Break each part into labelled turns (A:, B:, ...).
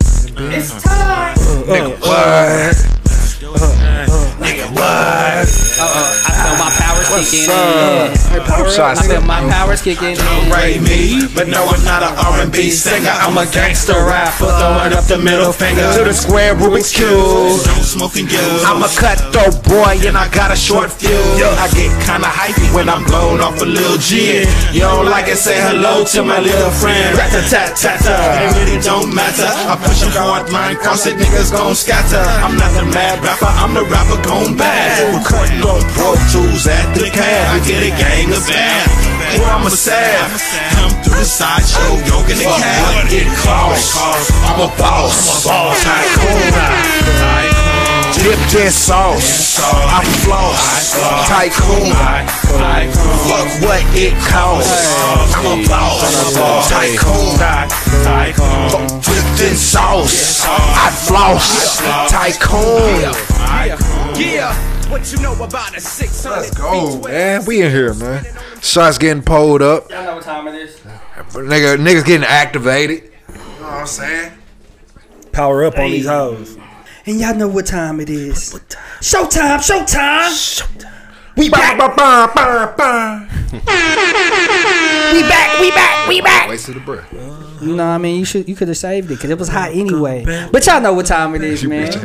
A: It's time.
B: Nigga, what? Nigga, what?
C: Uh-oh, I feel my powers kicking in.
B: What's up? Pump
C: I
B: shots.
C: feel my powers kicking in.
B: Right me, but no, I'm not an R&B singer. I'm a gangster rapper, throwing up the middle finger to the square Rubik's cube.
D: Don't smoke and use.
B: I'm a cutthroat boy and I got a short fuse. I get kinda hypey when I'm blown off a little gin. You don't like it, say hello to my little friend. Rat tat tat It really don't matter. I push a hard line, cross it, niggas gon' scatter. I'm not the mad rapper, I'm the rapper gone bad. Recording on Pro Tools at the pad. I get a gang of bad. Well, I'm a sad.
D: Come through the sideshow, yoke in the
B: Fuck
D: cat.
B: what it costs. I'm a boss. Tycoon. Dipped in sauce. I'm floss. Tycoon. Fuck what it costs. I'm a boss. Tycoon. Fuck Dipped in sauce. I floss. Tycoon.
A: Yeah. What you know about a 600?
B: Let's go, man. We in here, man. Shots getting pulled up.
C: Y'all know what time it is.
B: Nigga, niggas getting activated. You know what I'm saying?
E: Power up on these hoes.
A: And y'all know what time it is. Showtime, showtime. We
B: Ba,
A: back,
B: ba, ba, ba, ba.
A: we back, we back, we back.
B: Wasted the breath.
C: No, I mean you should you could have saved it because it was hot anyway. But y'all know what time it is, man.
F: Shout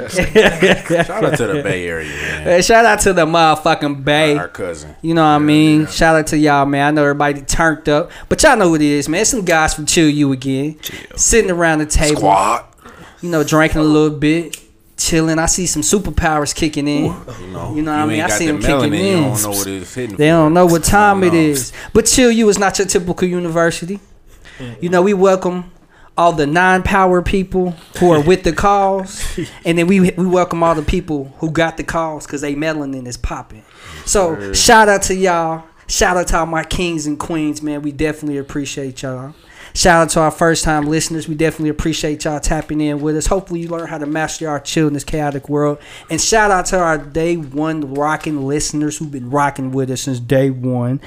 F: out to the Bay Area, man.
C: Hey, shout out to the motherfucking Bay.
F: Our cousin.
C: You know what I mean? Shout out to y'all, man. I know everybody turned up, but y'all know what it is, man. It's some guys from Chill You again, sitting around the table,
B: Squad.
C: you know, drinking a little bit, chilling. I see some superpowers kicking in.
F: You know,
C: You know what I
F: ain't
C: mean? I
F: got
C: see
F: the
C: them kicking
F: melanin, You
C: in.
F: don't know what it's hitting.
C: They don't know what time it
F: No.
C: is. But Chill U is not your typical university. You know, we welcome all the non power people who are with the cause. And then we we welcome all the people who got the cause because they melanin is popping. So shout out to y'all. Shout out to all my kings and queens, man. We definitely appreciate y'all. Shout out to our first time listeners. We definitely appreciate y'all tapping in with us. Hopefully, you learn how to master our chill in this chaotic world. And shout out to our day one rocking listeners who've been rocking with us since day one.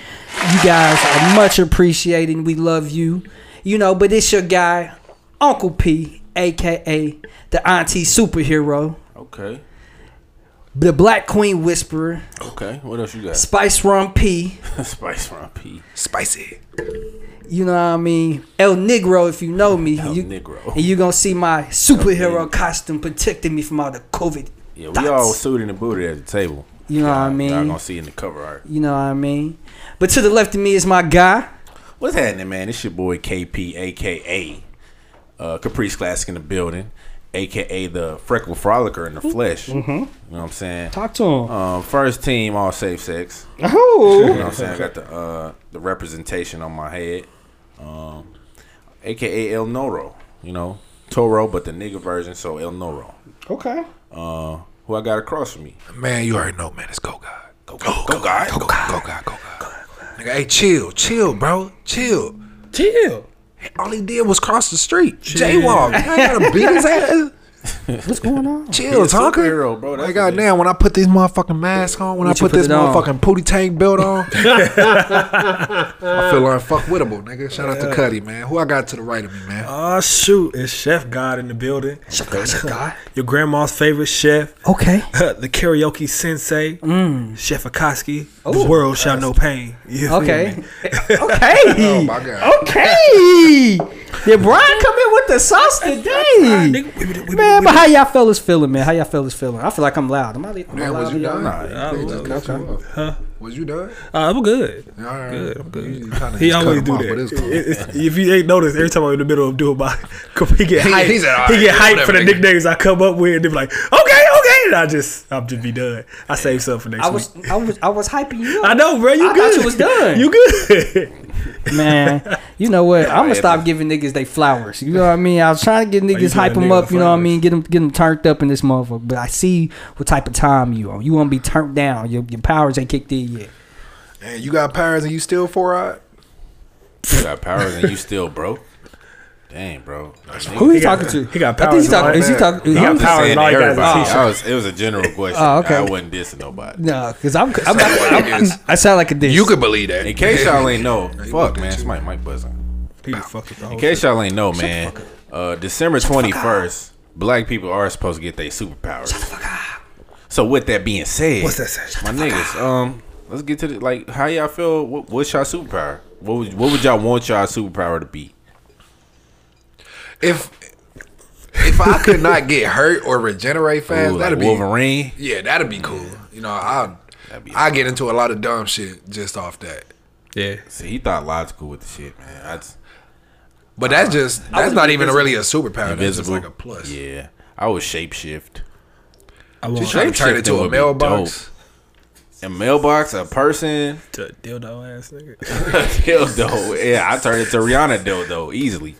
C: You guys are much appreciated. We love you. You know, but it's your guy, Uncle P, aka the auntie superhero,
F: Okay.
C: the Black Queen Whisperer,
F: Okay. What else you got?
C: Spice Rum P.
F: Spice Rum P.
B: Spicy.
C: You know what I mean? El Negro, if you know me.
F: El
C: you,
F: Negro.
C: And you going to see my superhero costume protecting me from all the COVID.
F: Yeah, we
C: thoughts.
F: all suited and booted at the table.
C: You know what I mean?
F: Y'all gonna see in the cover art.
C: You know what I mean? But to the left of me is my guy.
F: What's happening, man? It's your boy KP, aka uh, Caprice Classic in the building, aka the Freckle Frolicker in the flesh. You know what I'm saying?
C: Mm-hmm. Talk to him.
F: Um, first team, all safe sex. You
C: Oh.
F: know what I'm saying? I got the uh, the representation on my head. Um, AKA El Noro, you know, Toro, but the nigga version, so El Noro.
C: Okay.
F: Uh, who I got across from me?
B: Man, you already know, man. It's go God. Go God. Go God. Go God. Go God. Go God. Nigga, hey, chill, chill, bro, chill.
E: Chill.
B: All he did was cross the street, jaywalk. I gotta beat his ass.
C: What's going on?
B: Chill,
F: He's a
B: Tonka. Oh
F: superhero, bro.
B: Like
F: That's what it
B: goddamn, when I put this motherfucking mask on, when I
C: What you
B: put,
C: put
B: this
C: it on?
B: motherfucking pooty tank belt on, I feel unfuckwittable, nigga. Shout out to Cuddy, man. Who I got to the right of me, man?
E: Oh shoot, it's Chef God in the building.
C: Chef God, Chef God.
E: Your grandma's favorite chef,
C: Okay.
E: the karaoke sensei,
C: Mm.
E: Chef Akoski. The world shall know pain. You feel
C: Okay.
E: me?
C: okay.
B: Oh, my God.
C: Okay. Yeah, Brian come in with the sauce
E: Alright,
C: today.
E: nigga, we- we- we-
C: Man,
E: we-
C: but how y'all fellas feeling, man? How y'all fellas feeling? I feel like I'm loud. Am I, am I
B: Man,
C: loud?
B: was you
C: to y'all?
B: done?
E: I
B: They
E: was-
B: just cut you off. Was you done?
E: Uh, I'm good.
B: All right.
E: Good, I'm good.
B: You- you kinda
E: He
B: just cut
E: always
B: him
E: do
B: off,
E: that.
B: but it's cool.
E: It- it's- if you ain't noticed, every time I'm in the middle of doing my, he get
B: He-
E: hyped. He,
B: he's like, "All right,
E: get hyped
B: whatever,
E: for the
B: nigga."
E: nicknames I come up with. And they be like, okay, okay, and I just, I'm just be done. I save some for
C: I
E: next week.
C: was, I was, I was hyping you
E: I
C: up,
E: know, bro. You
C: I thought
E: good?
C: you was done.
E: You good?
C: man. You know what? I'm gonna
F: yeah,
C: stop giving niggas they flowers. You know what I mean? I was trying to get
E: you
C: niggas
E: trying
C: hype
E: to
C: them
E: nigga
C: up. You know what I
E: flowers?
C: mean? Get them, get them turned up in this motherfucker. But I see what type of time you on. You wanna be turned down. Your, your powers ain't kicked in yet.
B: And you got powers and you still four eyed?
F: You got powers and you still broke. Damn, bro.
C: Who you
E: got-
C: talking to?
E: he got
C: I think
E: powers
C: he talking.
E: in
C: Is he
B: my back.
C: talking?
F: No,
C: who-
F: I'm just
E: powers
F: saying
E: and all
F: to
E: you guys
F: everybody. Oh,
E: is t-shirt.
F: I was- it was a general question.
C: Oh, okay.
F: I wasn't dissing nobody.
C: No, because I'm, I'm not, I'm, I sound like a dish.
B: You could believe that.
F: In case y'all ain't know, fuck
B: look
F: man,
B: at
F: it's Mike Mike buzzing.
E: He the fuck with the whole
F: In case y'all ain't know, man, Uh, December 21st, black people are supposed to get their superpowers. So with that being said,
E: What's that say?
F: my niggas, um, let's get to the like how y'all feel. What, what's y'all superpower? What would what would y'all want y'all superpower to be?
B: If if I could not get hurt or regenerate fast,
F: Ooh, like
B: that'd be
F: Wolverine.
B: yeah, that'd be cool. You know, I
F: be
B: I get into a lot of dumb shit just off that.
E: Yeah.
F: See, he thought logical with the shit, man. I just,
B: But that's just that's not even really a superpower. That's just
F: Uh, invisible.
B: like a plus.
F: Yeah, I would shapeshift.
E: I want
B: Try to turn
F: Shapeshifting
B: it to
F: would
B: a
F: be
B: mailbox.
F: A mailbox, a person,
E: to dildo ass nigga.
F: dildo. Yeah, I turned it to Rihanna dildo easily.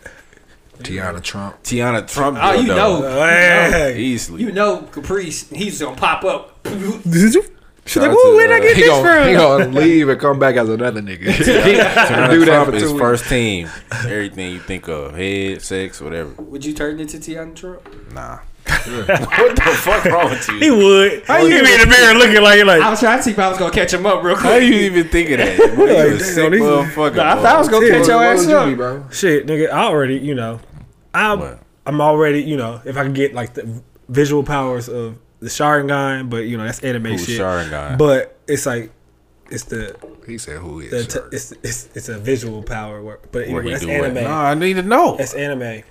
B: Tiana Trump.
F: Tiana Trump.
G: Oh,
F: Dildo,
G: you know,
E: Hey.
F: easily.
G: you know, Caprice, he's gonna pop up.
E: Did you? She's like,
F: Shout out to,
E: "Ooh, where'd I
F: uh,
E: get
B: He
E: this
B: gonna, he
E: from?"
B: gonna leave and come back as another nigga.
F: Tiana
B: do that
F: Trump
B: for
F: is
B: two
F: first team. Everything you think of, head, sex, whatever.
G: Would you turn into Tiana Trump?
F: Nah. what the fuck wrong with
E: He
F: you?
E: would. How you be in the mirror looking like
G: I
E: like?
G: was trying to see if I was gonna catch him up real
F: How
G: quick.
F: you even thinking that? Boy, you a sick
E: these-
F: motherfucker.
G: I
F: boy.
G: thought I was gonna catch your
B: What
G: ass
B: would you be,
G: up.
B: bro?
E: Shit, nigga. I already, you know, I'm
F: What?
E: I'm already, you know, if I can get like the visual powers of the Sharingan, but you know that's anime
F: Who's
E: shit.
F: Sharingan?
E: But it's like it's the,
B: He said, "Who is?"
E: the
B: Shark?"
E: t- it's, it's it's a visual power work, but
F: Where
E: anyway,
F: he
E: that's
F: do
E: anime.
F: it? Nah, I need to know.
E: That's anime.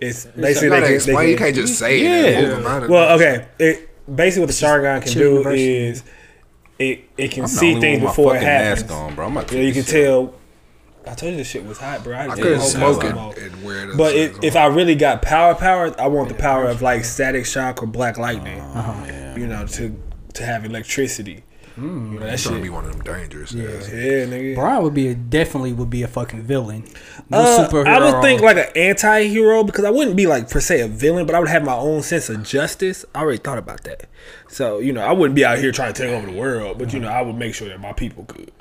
E: It's
B: You
E: basically
B: gotta
E: they can,
B: explain.
E: they
B: you
E: can-
B: can't just say
F: Yeah.
B: it. And move them out of
E: Well, okay. It basically what the Sharingan can do
G: universal.
E: is it it can
F: I'm the only
E: see
F: one
E: things
F: with my
E: before it
F: fucking
E: happens.
F: Mask on, bro. I'm about to
E: Yeah, you
F: take
E: can
F: this shit
E: tell. I told you this shit was hot, bro. I,
B: I
E: just
B: couldn't
E: didn't
B: smoke
E: know
B: it
E: about it.
B: and wear those
E: But
B: shits
E: if, if
B: on.
E: I really got power powers, I want the power Oh, of like static shock or black lightning. You know, to to have electricity. Mm, You know, that
B: It's gonna be
E: shit.
B: one of them dangerous. niggas.
E: Yeah, nigga.
C: Brian would be a, definitely would be a fucking villain. No
E: Uh,
C: superhero.
E: I would think like an anti-hero because I wouldn't be like per se a villain, but I would have my own sense of justice. I already thought about that, so you know I wouldn't be out here trying to take over the world, but you know I would make sure that my people could.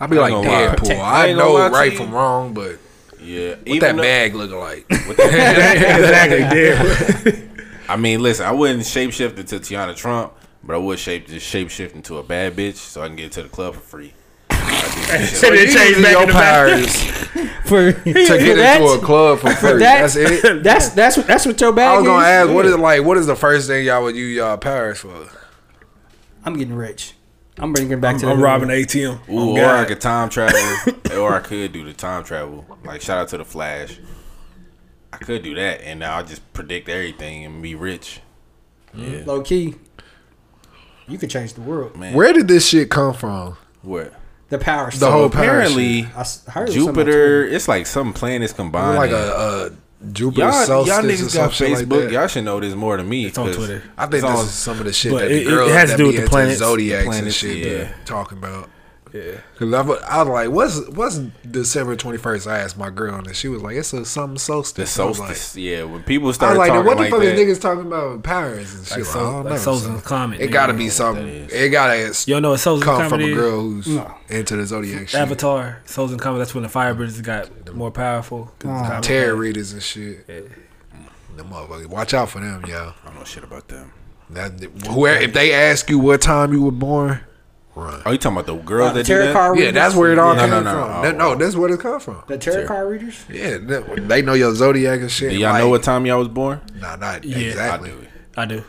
B: I'd be like
F: gonna lie.
B: Deadpool.
F: I
B: I,
F: ain't gonna
B: know
F: lie to
B: right
F: you.
B: from wrong, but
F: Yeah,
B: what
F: even
B: that
F: though-
B: bag looking like?
E: exactly. Yeah.
F: I mean, listen, I wouldn't shapeshift into Tiana Trump, but I would shape just shapeshift into a bad bitch so I can get to the club for free.
E: Shit, it changed back in the back.
C: for
B: to get into a club for free.
C: that-
B: That's it.
C: That's that's what that's what your bag
B: I was gonna
C: is.
B: ask, what is like? What is the first thing y'all would use y'all powers for?
C: I'm getting rich. I'm bringing it back to.
E: I'm
C: the
E: robbing the ATM.
F: Ooh,
E: Oh,
F: or I
E: God.
F: could time travel, or I could do the time travel. Like shout out to the Flash. I could do that, and I'll just predict everything and be rich.
C: low key. You could change the world.
B: Where did this shit come from?
F: What?
C: The power.
B: The whole power shit.
F: Apparently,
C: I s- heard of something
F: Jupiter. It's like some planets combined.
B: like a, a Jupiter
F: y'all, y'all
B: solstice or
F: niggas
B: some
F: got
B: shit like
F: Facebook.
B: that.
F: y'all should know this more than me. It's
E: on Twitter.
B: I think
F: it's
B: this
F: on-
B: is some of the shit
E: but
B: that the
E: it- it
B: girls
E: has
B: that
E: to do
B: be
E: with the
B: into
E: planets.
B: zodiacs and
F: planets,
B: shit
F: yeah.
B: be talking about. Yeah, cause I, wa- I was like, "What's what's December twenty first? I asked my girl, and she was like, "It's a something
F: the
B: solstice."
F: solstice. yeah, when people
B: I
F: start
B: was like, I was like "What
F: talking
B: the
F: like
B: fuck
F: that,
B: is niggas talking about powers and shit?" Like, I don't know.
E: souls
B: So
E: in the climate.
B: it gotta be something. It gotta
E: Y'all know what souls in the
B: come
E: climate
B: from a
E: is?
B: girl who's into the zodiac shit.
E: Avatar, souls in the climate. That's when the firebirds got more powerful.
B: Tarot readers and shit. Them motherfuckers. Watch out for them, yo.
F: I don't know shit about them.
B: That, whoever, if they ask you what time you were born, run.
F: Oh, you talking about the girls
C: The
F: that do
C: tarot
F: that?
C: card
B: Yeah,
C: readers.
B: that's where it all
F: No,
B: came
F: no, no.
B: from.
F: Oh.
B: That- no, that's where it come from.
C: The tarot card readers.
B: Yeah, that, they know your zodiac and shit.
F: Do y'all
B: like,
F: know what time y'all was born?
B: Nah, not
E: Yeah, I
B: exactly.
E: I do.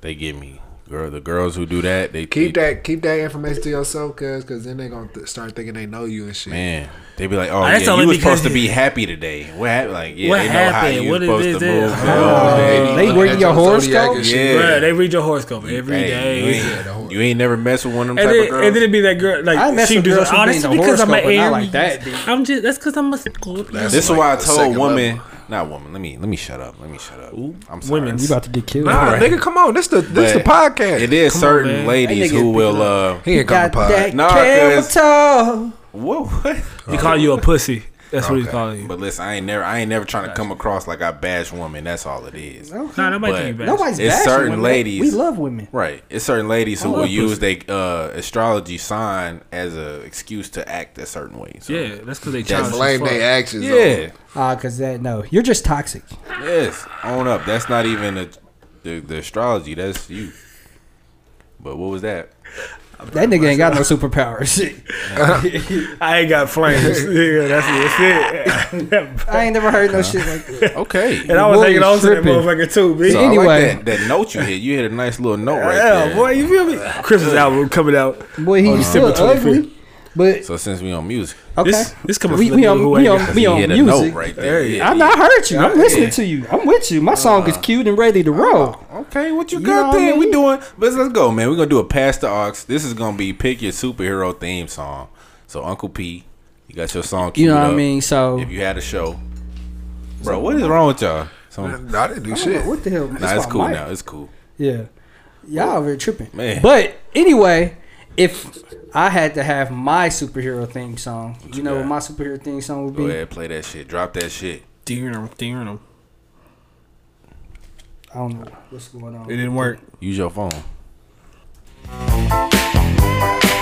F: They get me. Girl, the girls who do that, they
B: Keep
F: they,
B: that keep that information to yourself, cause, cause then they gonna th- start thinking they know you and shit.
F: Man, they be like, "Oh,
E: That's
F: yeah,
E: only
F: you was
E: because
F: supposed to
E: you-
F: be happy today. What happened? Like, yeah,
E: What
F: they know how
E: happened?
F: you
E: What
F: was
E: is
F: supposed to
E: this, Oh,
F: move.
E: this?
F: and
B: Oh,
F: all that.
C: They reading your horoscope?
F: Yeah.
E: Bruh, they read your horoscope every
F: Hey,
E: day.
F: you, ain't, you ain't never mess with one of them
E: And
F: type
E: then,
F: of girls.
E: and then it'd be that girl like
C: I mess
E: she
C: with
E: do
C: girls who
E: oh,
C: read
E: this is
C: the
E: because I'm
C: horoscope,
E: an
C: but not
E: Aries.
C: like that, dude.
E: I'm just that's because I'm a Scorpio.
B: That's
F: this is
B: like
F: why I
B: the
F: told
B: second
F: women,
B: level.
F: not women. Let me let me shut up. Let me shut up. I'm sorry.
E: women.
C: You about to get killed.
B: Nah, nigga, come on. This the this the
F: But
B: podcast.
F: It is certain
E: man.
F: ladies
C: That nigga
F: who
C: is
F: will. uh
B: He ain't coming pod.
F: Nah, cause whoa, what?
E: He call you a pussy. That's what he's calling you.
F: But listen, I ain't never, I ain't never trying to come across like I bash women. That's all it is.
E: Nah, nobody
F: But-
E: think you bad.
C: Nobody's
F: It's
C: bashing
F: certain
C: women.
F: ladies.
C: We love women.
F: Right. It's certain ladies who will use their uh, astrology sign as a excuse to act a certain way. So,
E: Yeah, that's because they
B: Just
E: childish.
B: blame
E: as fuck.
B: their actions. on-
F: Yeah.
C: Ah, cause that no, you're just toxic.
F: Yes. Own up. That's not even a, the the astrology. That's you. But what was that?
C: That nigga ain't got no superpowers.
E: I ain't got flames. yeah, that's
C: it. That's it. I ain't never heard no shit like that.
F: Okay.
E: And I was taking off to that motherfucker too, bitch.
F: So anyway, like that, that, note you hit, you hit a nice little note right yeah, there.
E: boy, you feel me? Christmas album coming out.
B: Oh,
C: Boy, he's still ugly. But
F: so since we on music,
C: okay,
E: this, this coming
C: we,
E: from
C: we on, we on, we on music.
F: right there. Yeah,
C: I, I heard you. I'm listening yeah. Uh, to you. I'm with you. My song is cute and ready to roll.
F: Oh, okay, what you, you got there? I mean? We doing? But let's go, man. We're gonna do a past the ox. This is gonna be pick your superhero theme song. So Uncle P, you got your song.
C: You know what
F: up.
C: I mean? So
F: if you had a show, bro, what is wrong with y'all?
B: So, I didn't do I shit.
C: Know, what the hell?
F: Nah, it's, it's cool mic. now. It's cool.
C: Yeah, y'all over tripping, man. But anyway, if I had to have my superhero theme song. What you, you know what my superhero theme song would be?
F: Go ahead, play that shit. Drop that shit.
E: Deering them, deering them.
C: I don't know what's going on.
E: It didn't work.
F: Use your phone.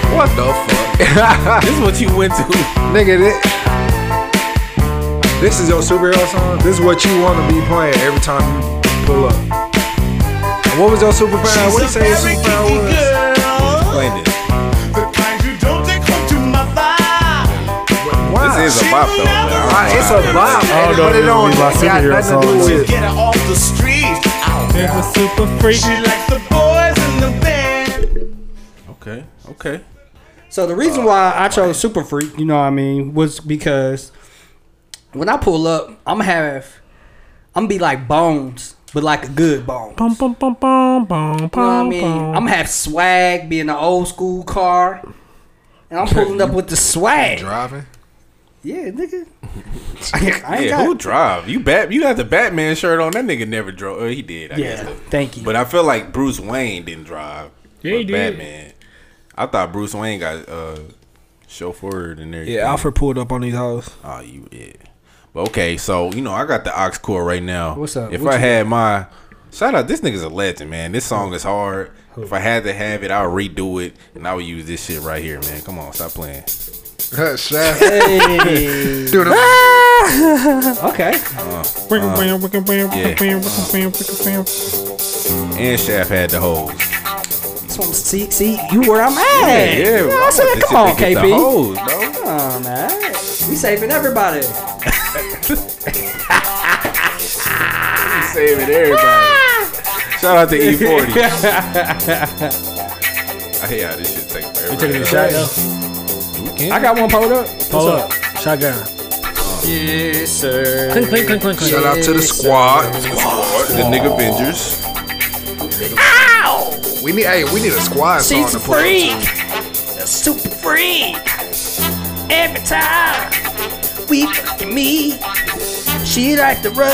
B: What the fuck?
F: Oh, this is what you went to,
B: nigga. This, this is your superhero song. This is what you want to be playing every time you pull up. And what was your superpower? She's what you say your superpower was? Girl.
F: Explain this. This is a bop though.
B: Right, it's a bop, oh, no, but it don't got nothing to do with.
D: Get her off the street.
E: There's a super freak.
D: She likes the boys in the band.
F: Okay, okay.
C: So the reason uh, why I chose Super Freak, you know what I mean, was because when I pull up, I'm have I'm be like bones, but like a good bone.
E: Bum, bum, bum, bum, bum, you know what I
C: mean? I'm have swag, being an old school car, and I'm pulling up with the swag.
B: Driving.
C: Yeah, nigga.
F: I ain't yeah, got... who drive? You bat? You got the Batman shirt on. That nigga never drove. Oh, he did. I
C: yeah,
F: guess.
C: thank you.
F: But I feel like Bruce Wayne didn't drive.
E: Yeah, he did.
F: Batman. I thought Bruce Wayne got uh, chauffeured and everything.
E: Yeah, Alfred pulled up on these hoes.
F: Oh, you yeah. But okay, so you know I got the ox core right now.
C: What's up?
F: If
C: what
F: I had my shout out, this nigga's a legend, man. This song is hard. Who? If I had to have it, I'll redo it and I would use this shit right here, man. Come on, stop playing.
B: Shaft. Hey. Dude,
C: ah. okay.
F: Uh, uh, yeah. And Shaft had the holes.
C: So, see, see, you where I'm at.
F: Yeah, yeah. You know
C: I said, come on, KP.
F: The hoes, bro.
C: Come on, man. We saving everybody.
F: we saving everybody. Shout out to E E40. I hate how this shit takes forever.
E: You taking a shot, though?
C: Yeah. I got one pulled up.
E: Pull up. up. Shotgun.
C: Yes, sir.
E: Clink, clink, clink, clink, clink.
B: Shout out to the squad.
F: Yes, squad. The nigga Avengers.
C: Ow!
B: We need, hey, we need a squad
H: She's
B: song
H: to freak. A super freak. Every time we fucking meet, she like to rub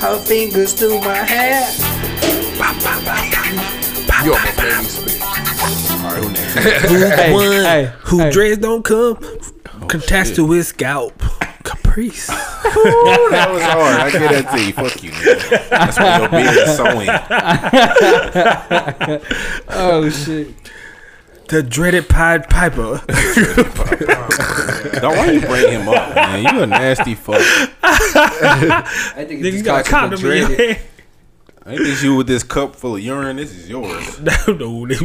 H: her fingers through my hair. Bah, bah,
B: bah, you almost made me spit.
F: Right, who next?
E: hey, one hey, who hey. dreads don't come oh, contacts shit. to his scalp. Caprice. Ooh,
F: that was hard. I get that to you. Fuck you. Man. That's why your beard is
C: sewing. oh shit.
E: The dreaded Pied Piper.
F: Don't why you bring him up, man? You a nasty fuck.
C: I think
E: you got a condom in your hand.
F: Ain't this you with this cup full of urine? This is yours.
E: no, they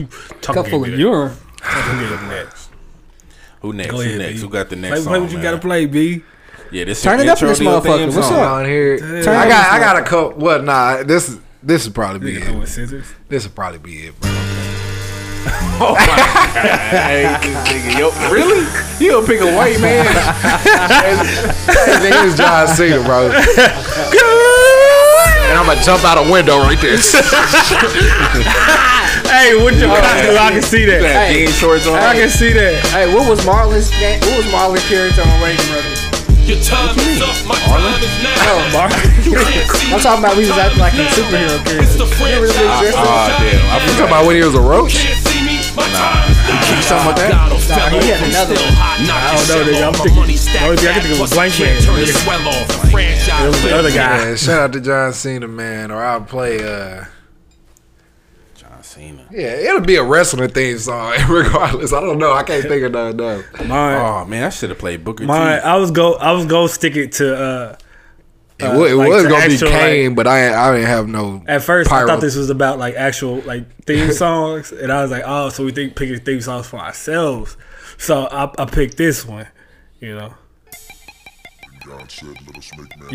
C: cup full of urine.
F: next. Who next? Go ahead, Who next? B. Who got the next?
E: Play,
F: song,
E: play what you
F: man?
E: gotta play, B.
F: Yeah, this
C: turn
F: your,
C: it up, this motherfucker. What's up?
B: on here? Turn I got, I got a cup. What? Nah, this, this would probably be
E: Nigga,
B: it.
E: scissors.
B: This would probably be it, bro.
F: oh my god! I hate this nigga. Yo, really? You gonna pick a white man?
B: hey, nigga, it's John Cena, bro. and I'm gonna jump out a window right there.
E: hey, what you yeah, I can see that.
F: Hey, shorts on.
E: I can see that.
C: Hey, what was Marlon's name? What was um, Marlon's character on Raven Brothers?
D: Your time is up, my Marlon? time is now.
C: Oh, Marlon. I'm talking about we was acting like a superhero character. He really
F: Ah,
C: existed.
F: ah, damn. I'm
B: You talking about when he was a roach?
D: Can't see me, my time is now.
B: You talking about that?
C: Nah, he had another
D: Still
C: one.
D: hot, knock
E: I
D: your
E: don't know,
D: shell
E: nigga. I'm
D: off. My
E: thinking-
D: money stacked
E: the only thing I can think of was
D: fat,
E: Blank
D: plus
E: Man.
D: can't turn this
E: Nigga.
D: well off. The franchise
E: It was the
D: failed.
E: other guy.
B: Yeah, shout out to John Cena, man. Or I'll play. uh
F: John Cena.
B: Yeah, it'll be a wrestling theme song, regardless. I don't know. I can't think of nothing. No.
E: Mine,
F: Oh man, I should have played Booker T.
E: mine. I was go. I was go stick it to. uh
B: It, wa- it
E: like,
B: was
E: to
B: gonna be
E: actual,
B: Kane, but I ain't- I didn't have no.
E: At first,
B: pyro.
E: I thought this was about like actual like theme songs, and I was like, oh, so we think picking theme songs for ourselves. So I, I picked this one, you know.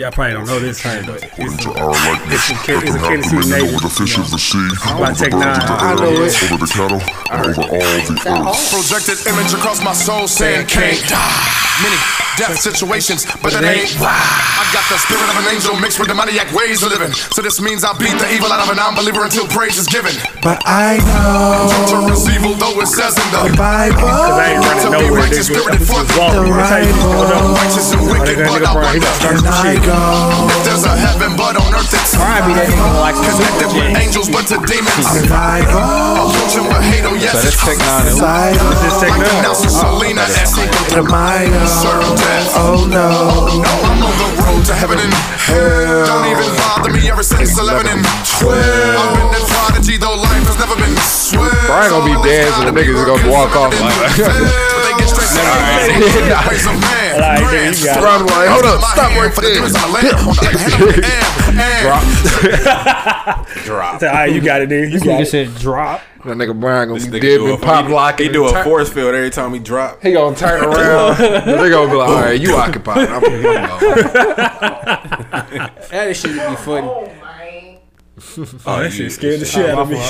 E: Yeah, I probably don't know this time, but
I: According to our likeness,
E: it's a
I: that
E: kid- it's
I: can
E: a kid-
I: have
E: it's
I: dominion
E: a
I: over the fish of the sea,
E: By
I: over the
E: Tech
I: birds of
E: Nine.
I: the
E: I
I: air,
E: know it.
I: over the cattle, and over all the earth.
J: Projected image across my soul saying can't die. Many death situations, but that ain't why. I got the spirit of an angel mixed with demoniac ways of living. So this means I beat the evil out of a non believer until praise is given.
I: But I know.
J: To receive, though it says in the
I: Bible.
J: Cause I ain't running nowhere. Righteous, spirited for the righteous and wicked, but I wonder. If there's a heaven, but on earth it's connected with angels, but to demons. Approaching with hate, oh yes,
F: So that's Tech Nine. and-
J: This is Tech Nine. Announcing
B: Uh,
J: Selena as he goes to minor. Certain death. Oh no. No, I'm on the road to heaven and hell. Don't even bother me ever since 11 and 12. I've been the prodigy, though life has never been swell.
B: Brian gonna be dancing. The niggas is gonna walk off like.
J: Praise a man. Grand.
B: Brian like, hold up, stop right
F: Drop.
E: All right, you got it, dude. You got it.
B: said drop. That nigga Brian gonna be
F: do a-
B: dipping, pop locking.
F: He do
B: turn-
F: a force field every time he drop.
B: He gonna turn around. they gonna be like, all right, you occupied. I'm gonna
C: That shit would be funny.
E: Oh, that shit scared the shit out of me.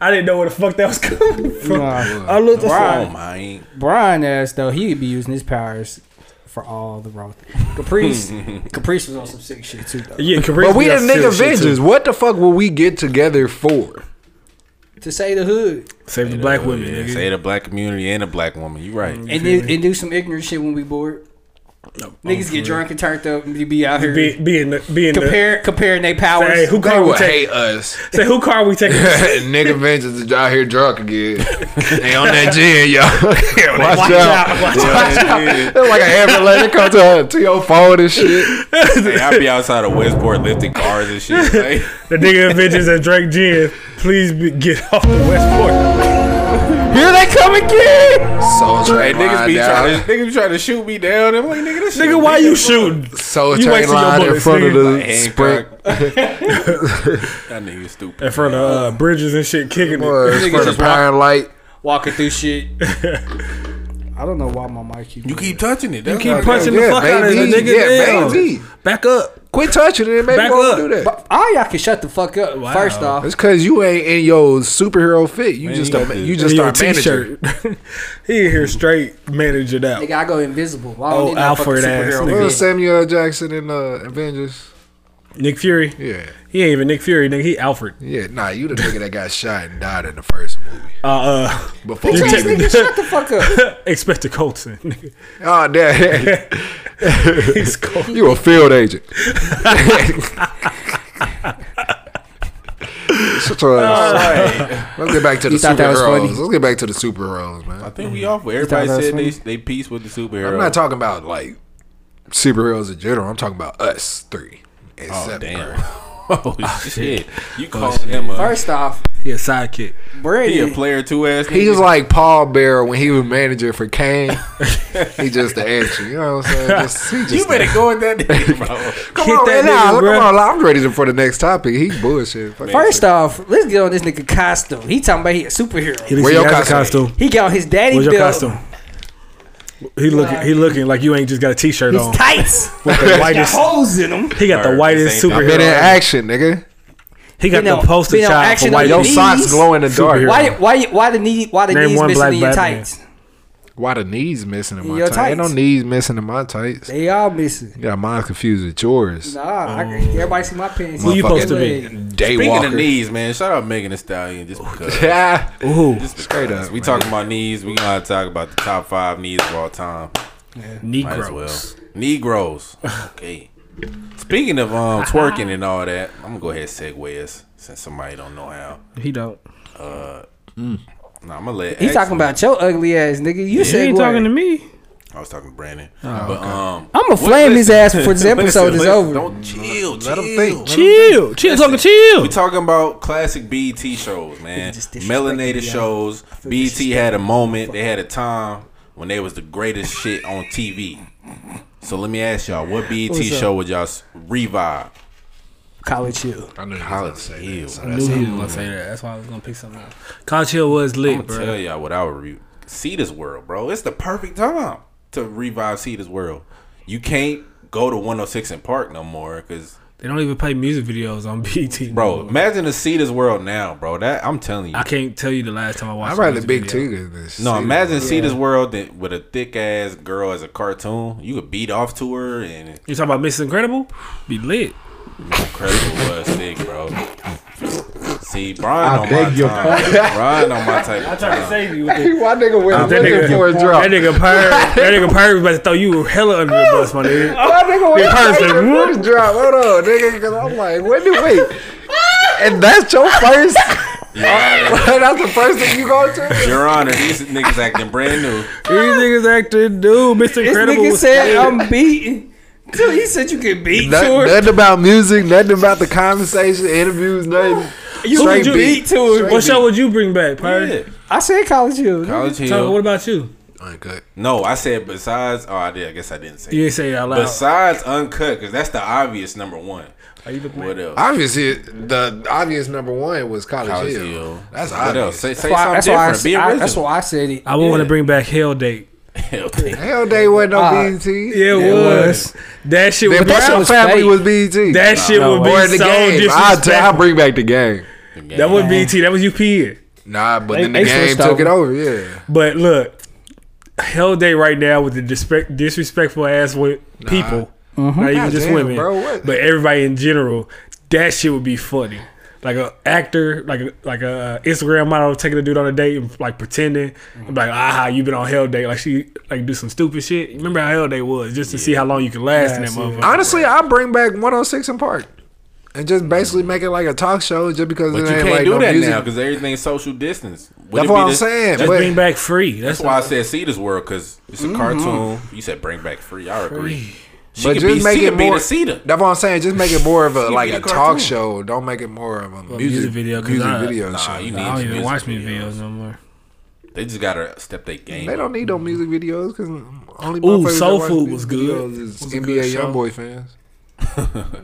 E: I didn't know where the fuck that was coming from.
C: Nah.
E: I looked.
F: Oh,
E: I
C: Brian,
E: said,
F: Brian.
C: Brian ass though, he would be using his powers for all the wrong things. Caprice, Caprice was on some sick shit too though.
E: Yeah,
B: But we the nigga Avengers. What the fuck will we get together for?
C: to say the hood
E: Save the black women,
F: Yeah,
E: nigga.
F: say the black community and the black woman. You right.
C: and do, and do some ignorant shit when we bored. Niggas get drunk and turned up and be out here
E: Be, be in the be in
C: compare comparing their
E: the.
C: powers.
E: Say, who
B: They
E: car we
B: would
E: taking?
B: hate us.
E: Say who car we taking?
B: nigga Vengeance is out here drunk again. they on that gin, y'all. watch,
E: Watch
B: out.
E: out, watch
B: Watch out. It's like an ambulance that comes to, to your phone and shit.
F: Hey, I be outside of Westport lifting cars and shit. Like,
E: The nigga Avengers and Drake Gin. Please be, get off the Westport.
B: Here they come again. Soul
F: hey,
B: train
F: niggas
B: line
F: be trying
B: down.
F: to niggas be trying to shoot me down. I'm like, nigga, this shit-
E: Nigga, why you shooting?
B: Soul
E: you
B: train
E: wasting your
B: line in
E: bullets,
B: front of
E: nigga.
B: the sprint.
F: Hancock. that nigga stupid.
E: In front of uh, bridges and shit, kicking
B: Boy,
E: it.
B: in front of
C: just
B: Pine Light.
C: walking through shit. I don't know why my mic keep.
F: You keep touching it. That's
E: Keep
F: not-
E: punching the
B: Yeah,
E: fuck out of the
B: baby.
E: nigga.
B: Yeah,
E: Damn.
B: baby.
E: Back up.
B: Quit touching it. Maybe
E: Back
B: won't
E: up.
B: do that.
C: But all y'all can shut the fuck up. First off,
B: That's because you ain't in your superhero fit. You just
F: you
B: a,
F: got
B: you just
E: Just your
B: our
E: t-shirt.
B: manager.
E: he in here straight managing out.
C: nigga, I go invisible. Why don't
E: Oh,
C: need no fucking
E: Alfred ass
C: superhero
E: nigga.
B: Well,
C: man?
B: Samuel L. Jackson in uh, Avengers.
E: Nick Fury.
B: Yeah,
E: He ain't even Nick Fury, nigga. He Alfred.
B: yeah. Nah, you the nigga that got shot and died in the first movie.
E: Uh, uh
B: Before
E: You
B: we
E: take-
B: even-
C: Nigga, shut the fuck up.
E: expect a Colson. nigga.
B: oh damn,
E: He's cold.
B: you a field agent. Shut your ass. Let's get back to the
C: thought that was
B: superheroes.
C: funny?
B: Let's get back to the superheroes, man.
F: I think we off. where Everybody
C: thought that
F: said they
C: was
F: they peace with the superhero.
B: I'm not talking about like superheroes in general. I'm talking about us three. And
F: Oh
B: seven
F: damn.
B: girls.
F: Oh shit! You calling him a
C: First off,
E: He a sidekick.
F: he a
C: Brandon.
F: player two ass?
B: He
F: nigga?
B: was like Paul Bear when he was manager for Kane. he just the answer. You know what I'm saying? Just, he just
F: You better go in that nigga, bro.
B: Come
E: Hit
B: on, man,
E: that
B: nah,
E: nigga,
B: look,
E: bruh.
B: come on, I'm ready for the next topic. He bullshit. Fuck it.
C: First off, let's get on this nigga costume. He talking about he a superhero.
E: He
B: Where your
E: has a
B: costume?
E: costume?
C: He got his daddy
E: Where's your
C: belt,
E: costume? He looking. He looking like you ain't just got a t-shirt
C: his
E: on.
C: tights,
E: With the whitest.
C: holes in them.
E: He got the
F: Word,
E: whitest
F: this ain't
B: I've been in
E: superhero.
B: action, nigga.
E: He got
C: Been
E: the
C: on-
E: poster
C: been on
E: child for
C: action on
E: white.
C: the
B: Yo,
E: Yo,
C: beat.
B: socks glow in the dark.
E: Superhero.
B: Why,
C: Why? Why? Why the knee? Why the
E: Name
C: knees
E: one
C: missing
E: black
C: in your
E: Batman.
C: tights?
B: the knees missing in my
C: Your
B: tights? Ain't no
C: tights.
B: knees missing in my tights.
C: They all missing.
B: Yeah, mine's confused with yours.
C: Nah, I, everybody see my pants.
E: Who you supposed to be?
B: Day
F: Speaking
B: walker.
F: of knees, man, shout out Megan Thee Stallion just because.
B: Yeah.
F: Just because.
B: Straight up,
F: we
B: man.
F: talking about knees. We gonna talk about the top five knees of all time. Might
E: Negroes.
F: as well. Negroes. Okay. Speaking of um twerking and all that, I'm gonna go ahead and segue us since somebody don't know how.
E: He don't.
F: Nah, I'm gonna let.
C: He talking about your ugly ass nigga. You
E: He
C: said
E: ain't
C: what?
E: talking to me.
F: I was talking to Brandon.
C: Oh,
F: but um,
C: I'm gonna flame his ass before this episode
F: listen,
C: is
F: listen,
C: over.
F: Don't chill. Let
B: Let
F: chill.
B: him think.
E: Chill. Chill. Talking chill.
F: We talking about classic BET shows, man.
C: just uh, disrespected
F: Melanated
C: y'all.
F: shows. E BET had a moment. They had a time when they was the greatest shit on TV. So let me ask y'all, what BET
C: What's up?
F: show would y'all s- revive?
C: College Hill.
B: I knew
F: College Hill.
E: I knew he was gonna say that. That's why I was gonna pick something up. College Hill was lit,
F: I'm
E: bro.
F: tell y'all what I would re- see this world, bro. It's the perfect time to revive see this world. You can't go to 106 and Park no more because
E: They don't even play music videos on BT,
F: bro, imagine to see this world now, bro. That I'm telling you.
E: Mm-hmm. I can't tell you the last time I watched.
B: I'd rather
E: music
B: Big
E: video.
B: T than this.
F: No,
B: shit.
F: imagine see this world that with a thick ass girl as a cartoon. You could beat off to her and
E: You talking about Miss Incredible? Be lit.
F: incredible was thick, bro. See,
E: I
F: Brian on
E: beg
F: my
E: your
F: time.
E: pardon.
F: Brian on my type.
E: I
F: of
E: tried to
F: time.
E: save you with
B: Hey, why nigga went
E: that
B: looking
E: nigga,
B: for a drop?
E: that nigga purr, that nigga purr was about to throw you hella under the bus, my nigga.
B: Why nigga went
E: Big person.
B: looking for a drop? Hold on, nigga, because I'm like, when did wait? And that's your first. that's the first thing you go to.
F: Your Honor, these niggas acting brand new.
E: These niggas acting, dude. Mr.
C: This
E: Incredible
C: nigga
E: was
C: said
E: lit.
C: I'm beaten. Dude, he said you can beat
B: Noth-
C: George.
B: nothing about music, nothing about the conversation, interviews, nothing.
E: Who would you beat
C: to
E: What show would you bring back, Purr?
F: Yeah.
C: I said College Hill.
F: College
E: Tucker,
F: Hill.
E: what about you?
B: Uncut.
F: No, I said besides. Oh, I did. I guess I didn't say.
E: You didn't say it out loud.
F: Besides uncut, because that's the obvious number one.
E: Are you
F: What else?
B: Obviously, the obvious number one was College,
F: College
B: Hill.
F: Hill.
B: That's
F: What
B: obvious.
F: else? Say, say
C: That's why-
F: something
C: that's why I
F: different.
C: s-
F: Be
C: I-
F: original.
C: that's why I said it.
E: I would want to bring back Hell Date.
F: Hell, damn.
B: Hell Day wasn't no
C: Uh,
B: BET.
E: Yeah, it was. That shit was.
B: The Brown family was BET.
E: That shit would be
B: Or the
E: so
B: game. I'll, t- I'll
E: disrespectful.
B: bring back the game.
E: That was BT. That was E. UP.
B: Nah, but
C: They-
B: then the
C: they
B: game
C: switched over.
B: took it over. Yeah,
E: But look, Hell Day right now with the dispe- disrespectful ass with people, not even just
B: Goddamn,
E: women,
B: bro, what?
E: but everybody in general. That shit would be funny. Like a actor, like a, like a uh, Instagram model taking a dude on a date and like pretending,
B: Mm-hmm.
E: I'm like, aha, you been on Hell Day. Like she like do some stupid shit. Remember how Hell Day was just to see how long you can last in that motherfucker.
B: honestly, I'll bring back 106 in Park and just basically make it like a talk show, just because
F: But
B: it
F: you
B: ain't
F: can't
B: like
F: do
B: no
F: that
B: music.
F: now because everything's social distance. Would
B: That's
F: it
B: what
F: be
B: I'm
F: this-
B: saying.
F: That's
B: but
E: bring back free. That's,
F: That's why I said see this world because it's a cartoon. You said bring back free. I agree. She
B: but
F: could
B: just
F: be,
B: make
F: she
B: it
F: could be
B: more.
F: the Cedar.
B: That's what I'm saying. Just make it more of a
F: could
B: like
F: be
B: a
F: a
B: talk
F: cartoon.
B: show. Don't make it more of a music,
E: music video, 'cause
B: music
E: I-
B: video
F: Nah,
B: show.
F: you
E: I
F: need
E: don't even
F: music
E: watch music
F: videos.
E: videos no more.
F: They just gotta step their game.
B: They don't
F: up.
B: need no music videos because only
E: Ooh,
B: motherfuckers
E: Soul
B: that watch
E: Food
B: music
E: was good.
B: videos Is
E: Was a good
B: NBA
E: show.
B: YoungBoy fans.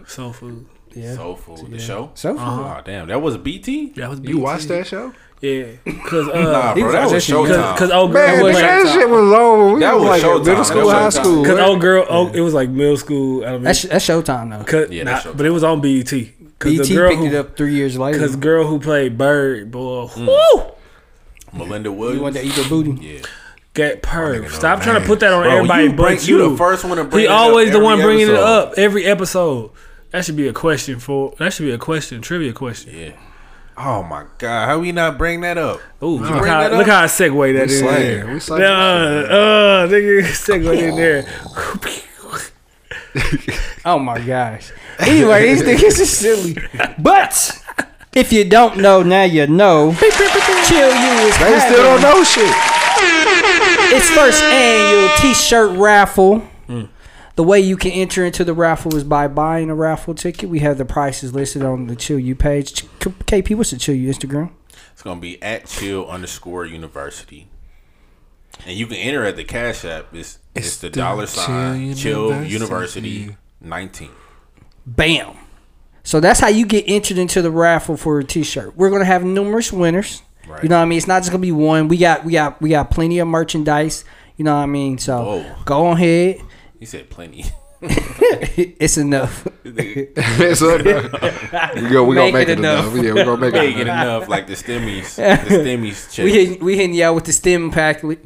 E: Soul food.
F: Soul Food, the show.
C: Soul Food.
E: Uh-huh.
F: Oh damn, that was BT.
E: That was
B: You watched that show?
E: Yeah, because uh,
F: Nah, bro, that was Showtime.
E: Because old girl
B: Man,
E: was
B: nigga, that shit was over. We
F: That
B: was
F: was
B: like
F: Showtime.
B: middle
F: That
B: school,
F: was
B: high
F: Showtime.
B: school.
E: Because old girl, oh, it was like middle school,
C: That's,
E: elementary.
C: that's Showtime now.
E: Cause,
F: Yeah,
E: nah,
F: that's
E: but it was on BET. Because
C: BT
E: the girl
C: E picked it
E: who,
C: up three years later.
E: because girl who played Bird, boy,
F: Mm.
E: whoo,
F: Melinda
C: You want
F: Williams.
C: to eat your booty.
F: Yeah.
E: get perv. Stop trying to put that on
F: Bro,
E: everybody
F: you
E: but
F: bring-
E: you.
F: you the first one to bring
E: He
F: it up
E: always the
F: every
E: one bringing it
F: episode.
E: up every episode. That should be a question for. That should be a question, trivia question.
F: Yeah. Oh my god, how we not bring that up?
E: Ooh,
F: bring
E: look how,
F: that up?
E: look how I segue that in
B: Slayer.
E: there.
B: We slayer.
E: Uh, uh, nigga, segue in there.
C: Oh my gosh. Anyway, these niggas is silly. But if you don't know, now you know. Chill you is
B: They still don't
C: having
B: know shit.
C: Its first annual T-shirt raffle. The way you can enter into the raffle is by buying a raffle ticket. We have the prices listed on the Chill You page. Ch- KP, what's the Chill You Instagram?
F: It's gonna be at chill underscore university. And you can enter at the Cash App. It's it's, the, dollar sign chill university nineteen.
C: Bam. So that's how you get entered into the raffle for a T-shirt. We're gonna have numerous winners.
F: Right.
C: You know what I mean? It's not just gonna be one. We got we got we got plenty of merchandise. You know what I mean? So
F: Whoa.
C: go on ahead.
F: He said plenty.
C: it's enough.
B: so, we go, we gonna make it enough. Yeah, we gonna make it
F: Big
B: enough.
F: enough like the stimmies. The stimmies check.
C: We hitting, we hitting y'all with the stem pack. You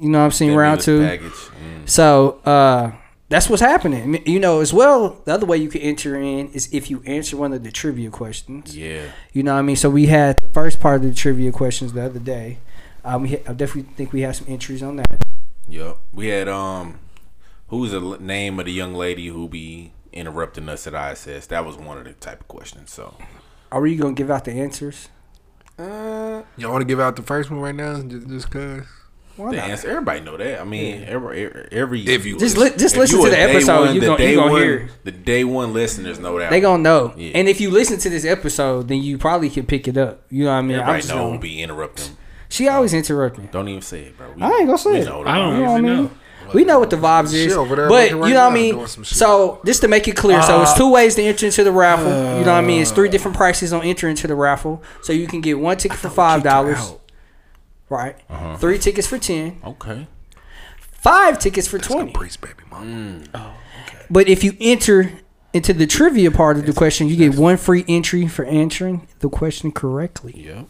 C: know what I'm saying?
F: Stimulus
C: Round two.
F: Package. Mm.
C: So uh, that's what's happening. You know, as well, the other way you can enter in is if you answer one of the trivia questions.
F: Yeah.
C: You know what I mean? So we had the first part of the trivia questions the other day. Um, we ha- I definitely think we have some entries on that.
F: Yep. We had um, who's the l- name of the young lady who be interrupting us at ISS? That was one of the type of questions. So
C: Are we gonna give out the answers?
B: Y'all want to give out the first one right now, just, just cause?
C: Why
F: the
C: not?
F: answer, everybody know that. I mean, every, e, every
B: If you-
C: Just li- just listen
F: you
C: to
F: a
C: the
F: day
C: episode,
F: one-
C: you
F: the
C: gon- you
F: day
C: gon'
F: one-
C: hear it.
F: the day one listeners know that
C: They gonna
F: one.
C: know.
F: Yeah.
C: And if you listen to this episode, then you probably can pick it up. You know what I mean? I'm
F: Everybody
C: just
F: know
C: gonna-
F: who be interrupting.
C: She always interrupting.
F: Don't even say it, bro. We-
C: I ain't gonna say
F: we
C: it.
F: know that.
E: I don't
C: You know what I
E: even
C: mean?
E: know.
C: We know what the vibes
B: She
C: is.
B: over there
C: but
B: working
C: you know
B: right
C: what
B: now
C: I mean?
B: doing some shit.
C: So just to make it clear, so it's
B: Uh,
C: two ways to enter into the raffle. you know what I mean? It's three different prices on entering into the raffle. So you can get one ticket for five dollars. Right.
F: Uh-huh.
C: Three tickets for ten.
F: Okay.
C: Five tickets for twenty. Oh, But if you enter into the trivia part of the question, you get one free entry for answering the question correctly.
F: Yep.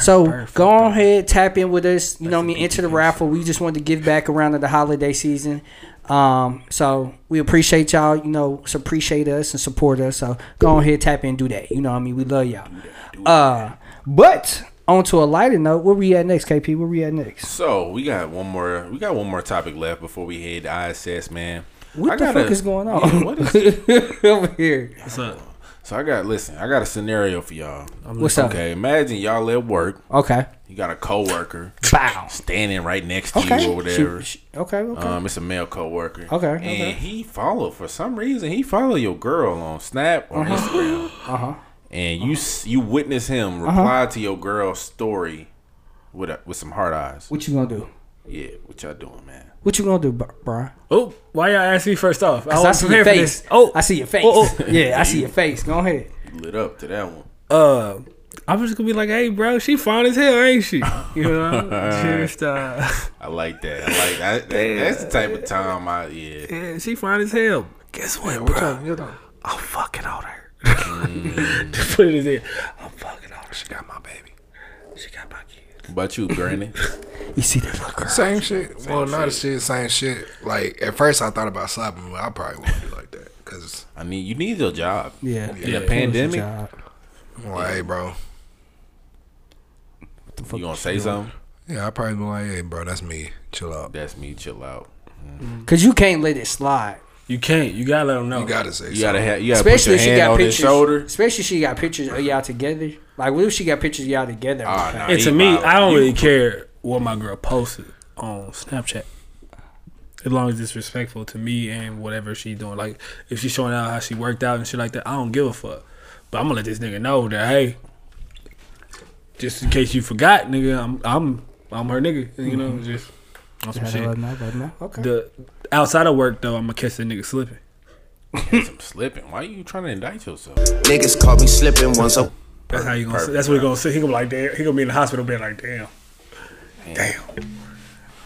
C: So go on ahead, tap in with us. You know what I mean? Enter the raffle. We just wanted to give back around to the holiday season. Um, so we appreciate y'all. You know, so appreciate us and support us. So go on ahead, tap in, do that. You know what I mean? We love y'all. Uh, but on to a lighter note, where we at next, KP? Where we at next?
F: So we got one more. We got one more topic left before we head to ISS, man.
C: What
F: I
C: the
F: gotta-
C: fuck is going on
F: Yeah, what is
C: over here?
F: What's up? So I got listen. I got a scenario for y'all.
C: What's up?
F: Okay, imagine y'all at work.
C: Okay.
F: You got a coworker.
C: Bow.
F: Standing right next to
C: Okay.
F: you or whatever.
C: She- she- okay, okay.
F: Um, it's a male coworker.
C: Okay,
F: And
C: okay.
F: he followed for some reason. He followed your girl on Snap or Instagram.
C: Uh huh.
F: and you s you witness him
C: Uh-huh.
F: reply to your girl's story with a, with some hard eyes.
C: What you gonna do?
F: Yeah, what y'all doing, man?
C: What you gonna do, bro? bro?
E: Oh, why y'all ask me first off?
C: Cause I,
E: wasn't
C: see your
E: prepared for
C: face.
E: this.
C: Oh, I see your face.
E: Oh, oh.
C: Yeah, I see your face. Go ahead.
F: You lit up to that one.
E: Uh, I'm just gonna be like, hey, bro, she fine as hell, ain't she? You know, just uh,
F: I like that. I like that. that that's the type of time I yeah.
E: yeah, she fine as hell. Guess what, bro? I'm fucking on her. Just put it in there. I'm fucking on her. She got my baby. She got my kid.
F: What about you, Granny?
C: you see that fucker?
B: Same shit. well, not the shit. Same shit. Like at first, I thought about slapping, but I probably wouldn't do like that because
F: I mean, you need your job.
C: Yeah.
F: In
B: Yeah,
F: a
B: it was
F: pandemic,
B: a I'm like, hey, bro.
F: you gonna say something?
B: Yeah, I probably be like, hey, bro, that's me. Chill out.
F: That's me. Chill out.
C: Cause you can't let it slide.
E: You can't. You gotta let them know.
B: You gotta say.
F: You gotta
B: something.
F: have. You gotta put your hand on his shoulder.
C: Especially if she got pictures of y'all together. Like what if she got pictures of y'all together?
F: Ah, nah.
E: And to
F: he
E: me,
F: violent.
E: I don't
F: You-
E: really care what my girl posted on Snapchat. As long as it's respectful to me and whatever she's doing. Like, if she's showing out how she worked out and shit like that, I don't give a fuck. But I'm gonna let this nigga know that, hey, just in case you forgot, nigga, I'm I'm I'm her nigga. You know, just on some
C: Yeah,
E: shit.
C: let 'em know, let 'em know. Okay.
E: The outside of work though, I'm gonna catch the nigga slipping.
F: I'm slipping. Why you trying to indict yourself?
D: Niggas caught me slipping once. I-
E: That's how you gonna.
F: Perfect,
E: that's what he gonna say. He gonna be like, damn. He gonna be in the hospital bed like, damn.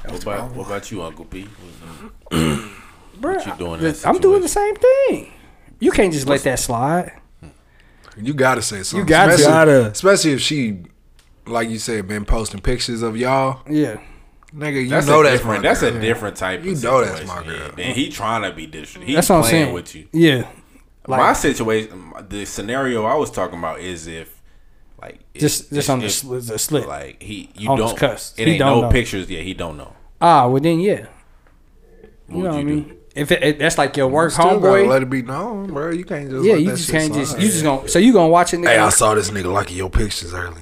F: What about, what about you, Uncle P?
C: Bruh,
F: what you doing? in
C: I'm
F: that
C: doing the same thing. You can't just let that slide.
B: You gotta say something.
C: gotta.
B: especially,
E: Gotta.
B: especially if she, like you said, been posting pictures of y'all.
C: Yeah,
B: nigga, you
F: That's
B: know
F: a
B: that's my
F: different. That's
B: girl.
F: a different type.
B: You
F: of
B: know that's
F: situation.
B: my girl.
F: Yeah, and he trying to be disrespectful. He's
C: That's what
F: playing
C: I'm saying.
F: with you.
C: Yeah.
F: my
C: Like-
F: situation, the scenario I was talking about is if, like, if-
C: Just- just
F: if-
C: on the
F: if,
C: sl- the slip.
F: Like he, you
C: On the
F: don't.
C: cusp.
F: It
C: He
F: ain't
C: don't
F: no
C: know.
F: pictures. Yeah, he don't know.
C: Ah, well then yeah.
F: What
C: you
F: would
C: know what I
F: you do?
C: mean? If it, it- that's like your work
B: Still gotta
C: homeboy.
B: let it be known, bro. You can't just.
C: yeah,
B: let
C: you
B: that
C: just
B: shit
C: can't
B: slide.
C: just you just gonna so you gonna watch it. nigga.
B: Hey, I saw this nigga liking your pictures earlier.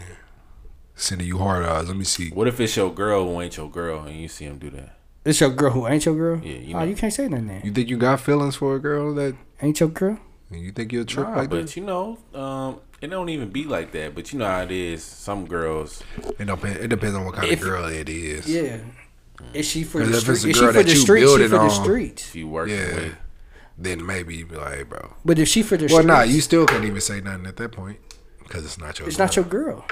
B: Sending you hard eyes. Let me see.
F: What if it's your girl who ain't your girl and you see him do that?
C: It's your girl who ain't your girl.
F: Yeah, you
C: oh,
F: know.
C: you can't say nothing. There.
B: You think you got feelings for a girl that
C: Ain't your girl?
B: you think you'll trip
F: Nah,
B: like
F: but
B: that?
F: you know, um, it don't even be like that. But you know how it is. Some girls.
B: It, don't, it depends on what kind
C: If-
B: of girl it is.
C: Yeah. Is she for
B: 'Cause
C: the
B: if
C: street?
B: it's
C: Is
B: a
C: she
B: girl
C: for
B: that
C: the
B: you
C: street? She
B: building
C: for the
B: on-
C: street.
F: If you work
B: Yeah.
F: with,
B: Then maybe you be like, hey, bro.
C: But if she for the
B: Well,
C: street,
B: nah, you still can't even say nothing at that point because it's not your.
C: it's
B: girl.
C: not your girl.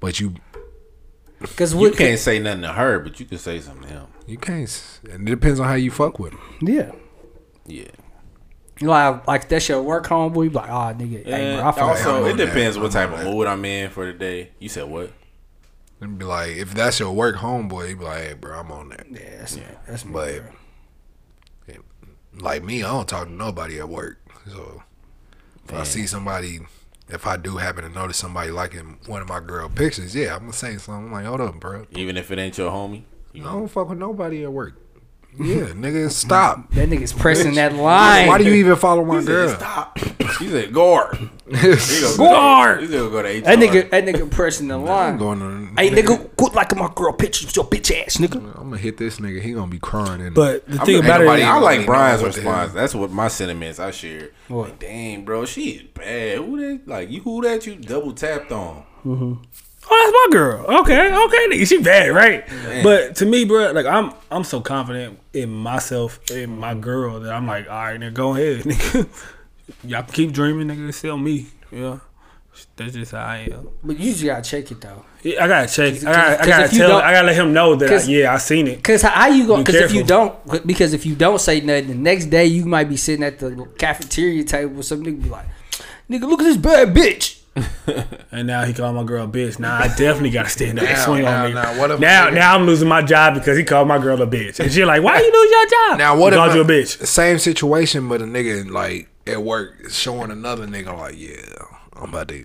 B: But you,
C: Because
F: you
C: what?
F: can't say nothing to her, but you can say something to him.
B: you can't. s- And it depends on how you fuck with 'em.
C: Yeah.
F: Yeah.
C: Like, like that's your work homeboy. You be like, ah, nigga. Hey,
F: And
C: bro, I feel like
F: also,
B: I'm
F: it
B: on that.
F: depends what
B: I'm
F: type
B: on
F: of
B: that.
F: mood I'm in for the day. You said what?
B: And be like, if that's your work homeboy, you be like, hey, bro, I'm on that.
C: yeah, that's, that's my
B: But
C: girl.
B: like me, I don't talk to nobody at work. So if I see somebody, if I do happen to notice somebody liking one of my girl pictures, yeah, I'm gonna say something. I'm like, hold up, bro.
F: Even if it ain't your homie. You
B: I
F: know?
B: don't fuck with nobody at work. Yeah, nigga, stop.
C: That nigga's pressing
B: Bitch.
C: that line.
B: Why do you even follow my
F: He said,
B: girl?
F: stop. He said, Gore. He gonna go-
C: Gore.
F: He gonna go to HR.
C: That nigga, that nigga pressing the
B: I'm
C: line.
B: going on.
C: Hey, nigga, quit liking my girl pictures, your bitch ass, nigga.
B: I'm gonna hit this nigga. He gonna be crying. And
E: But the
F: I'm
E: thing
F: not-
E: about
F: nobody-
E: it,
F: I like
B: nobody
F: Brian's
B: know what the
F: response.
B: hell.
F: That's what my sentiments I share.
C: What?
F: Like, damn, bro, she is bad. Who that? Like, you who that you double tapped on?
E: oh, that's my girl. Okay, okay, nigga, she bad, right? But to me, bro, like I'm, I'm so confident in myself, in my
B: Mm-hmm.
E: girl, that I'm like, all right, nigga, go ahead, nigga. Y'all can keep dreaming, nigga. It's still me. Yeah, that's just how I am.
C: But you just gotta check it though.
E: Yeah, I gotta check. I
C: 'Cause-
E: gotta, I
C: 'cause
E: gotta
C: if you
E: tell.
C: don't-
E: I gotta let him know that. I,
C: 'cause-
E: yeah, I seen it.
C: Cause how you going?
E: Be
C: Because if you
E: careful.
C: don't, because if you don't say nothing, the next day you might be sitting at the cafeteria table with some nigga be like, "Nigga, look at this bad bitch."
E: And now he called my girl a bitch. Now I definitely gotta stand up and
B: Now,
E: swing
B: now,
E: on me.
B: now, what if-
E: now, now I'm losing my job because he called my girl a bitch. And she like, why you lose your job?
B: Now what
E: He called
B: if
E: you a
B: I-
E: bitch?
B: Same situation, but a nigga like at work showing another nigga like, yeah, I'm about to. Like,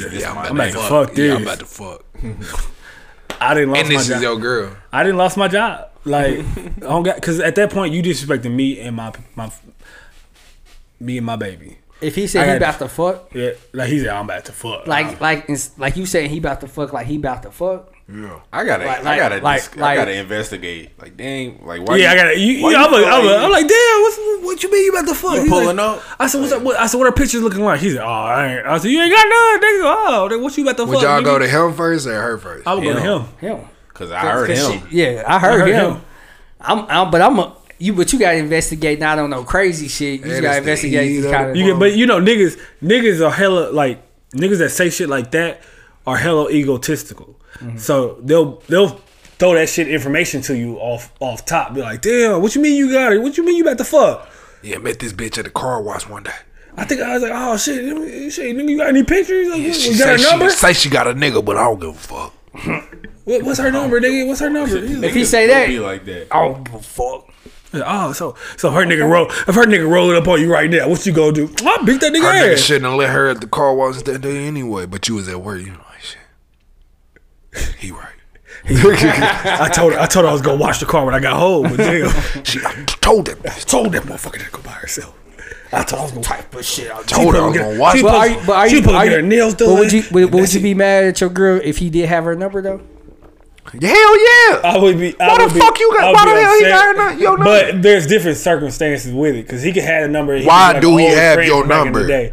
E: Hey,
B: yeah,
E: I'm about to fuck
B: Yeah, I'm
E: this.
B: about to fuck.
E: I didn't lost
B: And this
E: my
B: is
E: job.
B: your girl.
E: I didn't lost my job. Like, I don't got because at that point you disrespecting me and my my me and my baby.
C: If he said
E: I
C: he
E: got-
C: about to fuck,
E: Yeah, like he said, I'm about to fuck.
C: like
E: I'm-
C: like it's- like you saying he about to fuck, like he about to fuck.
B: Yeah.
F: I gotta,
C: Like-
F: I gotta,
C: like-
F: dis- I
C: like-
F: gotta investigate. Like, dang, like why?
E: yeah, I
F: you-
E: gotta. You, you,
F: why
E: I'm,
F: you
E: like, I'm,
F: feel
E: like, I'm like, damn, what's, what you mean you about to fuck?
F: You
E: He's
F: pulling
E: like-
F: up?
E: I said, what's up? What, I said, what are pictures looking like? He said, oh, I ain't. I said, you ain't got none, nigga. Oh, then what you about to
B: Would
E: fuck?
B: y'all
E: nigga?
B: go to him first or her first?
E: I would go to him.
C: Him.
F: Cause I heard
C: 'Cause
F: him.
C: she- yeah, I heard, him. I'm, I'm, but I'm a, you, but you gotta investigate. Not on no crazy shit. You just gotta investigate these kind of.
E: You get, but you know, niggas, niggas are hella like niggas that say shit like that are hella egotistical.
B: Mm-hmm.
E: So they'll they'll throw that shit information to you off off top. Be like, damn, what you mean you got it? What you mean you about to fuck?
B: Yeah, met this bitch at the car wash one day.
E: I think I was like, oh shit, shit, nigga, you got any pictures? Like, what-
B: She
E: you
B: say
E: got her number?
B: she say she got a nigga, but I don't give a fuck.
E: What, what's
B: Oh,
E: her number, nigga? What's her number? He's like,
C: if he say that,
F: Be like that.
B: I don't give a fuck.
E: oh, so so her nigga roll if her nigga rolling up on you right now, what you gonna do? I beat that nigga
B: Her nigga
E: ass.
B: shouldn't have let her at the car wash that day anyway. But you was at work, you know like shit. He right.
E: I told her I told her I was gonna wash the car when I got home, but damn.
B: she I told him.
E: told that motherfucker to go by herself. I told her I was gonna type of shit. I
B: told her I was gonna watch
E: She
B: her.
C: But are
E: supposed
C: you? But are
E: she
C: you?
E: supposed
C: Are
E: to get her
C: you
E: nails
C: but
E: done.
C: would you? Would, would you be mad at your girl if he did have her number though?
B: Hell yeah.
E: I would be. I
B: Why the
E: would be-
B: fuck you got-
E: I would
B: why
E: be
B: the hell he
E: upset.
B: got her nu- your number?
E: But there's different circumstances with it because he could have a number. and
B: Why
E: could be
B: do
E: an
B: he
E: old
B: have
E: friend
B: your
E: from back in the
B: number?
E: day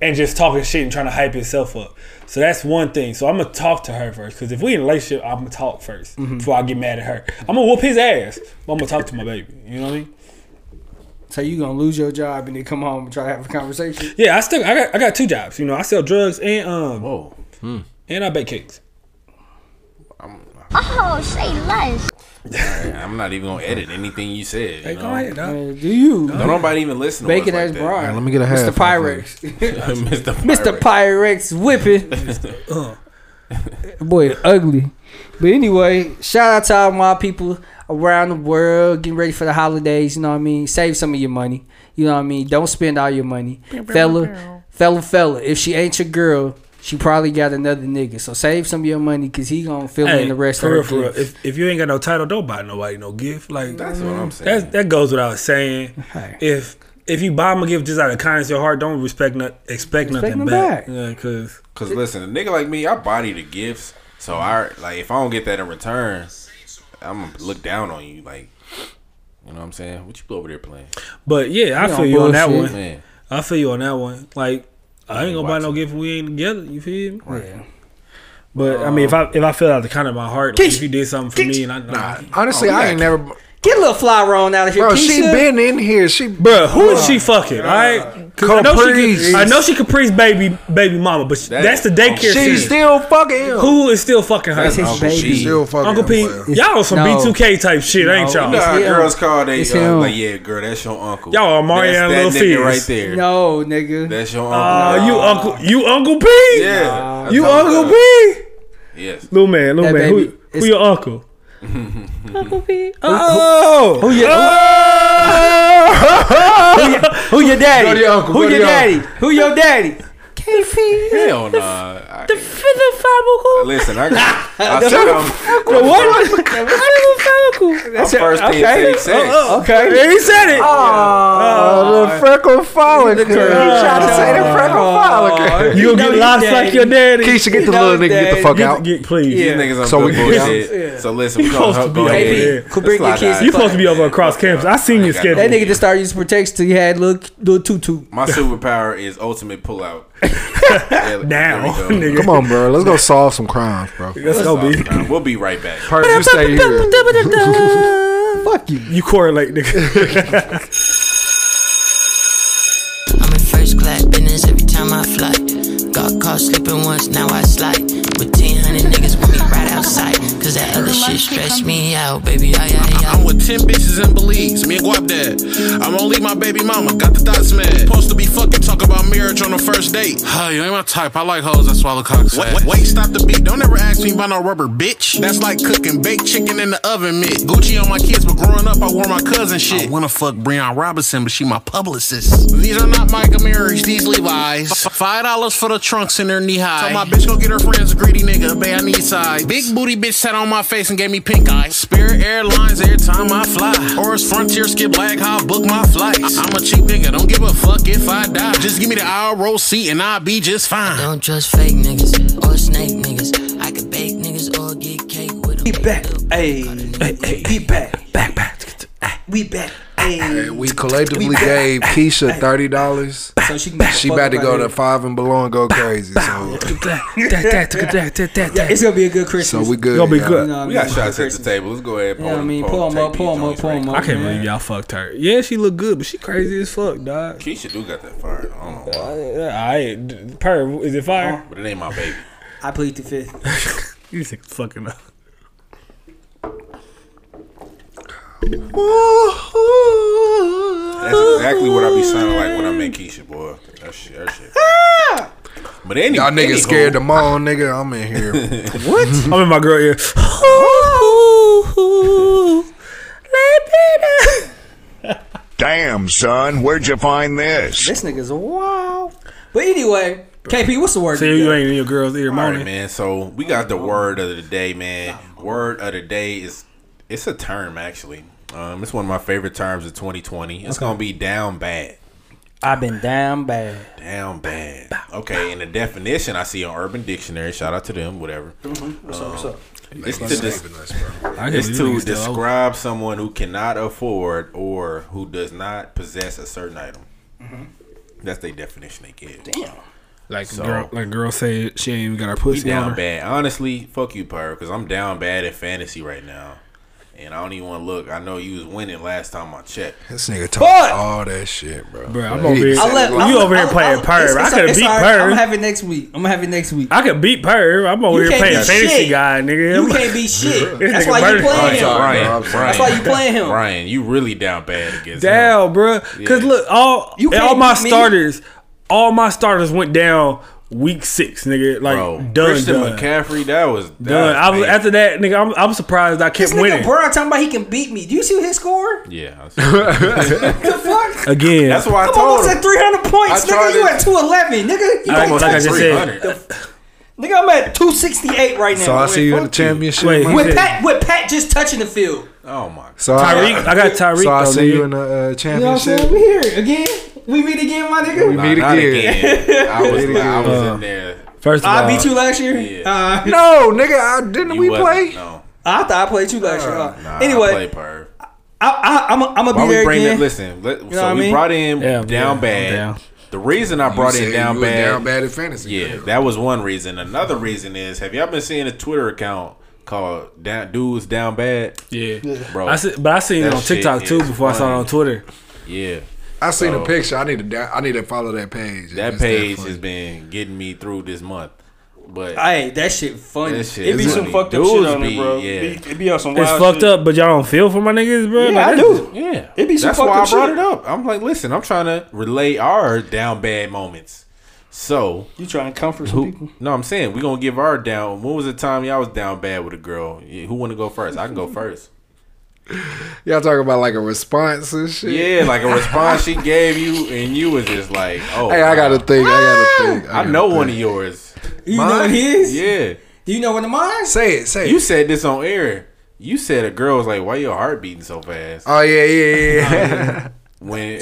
E: and just talking shit and trying to hype himself up. So that's one thing. So I'm gonna talk to her first because if we in a relationship, I'm gonna talk 1st
B: Mm-hmm.
E: before I get mad at her. I'm gonna whoop his ass. But I'm gonna talk to my baby. You know what I mean?
C: So you gonna lose your job and then come home and try to have a conversation?
E: Yeah, I still I got I got two jobs. You know, I sell drugs and um
F: Whoa.
E: and I bake cakes.
J: Oh, say less.
F: I'm not even gonna edit anything you said. You know?
E: Go ahead, dog.
C: Man, do you?
F: Don't nobody even listen. to
C: Bacon
F: us
C: ass
F: like
C: bride.
B: let me get a half,
C: Mr.
B: my
C: Pyrex.
F: Mr.
C: Mr. Pyrex whipping. Boy, ugly. But anyway, shout out to all my people around the world getting ready for the holidays. You know what I mean? Save some of your money. You know what I mean? Don't spend all your money. Fella, fella, fella. If she ain't your girl, she probably got another nigga. So save some of your money because he going to fill in the rest
E: for
C: of her
E: real, for real.
C: gift.
E: If, if you ain't got no title, don't buy nobody no gift. Like that's
F: what I'm saying.
E: That goes without saying. If if you buy them a gift just out of kindness of your heart, don't respect not expect, nothing
C: them
E: back.
C: back.
E: Yeah, because
F: Cause listen, a nigga like me, I body the gifts. So I like if I don't get that in return, I'm gonna look down on you. Like, you know what I'm saying? What you over there playing?
E: but yeah, I
C: You
E: feel
C: on
E: you on that
C: bullshit.
E: one.
F: Man,
E: I feel you on that one. Like I ain't gonna buy no
F: watching.
E: gift if we ain't together. You feel me?
C: Yeah.
E: But I mean, if I if I feel out the kind of my heart, like, if you did something for me and I know,
B: Honestly, I ain't never.
C: Get a little fly roll out of here,
B: Bro, she
C: Keisha.
B: been in here. She
E: Bruh, who is she fucking? All right, 'Cause I know she,
B: Caprice.
E: I know she Caprice baby baby mama, but
F: That
E: that's the
F: is-
E: daycare.
B: she
E: center.
B: still fucking him.
E: Who is still fucking her?
F: that's
C: his
F: Uncle
C: baby.
F: G.
B: Still fucking
E: Uncle
B: him,
E: Pete,
B: player.
E: y'all on some
C: No.
E: B2K type shit, ain't y'all?
F: You know how
C: him.
F: girls call they
C: It's
F: uh,
C: him.
F: like, yeah, girl, that's your uncle.
E: Y'all are Mario
F: That's
E: and
F: that
E: Lil
F: nigga
E: Fizz.
F: right there.
C: No, nigga.
F: That's your uncle.
E: Uh,
F: Nah.
E: you uncle, you uncle Pete.
F: Yeah.
E: you
F: That's
E: uncle
F: Uncle
E: P.
F: Yes.
E: Little man, little
C: That
E: man,
C: baby
E: who, who
C: is-
E: your uncle?
C: Oh, who, your, who, your, who your daddy?
B: Go to your uncle,
C: who
B: go to
C: your
B: your
C: daddy? Who your daddy? KP.
F: Hell nah. I-
C: Fifth uncle.
F: listen, I, I said I'm,
C: The what? Fifth uncle. That's
F: I'm first in
C: okay.
F: take six.
C: Oh, okay. he said it. Oh,
K: Oh, the freckle follicle. He tried to say the freckle follicle.
E: You gonna get lost like your daddy?
K: Keisha, get the little nigga, get the fuck
E: Get-
K: out.
E: get- please.
F: These niggas on
K: So
F: so
K: we-
F: bullshit. So listen, we
E: supposed
F: gonna
E: to
F: go
E: be
F: ahead.
E: over there.
F: Let's
C: Kubrick and
F: slide
C: Keys.
F: out.
E: You supposed to be over across campus. I seen your
F: I got it.
E: schedule.
C: That nigga just started using protection till he had little little tutu.
F: My superpower is ultimate pullout.
E: now, nigga.
B: Come on, bro. Let's go solve some crimes, bro.
E: Let's go, B.
F: We'll be right back.
B: Perk, you stay here.
E: Fuck you. You correlate, nigga.
L: I'm in first class business every time I fly. Got caught slipping once, now I slide. With 1,500 niggas with me right outside. Cause that other shit stressed me out, baby. I, I,
J: I'm with 10 bitches in Belize, me and Guap dad. I'm only my baby mama, got the thoughts mad. Supposed to be fucking talk about marriage on the first date.
M: Huh, you ain't my type, I like hoes that swallow cocks.
J: Wait, wait, wait, stop the beat, don't ever ask me about no rubber, bitch. That's like cooking baked chicken in the oven mitt. Gucci on my kids, but growing up, I wore my cousin shit.
M: I wanna fuck Breon Robinson, but she my publicist.
J: These are not Micah Mirrors, these Levi's.
M: F- Five dollars for the trunks and they're knee high.
J: Tell my bitch go get her friends a greedy nigga, bae, I need size.
M: Big booty bitch sat on my face and gave me pink eye.
J: Spirit Airlines every time I fly.
M: Or it's Frontier, skip lag, how I book my flights.
J: I- am a cheap nigga, don't give a fuck if I die. Just give me the aisle row seat and I'll be just fine.
L: Don't trust fake niggas or snake niggas. I could bake niggas or get cake with a
N: We back. Hey, we back. Back, back. We back. Hey,
B: We collectively gave Keisha thirty dollars.
C: So she can
B: She about to go to five and below and go crazy. So,
C: Yeah, It's gonna be a good
B: so
C: Christmas.
B: we good.
E: Gonna be
B: y'all.
E: good.
C: You know what I
F: We
C: mean?
F: got shots at the table. Let's go ahead.
C: You know what I mean? Pull 'em up, pull 'em up, pull 'em up.
E: I can't
C: man.
E: believe y'all fucked her. Yeah, she look good, but she crazy as fuck, dog.
F: Keisha do got that fire. I don't know why,
E: I per is it fire?
F: but it ain't my baby.
C: I plead the fifth.
E: Uh-huh. You think fucking up?
F: That's exactly what I be sounding like when I make Keisha, boy. That shit, that shit.
E: Ah!
F: But any
B: Y'all niggas
F: anywho,
B: scared them all, nigga. I'm in here.
E: I'm in my girl ear.
I: Damn, son, where'd you find this?
C: this nigga's wild. But anyway, KP, what's the word?
E: See you ain't in your girl's ear,
F: All right,
E: morning.
F: man. So we got the word of the day, man. Word of the day is it's a term actually. Um, it's one of my favorite terms of 2020. It's gonna be down bad.
C: I've been down bad.
F: Down bad. Okay, and the definition I see on Urban Dictionary. Shout out to them. Whatever.
C: Mm-hmm.
F: Um,
C: What's up? What's up?
F: It's to dis-
E: I can't
F: It's
E: believe
F: to
E: niggas still old.
F: describe someone who cannot afford or who does not possess a certain item. That's the definition they give.
C: Mm-hmm. Damn.
E: Like
F: So-
E: girl, like girl said, she ain't even got her
F: We
E: pussy
F: down
E: on her.
F: bad. Honestly, fuck you, Pyro, because I'm down bad at fantasy right now. And I don't even want to look. I know you was winning last time I checked.
B: This nigga talking all that shit, bro.
E: Bro, I'm
B: He
E: over here.
B: said
C: I
B: it
C: let,
B: like-
E: Well, you over here playing perv. I coulda beat
C: I'm
E: perv.
C: gonna have it next week. I'm gonna have it next week.
E: I could beat Perv. I'm over
C: You
E: here
C: can't
E: playing
C: be
E: fantasy
C: shit.
E: guy, nigga.
C: You
E: I'm-
C: can't be shit.
E: This
C: That's
E: nigga
C: why you
E: Burton.
C: playing
F: Brian,
C: him.
F: Brian,
B: That's
F: Brian,
C: why you playing him.
F: Brian, you really down bad against him.
E: down, bro. Because
F: Yeah.
E: look, all
C: You
E: all
C: can't
E: my
C: beat me.
E: starters, all my starters went down week six, nigga. Like
F: Bro,
E: done,
F: Christian
E: done,
F: McCaffrey, that was that
E: done.
F: was
E: I was
F: painful.
E: after that, nigga. I'm, I'm surprised I
C: This
E: kept
C: nigga
E: winning
C: Brown talking about he can beat me. Do you see his score?
F: Yeah, I was-
C: The fuck?
E: again.
F: that's why I
C: I'm almost
F: told
C: at
F: him.
C: 300 points,
F: I
C: nigga.
F: tried
C: You
F: it.
C: at 211, nigga. You
E: I-
C: ain't
E: like I
C: touch-
E: just said.
F: 300.
C: Nigga, I'm at 268 right now.
B: So I
C: with-
B: see you in the
F: fuck you.
B: championship.
E: Wait,
B: man.
E: who-
C: With Pat, with Pat just touching the field.
F: Oh my god.
B: so
E: Tyreek, I got Tyreek.
B: So I
E: though,
B: see
E: nigga.
B: you in the uh,
C: You know what I'm
B: championship.
C: saying? We here again. We meet again, my nigga.
B: meet
F: Not
B: again.
F: again. I was, I was
E: Uh,
F: in there.
E: First of all,
C: I beat you last year.
F: Yeah.
C: Uh,
B: No, nigga, I, didn't
F: You
B: we
F: wasn't,
B: play?
F: No.
C: I thought I played you last year. Uh,
F: Nah,
C: anyway,
F: I play Perv.
C: I, I, I'm I'm gonna
F: Why
C: be
F: we
C: there
F: bring
C: again.
F: it? Listen, let,
C: what I
F: so we
C: mean?
F: brought in
E: Yeah,
F: down
E: I'm down, I'm
F: bad.
E: down.
F: The reason I brought
B: You said
F: in down
B: you were
F: bad,
B: down bad at fantasy.
F: yeah, that was one reason. Another reason is, have y'all been seeing a Twitter account called down, "Dudes Down Bad"?
E: yeah.
F: Bro,
E: I see, but I seen it
F: That
E: on TikTok
F: shit
E: too
F: is
E: before I saw it on
F: funny.
E: Twitter.
F: yeah,
B: I seen
F: So-
B: a picture. I need to. down- I need to follow that page.
F: that
B: It's
F: page
B: funny.
F: has been getting me through this month. But
C: Hey, that shit funny.
F: That shit
C: it be
F: is
C: some
F: funny.
C: fucked up shit
F: Dudes
C: on
F: be-
C: it, bro.
F: yeah.
C: It, be, it be on some wild
E: It's fucked
C: shit.
E: up, but y'all don't feel for my niggas, bro.
C: Yeah, I
E: Like,
C: do.
F: yeah,
C: It be some
F: that's
C: fucked
F: why I
C: up
F: brought
C: shit.
F: it up. I'm like, listen, I'm trying to relay our down bad moments. So
C: You trying to comfort some
F: Who,
C: people?
F: no, I'm saying we gonna give our down. When was the time y'all was down bad with a girl? Yeah, Who want to go first? I can go first.
B: Y'all talking about like a response and shit.
F: Yeah, like a response she gave you, and you was just like, "Oh,
B: Hey, I got to
F: wow.
B: think. I got to think.
F: Ah! I
B: gotta
F: know
B: think.
F: one of yours.
C: You know what his?
F: Yeah,
C: Do you know what the mine?
B: Say it. Say
F: you
B: it.
F: said this on air. You said a girl was like, "Why your heart beating so fast?"
B: Oh yeah, yeah, yeah, yeah.
F: When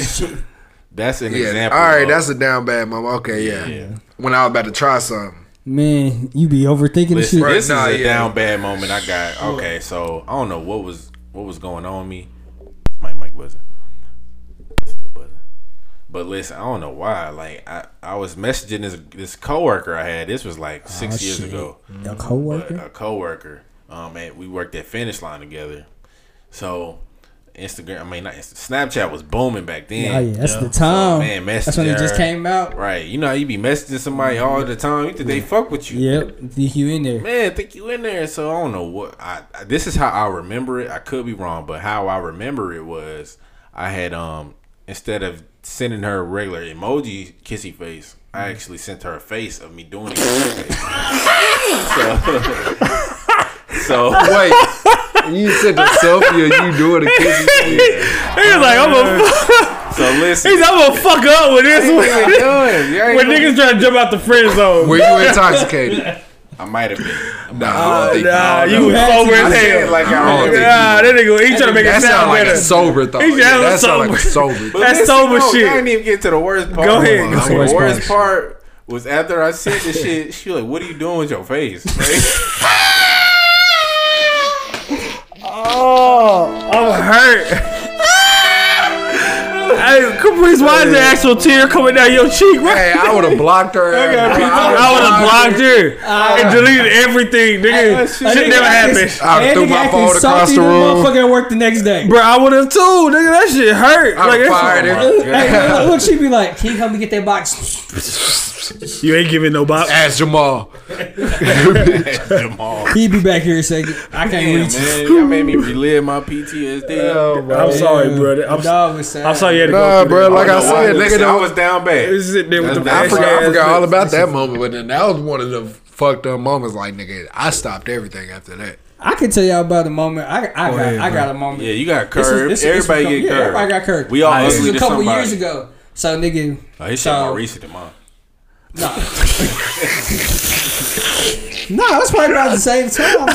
F: that's an
B: yeah.
F: example.
B: All right,
F: of-
B: that's a down bad mom. Okay, yeah. When I was about to try something.
C: Man, you be overthinking
F: Listen,
B: Right,
F: this
B: nah,
F: is a
B: yeah.
F: down bad moment I got. Okay, so I don't know what was what was going on with me. My mic buzzing. Still buzzing. But listen, I don't know why. Like I, I was messaging this this coworker I had. This was like six
C: Ah,
F: years
C: shit.
F: ago.
C: A coworker?
F: But A coworker. Um, and we worked at Finish Line together. So Instagram, I mean not Instagram, Snapchat was booming back then.
O: Yeah, yeah, that's the time. That's when it
F: messaging
O: just
F: her.
O: came out.
F: Right. You know, how you be messaging somebody all the time. You think they fuck with you?
O: Yep, you in there.
F: Man, I think you in there. So I don't know what I, I- This is how I remember it. I could be wrong, but how I remember it was I had um instead of sending her a regular emoji kissy face, I
E: Mm-hmm.
F: actually sent her a face of me doing it. so, so
B: Wait, you sent a selfie and you doing a kissy
E: He's like, I'm a.
F: So listen,
E: He's I'm gonna fuck up with this
B: What
E: one.
B: you doing? You ain't
E: when
B: doing-
E: niggas trying to jump out the friend zone.
B: Were you intoxicated?
F: I might have been.
B: Nah,
E: Oh,
B: I don't think
E: nah,
B: I don't
E: you
B: know.
E: was sober
B: I
E: as
B: said
E: hell.
B: Like, I
E: Nah,
B: don't think you-
E: that nigga- he tryna make it
B: That
E: sound
B: like
E: better.
B: a sober thought.
E: He
B: Yeah,
E: sound
B: that sound like a
E: sober.
B: sober.
F: But listen, no, I didn't even get to the worst part.
E: Go ahead.
F: The
E: Go ahead.
F: worst, part was after I sent the shit. She like, "What are you doing with your face?"
E: Oh, I'm hurt. hey, Caprice, why is the actual tear coming down your cheek? Right? Hey,
B: I would have blocked her.
E: I, would have blocked her
B: Uh,
E: and deleted everything. Nigga, shit never happened.
B: I threw my phone across the room.
C: Motherfucker at work the next day.
E: Bro, I would have too. Nigga, that shit hurt.
B: I
E: Like, that's-
B: fired
C: Hey,
B: him.
C: hey, look, look, she be like, "Can you help me get that box?"
E: You ain't giving no box.
B: Ask Jamal.
F: Jamal.
C: He be back here a second. I can't
F: Damn,
C: reach.
F: man, y'all made me relive my PTSD.
E: I'm sorry, brother. I'm, I'm sorry you had to
B: Nah,
E: go through
B: bro.
E: that.
B: Like I
F: don't know why.
B: said, nigga,
F: Listen, I
B: don't-
F: was down bad.
E: This is it there with the
B: I
E: ass
B: forgot, I
E: ass
B: forgot all
E: niggas.
B: about that moment, but then that was one of the fucked up moments. Like, nigga, I stopped everything after that.
C: I can tell y'all about a moment. I, I
B: Go
C: got
B: ahead,
C: I
B: bro.
C: got a moment.
F: Yeah, you got
C: This is-
F: curved.
C: this is- this
F: everybody
C: was a couple-
F: get curved.
C: Yeah, everybody got curved.
F: We all
C: This was
F: ugly
C: a
F: to
C: couple
F: somebody.
C: years ago. So nigga,
F: Oh, his shit
C: so-
F: more recent than mine.
C: No, that's probably about the same time. What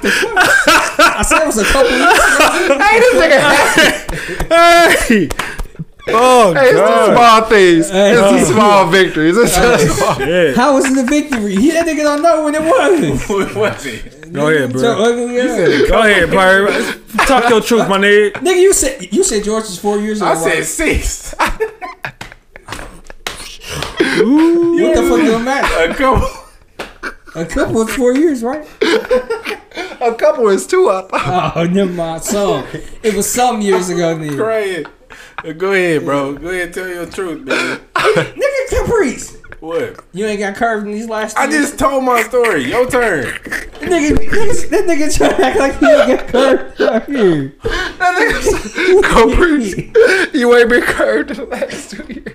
C: the fuck? I said it was a couple
B: Hey, this nigga
C: weeks.
E: hey, oh
B: Hey, it's the small things.
C: Hey.
B: it's the small victories. It's the small.
E: Shit.
C: How was the victory? He that nigga don't know when it was.
F: What's it?
E: Go ahead, bro.
C: So ugly, yeah.
E: Go ahead, bro. Talk your truth, my nigga.
C: Nigga, you said you said George was four years old.
F: I said
C: right?
F: six.
C: What the fuck do it matter?
F: A couple.
C: A couple is four years, right?
B: A couple is two up.
C: Oh, never mind. So it was some years ago, nigga.
F: Crying. Go ahead, bro. Go ahead, tell your truth, man.
C: Nigga Caprice,
F: What?
C: you ain't got curved in these last.
F: I
C: two years?
F: just told my story. Your turn.
C: nigga, nigga, that nigga trying to act like he ain't got curved. Fuck you.
B: Caprice, you ain't been curved in the last two years.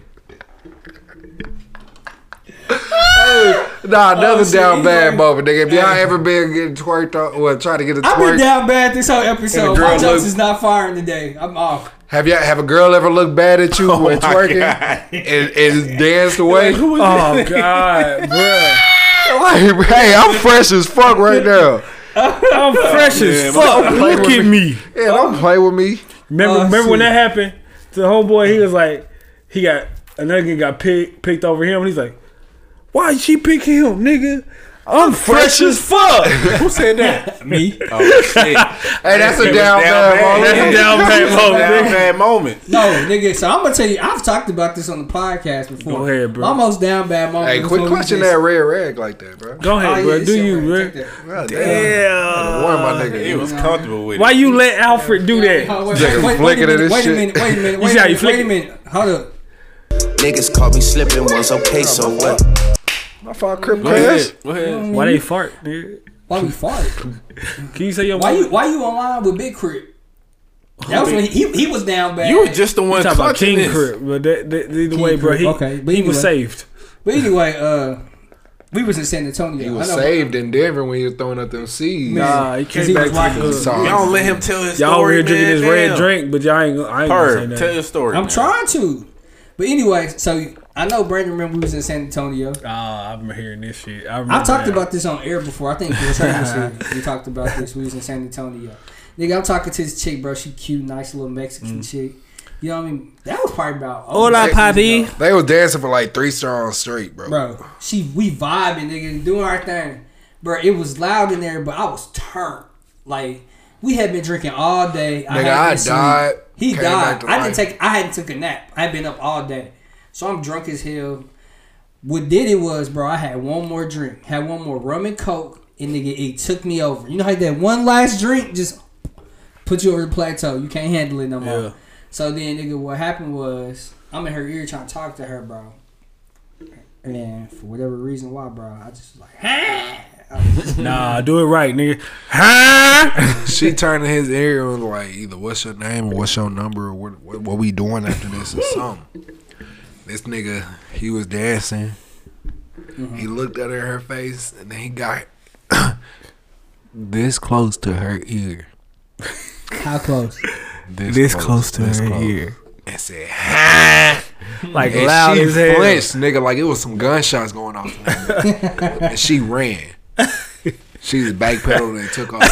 B: hey, nah, another
E: Oh,
C: shit,
B: down
C: he
B: bad
C: like-
B: moment, nigga. If y'all
C: Hey.
B: ever been getting twerked on, well, trying to get a
C: I've been
B: twerk,
C: down bad this whole episode.
B: And the girl
C: My jokes
B: look-
C: is not firing today. I'm off.
B: have y'all have a girl ever looked bad at you when
F: my
B: twerking
F: God.
B: and, and danced away?
E: Oh God, bro.
B: Like, hey, I'm fresh as fuck right now.
E: I'm fresh
B: Man, don't
E: as fuck.
B: play
E: Look
B: with
E: at me.
B: Yeah, don't play with me.
E: Remember,
B: Oh,
E: remember when
B: shit.
E: that happened? The homeboy, he was like, he got another nigga got picked picked over him, and he's like, why she pick him, nigga? I'm fresh as fuck.
F: Who said that?
C: Me.
F: Oh shit.
B: Hey, that's a down bad moment.
E: That's a down bad moment,
F: Down
E: nigga.
F: bad moment.
C: No, nigga. So I'm gonna tell you, I've talked about this on the podcast before.
E: Go ahead,
C: My
E: bro.
C: most down bad moment.
B: Hey,
C: was
B: quit
C: when we
B: clutching
C: just-
B: that red rag like that, bro.
E: Go ahead,
C: Oh, yeah,
E: bro.
C: it's your
E: Do you,
C: right.
E: bro?
C: Take that.
B: God damn.
E: Damn.
B: Warn my nigga.
F: He was comfortable with
E: Why
F: it.
E: you let Alfred do
C: Oh,
E: that?
C: wait,
B: Nigga
C: wait, wait,
B: flicking
C: a
B: at
C: minute,
B: this
C: wait a
B: shit.
C: minute, wait a minute,
E: You
C: wait
E: see
C: a
E: how you
C: minute, wait a
E: flick-
C: minute. Hold up.
D: Niggas caught me slipping once, okay, so what?
B: My phone crib
E: Go ahead.
B: crash.
F: Go ahead.
E: Why they fart, nigga?
C: Why we fart?
E: Can you say your
C: Why you
E: moment?
C: why you online with Big Crip? That was when he, he, he was down bad.
F: You was just the
E: You
F: one
E: talking about
F: clutching
E: King
F: this.
E: Crip, but that, that, either
C: King
E: way, bro,
C: Crip,
E: he,
C: okay, but
E: he was
C: anyway.
E: saved.
C: But anyway, uh, we was in San Antonio.
B: He
C: I
B: was
C: know-
B: saved in Denver when he was throwing up them seeds.
E: Nah, he
C: he
E: came
C: was
E: back to
C: rocking
E: the
C: with
E: hood.
B: Sorry.
F: Y'all don't let him tell his
E: Y'all over
F: story.
E: here drinking
F: man.
E: this red
F: Damn.
E: drink, but y'all ain't, gonna- I ain't
F: Perv,
E: gonna say
F: tell your
E: nothing.
F: story.
C: I'm
F: man.
C: trying to. But anyway, so I know Brandon remember we was in San Antonio.
E: Ah, I've been hearing this shit. I, remember
C: I talked
E: that.
C: about this on air before. I think it was her was here. We talked about this. We was in San Antonio. Nigga, I'm talking to this chick, bro. She cute, nice little Mexican
E: Mm.
C: chick. You know what I mean? That was probably about oh,
E: Hola,
C: six years
E: papi.
C: ago.
B: They was dancing for like three songs straight, bro.
C: Bro, she we vibing, nigga, doing our thing. Bro, it was loud in there, but I was turned. Like we had been drinking all day.
B: Nigga,
C: had
B: I
C: been sleep.
B: died
C: He
B: Came back
C: died.
B: to
C: I didn't
B: life.
C: take. I hadn't took a nap. I had been up all day, so I'm drunk as hell. What did it was, bro? I had one more drink. Had one more rum and coke, and nigga, it took me over. You know how that one last drink just put you over the plateau. You can't handle it no more.
G: Yeah.
C: So then, nigga, what happened was I'm in her ear trying to talk to her, bro. And for whatever reason, why, bro? I just was like,
E: nah, do it right, nigga.
B: she turned in his ear and was like, either what's your name or what's your number or what, what, what we doing after this or something. This nigga, he was dancing.
E: Mm-hmm.
B: He looked at her in her face and then he got this close to her ear.
C: how close?
B: This, this close. And said,
E: Like
B: And
E: loud
B: she
E: as hell.
B: flinched, nigga, like it was some gunshots going off. and she ran. She just backpedaled and took off.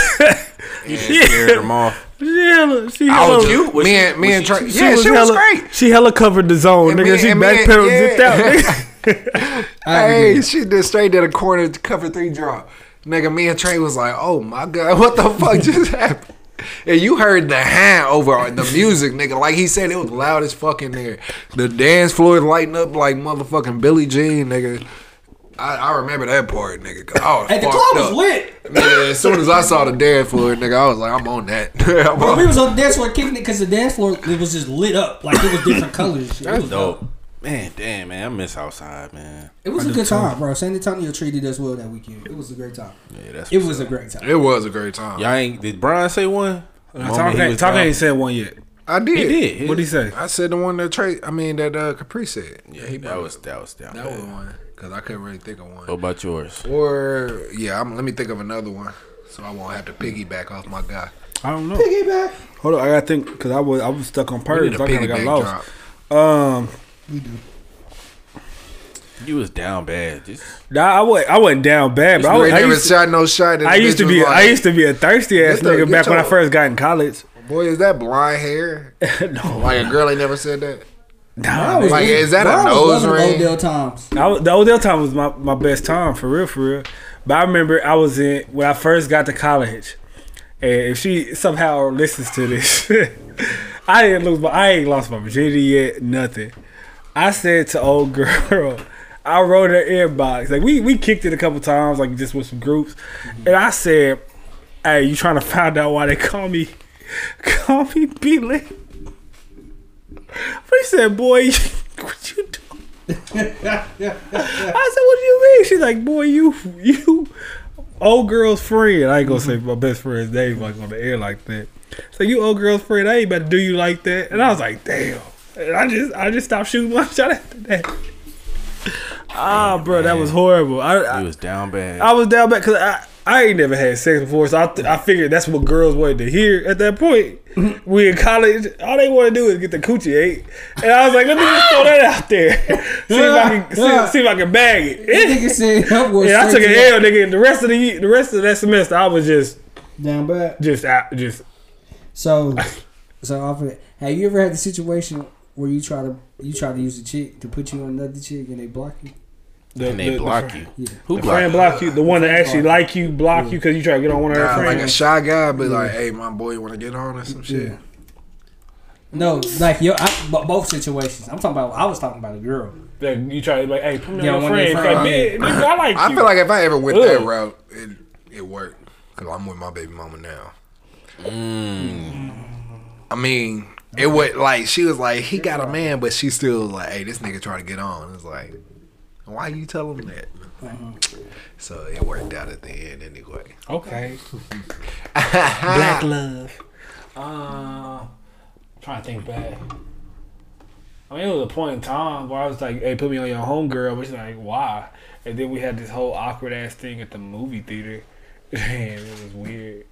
F: You scared him off.
E: Yeah, she
B: I
E: hella,
B: was cute. Was
E: me
B: she-
E: and, me
B: was
E: and
B: she
E: Trey.
B: cute?
E: yeah, she was great. She hella covered the zone,
B: me-
E: nigga. She
B: and me and-
E: backpedaled,
B: yeah.
E: zipped out. Nigga.
B: hey, she did straight to the corner to cover three drop. Nigga, me and Trey was like, oh my God, what the fuck just happened? And you heard the hand over the music, nigga. Like he said, it was loud as fuck in there. The dance floor lighting up like motherfucking Billie Jean, nigga. I, I remember that part, nigga. 'cause I was
C: Hey, the
B: fucked
C: club was
B: up.
C: lit.
B: Nigga, as soon as I saw the dance floor, nigga, I was like, I'm on that. I'm
C: Bro,
B: on-
C: we was on the dance floor kicking it because the dance floor it was just lit up like it was different colors. and shit. It
F: That's
C: was
F: dope. Man, damn, man. I miss outside, man.
C: It was a good time, bro. San Antonio treated us well that weekend. It was a great time.
F: Yeah, that's
C: it
F: what's
C: was a
F: up.
C: great time.
B: It was a great time.
F: Y'all ain't did Brian say one?
E: Nah, Talk ain't- Talk ain't said one yet.
B: I did.
F: He did.
E: What'd he say?
B: I said the one that Trey, I mean that uh, Capri said. Yeah, he
F: That was that was down.
B: That was one because I couldn't really think of one.
F: What about yours?
B: Or yeah, I'm, let me think of another one so I won't have to piggyback off my guy.
E: I don't know. Piggyback. Hold on, I gotta think because I was I was stuck on
B: We
E: purge.
B: need
E: I
B: a
E: kind of got
B: piggyback
E: lost. Um, we do.
F: You was down bad. Just
E: Nah, I wasn't, I wasn't down bad, but I, was,
B: Ray
E: I
B: never
E: used to,
B: shot no shot. and
E: I
B: the
E: used to
B: bitch
E: be
B: was
E: I
B: like,
E: used to be a thirsty ass
B: Get the-
E: nigga
B: get
E: back when I
B: your-
E: first got in college.
B: Boy, is that blind hair?
E: no,
B: like a girl ain't never said that.
E: Nah,
B: like is that a nose ring?
C: Times.
E: I was, the Odell time was my, my best time for real, for real. But I remember I was in when I first got to college, and if she somehow listens to this, I didn't lose my I ain't lost my virginity yet, nothing. I said to old girl, I wrote her inbox like we we kicked it a couple times like just with some groups, and I said, "Hey, you trying to find out why they call me call me Billy?" But he said, "Boy, what you doing?" I said, "What do you mean?" She's like, "Boy, you you old girl's friend." I ain't gonna say my best friend's name like on the air like that. So you old girl's friend, I ain't about to do you like that. And I was like, "Damn!" And I just I just stopped shooting one shot after that. Ah, bro, that was horrible. I I,
F: You was down bad.
E: I was down back because I. I ain't never had sex before, so I, th- I figured that's what girls wanted to hear at that point. we in college, all they want to do is get the coochie ate, and I was like, let me just throw that out there, see if I can see, see if I can bag it.
C: Nigga said upward.
E: Yeah, I took an
C: straight to
E: L, nigga. And the rest of the ye- the rest of that semester, I was just
C: down bad.
E: just out, just
C: So, so off of that, have you ever had the situation where you try to you try to use a chick to put you on another chick and they block you?
E: the,
F: And they
E: the- the
F: block
E: friend-
F: you.
E: Who
F: They
E: block friend
F: block
E: block you? The one that actually like you block you because you try to get on one of her
B: Nah, like a
E: friends.
B: shy guy, be like, "Hey, my boy, want to get on or some shit?"
C: Yeah. No, like yo, I, bo- both situations. I'm talking about. I was talking about a girl.
E: Like, you try to like, hey, put me
C: Yeah,
E: on a
C: one of
E: friend.
C: your
E: Like,
C: friends.
E: "Man, nigga, I like
B: I
E: you."
B: feel like if I ever went that
E: Ugh.
B: route, it it worked because I'm with my baby mama now. Mm. I mean, it would like she was like he got a man, but she still was like, hey, this nigga trying to get on. It's like, why you tell him that? So it worked out at the end anyway.
E: Okay. Black love. Uh, trying to think back. I mean, it was a point in time where I was like, "Hey, put me on your homegirl," but she's like, "Why?" And then we had this whole awkward ass thing at the movie theater, and it was weird.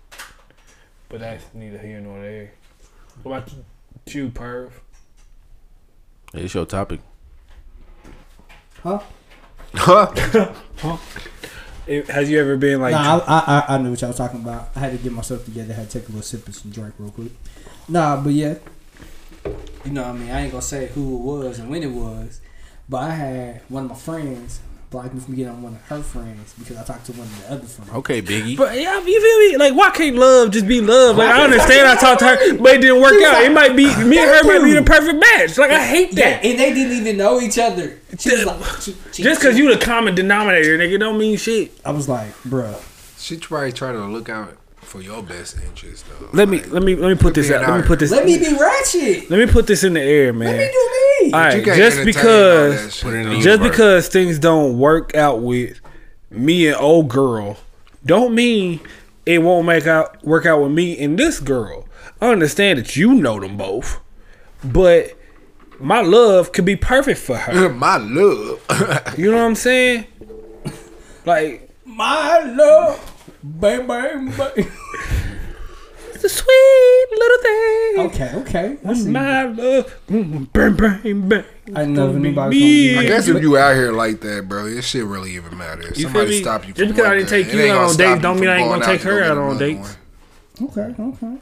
E: But that's neither here nor there. What about you, you, perv?
F: It's your topic.
C: Huh?
E: Huh? It- has you ever been like?
C: nah, I, I I knew what y'all was talking about. I had to get myself together. had to take a little sip of some drink real quick. Nah, but yeah, you know what I mean. I ain't gonna say who it was and when it was, but I had one of my friends blocked me from getting on one of her friends because I talked to one of the other friends.
F: Okay, Biggie.
E: But yeah, you feel me? Like, why can't love just be love? Like, I understand I talked to her, but it didn't work out. It might be me and her might be the perfect match. Like, I hate that.
C: and they didn't even know each other. She was like, she- she-
E: Just because you the common denominator, nigga, don't mean shit.
C: I was like, bruh.
B: She probably try to look out for your best interest though.
E: Let me let me let me put this out. Let me put this.
C: Let me be ratchet.
E: Let me put this in the air, man. Let me
C: do me.
B: But you
E: All right,
B: can't
E: just
B: entertain all that
E: because
B: shit, Put it in the
E: just
B: universe.
E: because things don't work out with me and old girl, don't mean it won't make out work out with me and this girl. I understand that you know them both, but my love could be perfect for her.
B: my love,
E: you know what I'm saying? Like
C: my love, bang bang bang.
E: It's a sweet little thing.
C: Okay, okay.
E: My love, mm, bang bang bang.
C: I never knew about
B: I guess if you out here like that, bro, this shit really even matter. If
E: You feel
B: somebody
E: me?
B: stop you.
E: Just
B: from
E: because I
B: like
E: didn't
B: that,
E: take
B: it
E: you
B: ain't
E: out
B: gonna
E: on
B: stop
E: dates,
B: you
E: don't
B: from
E: mean I ain't
B: going
E: gonna take
B: to go
E: her
B: get
E: out on
B: another
E: dates.
B: one.
C: Okay, okay.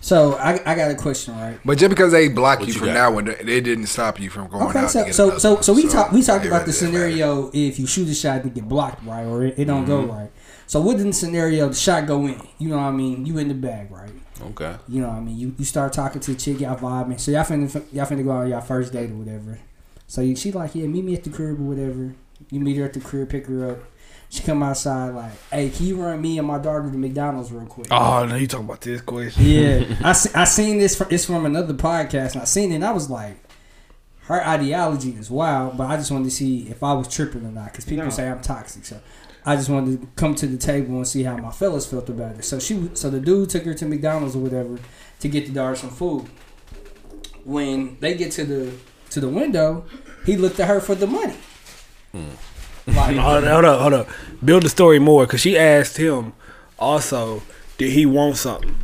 C: So I, I got a question, right?
B: But just because they block you from that one, it didn't stop you from going
C: Okay,
B: out.
C: so
B: to get
C: so
B: another
C: so,
B: one.
C: so we talked we talked
B: it
C: about
B: really
C: the
B: doesn't
C: scenario if you shoot a shot to get blocked right or it, it don't go
B: Mm-hmm.
F: Mhm.
C: right. So within the scenario the shot go in, you know what I mean? You in the bag, right?
F: Okay.
C: You know what I mean? You, you start talking to the chick, y'all vibing. So y'all finna y'all finna go on y'all first date or whatever. So you, she like, yeah, meet me at the crib or whatever. You meet her at the crib, pick her up. She come outside like, hey, can you run me and my daughter to McDonald's real quick?
E: Oh, now you talking about this question?
C: Yeah, I, se- I seen this. From, it's from another podcast, and I seen it. and I was like, her ideology is wild, but I just wanted to see if I was tripping or not because people
G: No.
C: say I'm toxic. So I just wanted to come to the table and see how my fellas felt about it. So she, w- so the dude took her to McDonald's or whatever to get the daughter some food. When they get to the to the window, he looked at her for the money. Like-
E: hold, hold up, hold up. Build the story more because she asked him also, did he want something?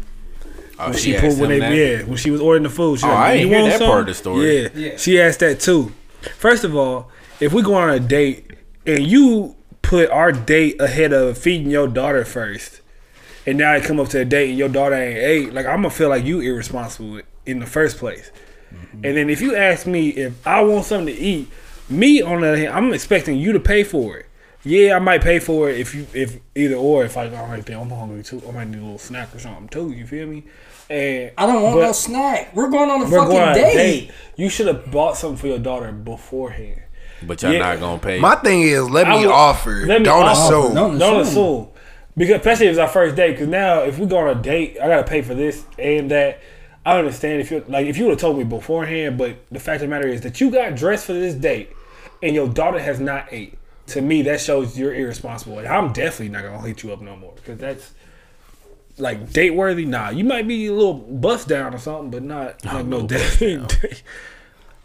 F: Oh,
E: when
F: she
E: she
F: asked
E: pulled when
F: him
E: they
F: that?
E: yeah when she was ordering the food. She
F: Oh,
E: like,
F: I
E: "You
F: ain't hear
E: want
F: that
E: something?"
F: part of the story.
E: Yeah.
F: Yeah.
E: she asked that too. First of all, if we go on a date and you put our date ahead of feeding your daughter first, and now I come up to a date and your daughter ain't ate, like I'm gonna feel like you irresponsible in the first place. And then if you ask me if I want something to eat, me on the other hand, I'm expecting you to pay for it. Yeah, I might pay for it if you if either or if I go like damn, I'm hungry too. I might need a little snack or something too. You feel me? And
C: I don't want
E: but
C: no snack. We're going on a
E: we're
C: fucking
E: going on a
C: date.
E: date. You should have bought something for your daughter beforehand.
F: But y'all
E: Yeah.
F: not gonna pay.
B: My thing is, let
E: I
B: me
E: would-
B: offer.
E: let me
B: don't
E: offer.
B: assume.
E: Don't, assume. Because especially if it's our first date. Because now if we go on a date, I gotta pay for this and that. I understand if you like if you would have told me beforehand, but the fact of the matter is that you got dressed for this date and your daughter has not ate. To me, that shows you're irresponsible, and I'm definitely not gonna hit you up no more because that's like date worthy. Nah, you might be a little bust down or something, but not like no date.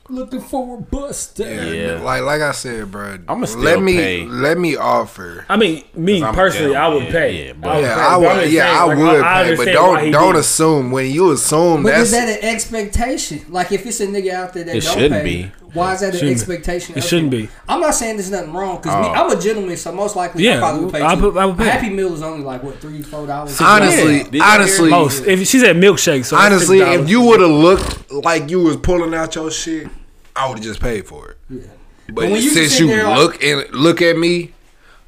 C: Looking for a bus
B: Yeah,
C: date.
B: like like I said, bro.
E: I'ma still
B: let me
E: pay.
B: let me offer.
E: I mean, me
B: 'Cause I'm
E: personally,
B: down,
E: I would
B: yeah,
E: pay.
B: Yeah,
E: I would pay,
B: I
E: but I'm
B: would.
E: just
B: Yeah,
E: saying,
B: I
E: like,
B: would
E: I
B: pay, but
E: understand why he
B: don't don't
E: did it.
B: assume when you assume
C: But
B: that's
C: is that an expectation? Like if it's a nigga out there that
B: It
C: don't pay,
B: shouldn't be.
C: why is that an
E: Shouldn't be.
C: expectation?
E: It shouldn't be.
C: I'm not saying there's nothing wrong because
E: Oh.
C: I'm a gentleman, so most likely I
E: Yeah,
C: probably would pay.
E: I
C: too.
E: would- I would
C: A
E: pay.
C: Happy Meal is only like what three, four dollars.
B: Honestly, honestly,
E: Most. If she said milkshake, so that's
B: honestly,
E: $50.
B: if you would have looked like you was pulling out your shit, I would have just paid for it. But,
C: But when you
B: since
C: sit
B: you
C: there like-
B: look and look at me,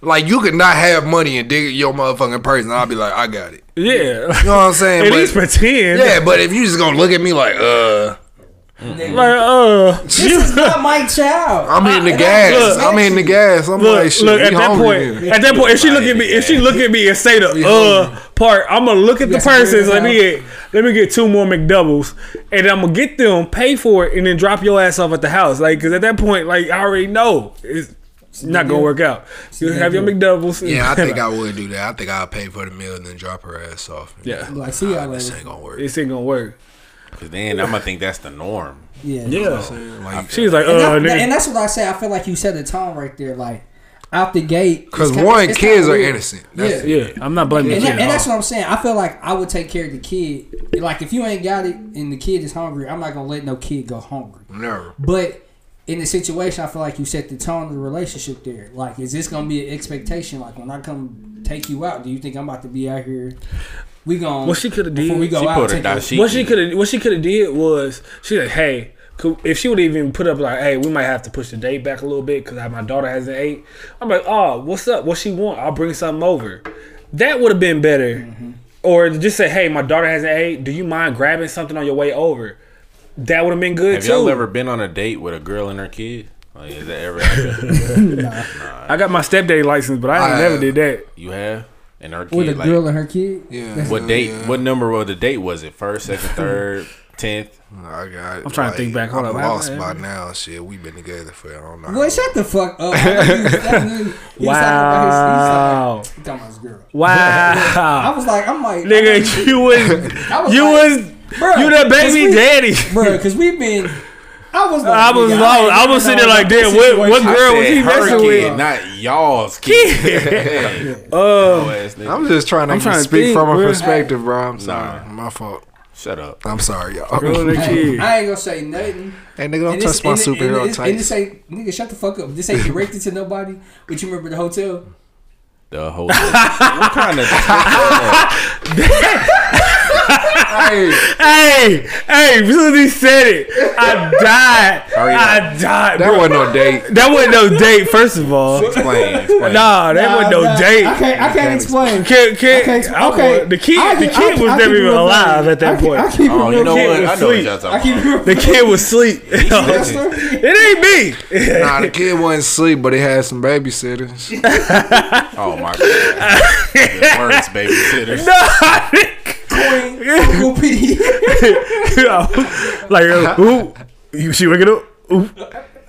B: like you could not have money and dig at your motherfucking person, I'll be like, I got it.
E: Yeah, you know what
B: I'm saying?
E: At
B: But-
E: least pretend.
B: Yeah, but if you just gonna look at me like, uh,
E: like, uh,
C: this is not my child.
B: I'm in the
C: And
B: gas.
C: just-
B: I'm in the gas. I'm
E: look,
B: like, shit,
E: look
B: we
E: at that
B: hungry
E: point.
B: then.
E: At that point, if she look at me, if she look at me and say the uh part, I'm gonna look at the
B: some
E: person.
B: food
E: Let me
B: now?
E: get, let me get two more McDoubles, and I'm gonna get them, pay for it, and then drop your ass off at the house. Like, cause at that point, like I already know it's not gonna work out. You have your McDoubles.
B: Yeah, I think I would do that. I think I'll pay for the meal and then drop her ass off.
E: Yeah.
C: Like, see y'all
B: this
C: later.
B: ain't gonna work.
E: This ain't gonna work.
F: Cause then I'm gonna think that's the norm.
C: Yeah.
E: Yeah.
F: Like,
E: She's like, uh,
C: that-
E: nigga.
C: and that's what I say. I feel like you set a tone right there, like out the gate. it's
B: 'Cause
C: kinda-
B: one,
C: it's
B: kids
C: kinda
B: are
C: weird.
B: innocent.
E: That's- yeah, I'm not blaming
C: and,
E: the
C: that-
E: kid
C: and
E: at
C: that's
E: all.
C: what I'm saying. I feel like I would take care of the kid. Like if you ain't got it and the kid is hungry, I'm not gonna let no kid go hungry.
B: Never.
C: But in the situation, I feel like you set the tone of the relationship there. Like, is this gonna be an expectation? Like when I come take you out, do you think I'm about to be out here? We gonna
E: What she could have did,
C: before We go out. take a-
E: What she could have, what she could have did was she like, hey, could- if she would even put up like, "Hey, we might have to push the date back a little bit because my daughter hasn't ate," I'm like, "Oh, what's up? What she want? I'll bring something over." That would have been better,
C: Mm-hmm.
E: or just say, "Hey, my daughter hasn't ate. Do you mind grabbing something on your way over?" That would have been good
F: Have
E: too.
F: y'all ever been on a date with a girl and her kid? Like, is that ever? happened?
E: I got my stepdaddy license, but I,
F: I
E: never
F: have.
E: did that.
F: you have and her kid.
C: With a
F: like,
C: girl and her kid?
E: Yeah.
F: What date? What number of the date was it? First, second, third, tenth.
B: I got.
E: I'm trying to think back. Hold
B: I'm
E: up.
B: lost
E: Have I
B: by
E: ever-
B: now. Shit, we've been together for I don't know.
C: Boy, shut the fuck up. He was- that nigga- he was talking about his- he was talking- he talking about his girl.
E: Wow.
C: I was like, I'm like,
E: Nigga, you was
C: I was
E: you
C: like,
E: was you the baby daddy.
C: bro. Because we've been. I was. Like,
E: I was
C: nigga,
E: lost.
C: ain't
E: I was
C: never
E: sitting there
C: known
E: like,
C: this
E: damn, what- what
C: situation.
E: girl was he
F: Her
E: messing
F: kid,
E: with?
F: not y'all's kid.
E: Uh,
B: I'm just trying to
E: I'm trying to
B: speak
E: think,
B: from a
E: bro.
B: perspective, bro. I'm sorry. My fault.
F: Shut up.
B: I'm sorry, y'all.
C: Hey, I ain't gonna say nothing.
B: Hey, nigga, don't
C: And this-
B: touch my
C: and- and
B: superhero
C: this-
B: tights.
C: And this ain't, nigga, shut the fuck up. This ain't directed to nobody. But you remember the hotel?
F: The whole. what kind of?
E: hey, hey, as soon as he said it, I died.
F: Hurry up.
E: I died.
B: That
E: bro.
B: wasn't no date.
E: That wasn't no date, first of all.
F: Explain. explain.
E: Nah, that wasn't no
C: Uh, nah,
E: date.
C: I can't. I can't explain.
E: Kid, kid,
C: I can't-
E: I
C: okay.
E: was- the kid,
C: I
E: the
C: can- I
E: kid
C: can-
E: was
C: I
E: never
C: can
E: even
C: remember.
E: alive at
C: I
E: that
C: can-
E: point.
C: I keep
F: Oh, you know
E: Kid
F: what?
E: was
F: I know what
E: asleep.
F: y'all talking
C: I keep remember.
E: The kid was asleep.
F: about.
E: it ain't me.
B: nah, the kid wasn't asleep, but he had some babysitters.
F: Oh my god. the worst babysitters.
C: Uncle P.
E: like, uh, ooh, you, she waking up? Ooh.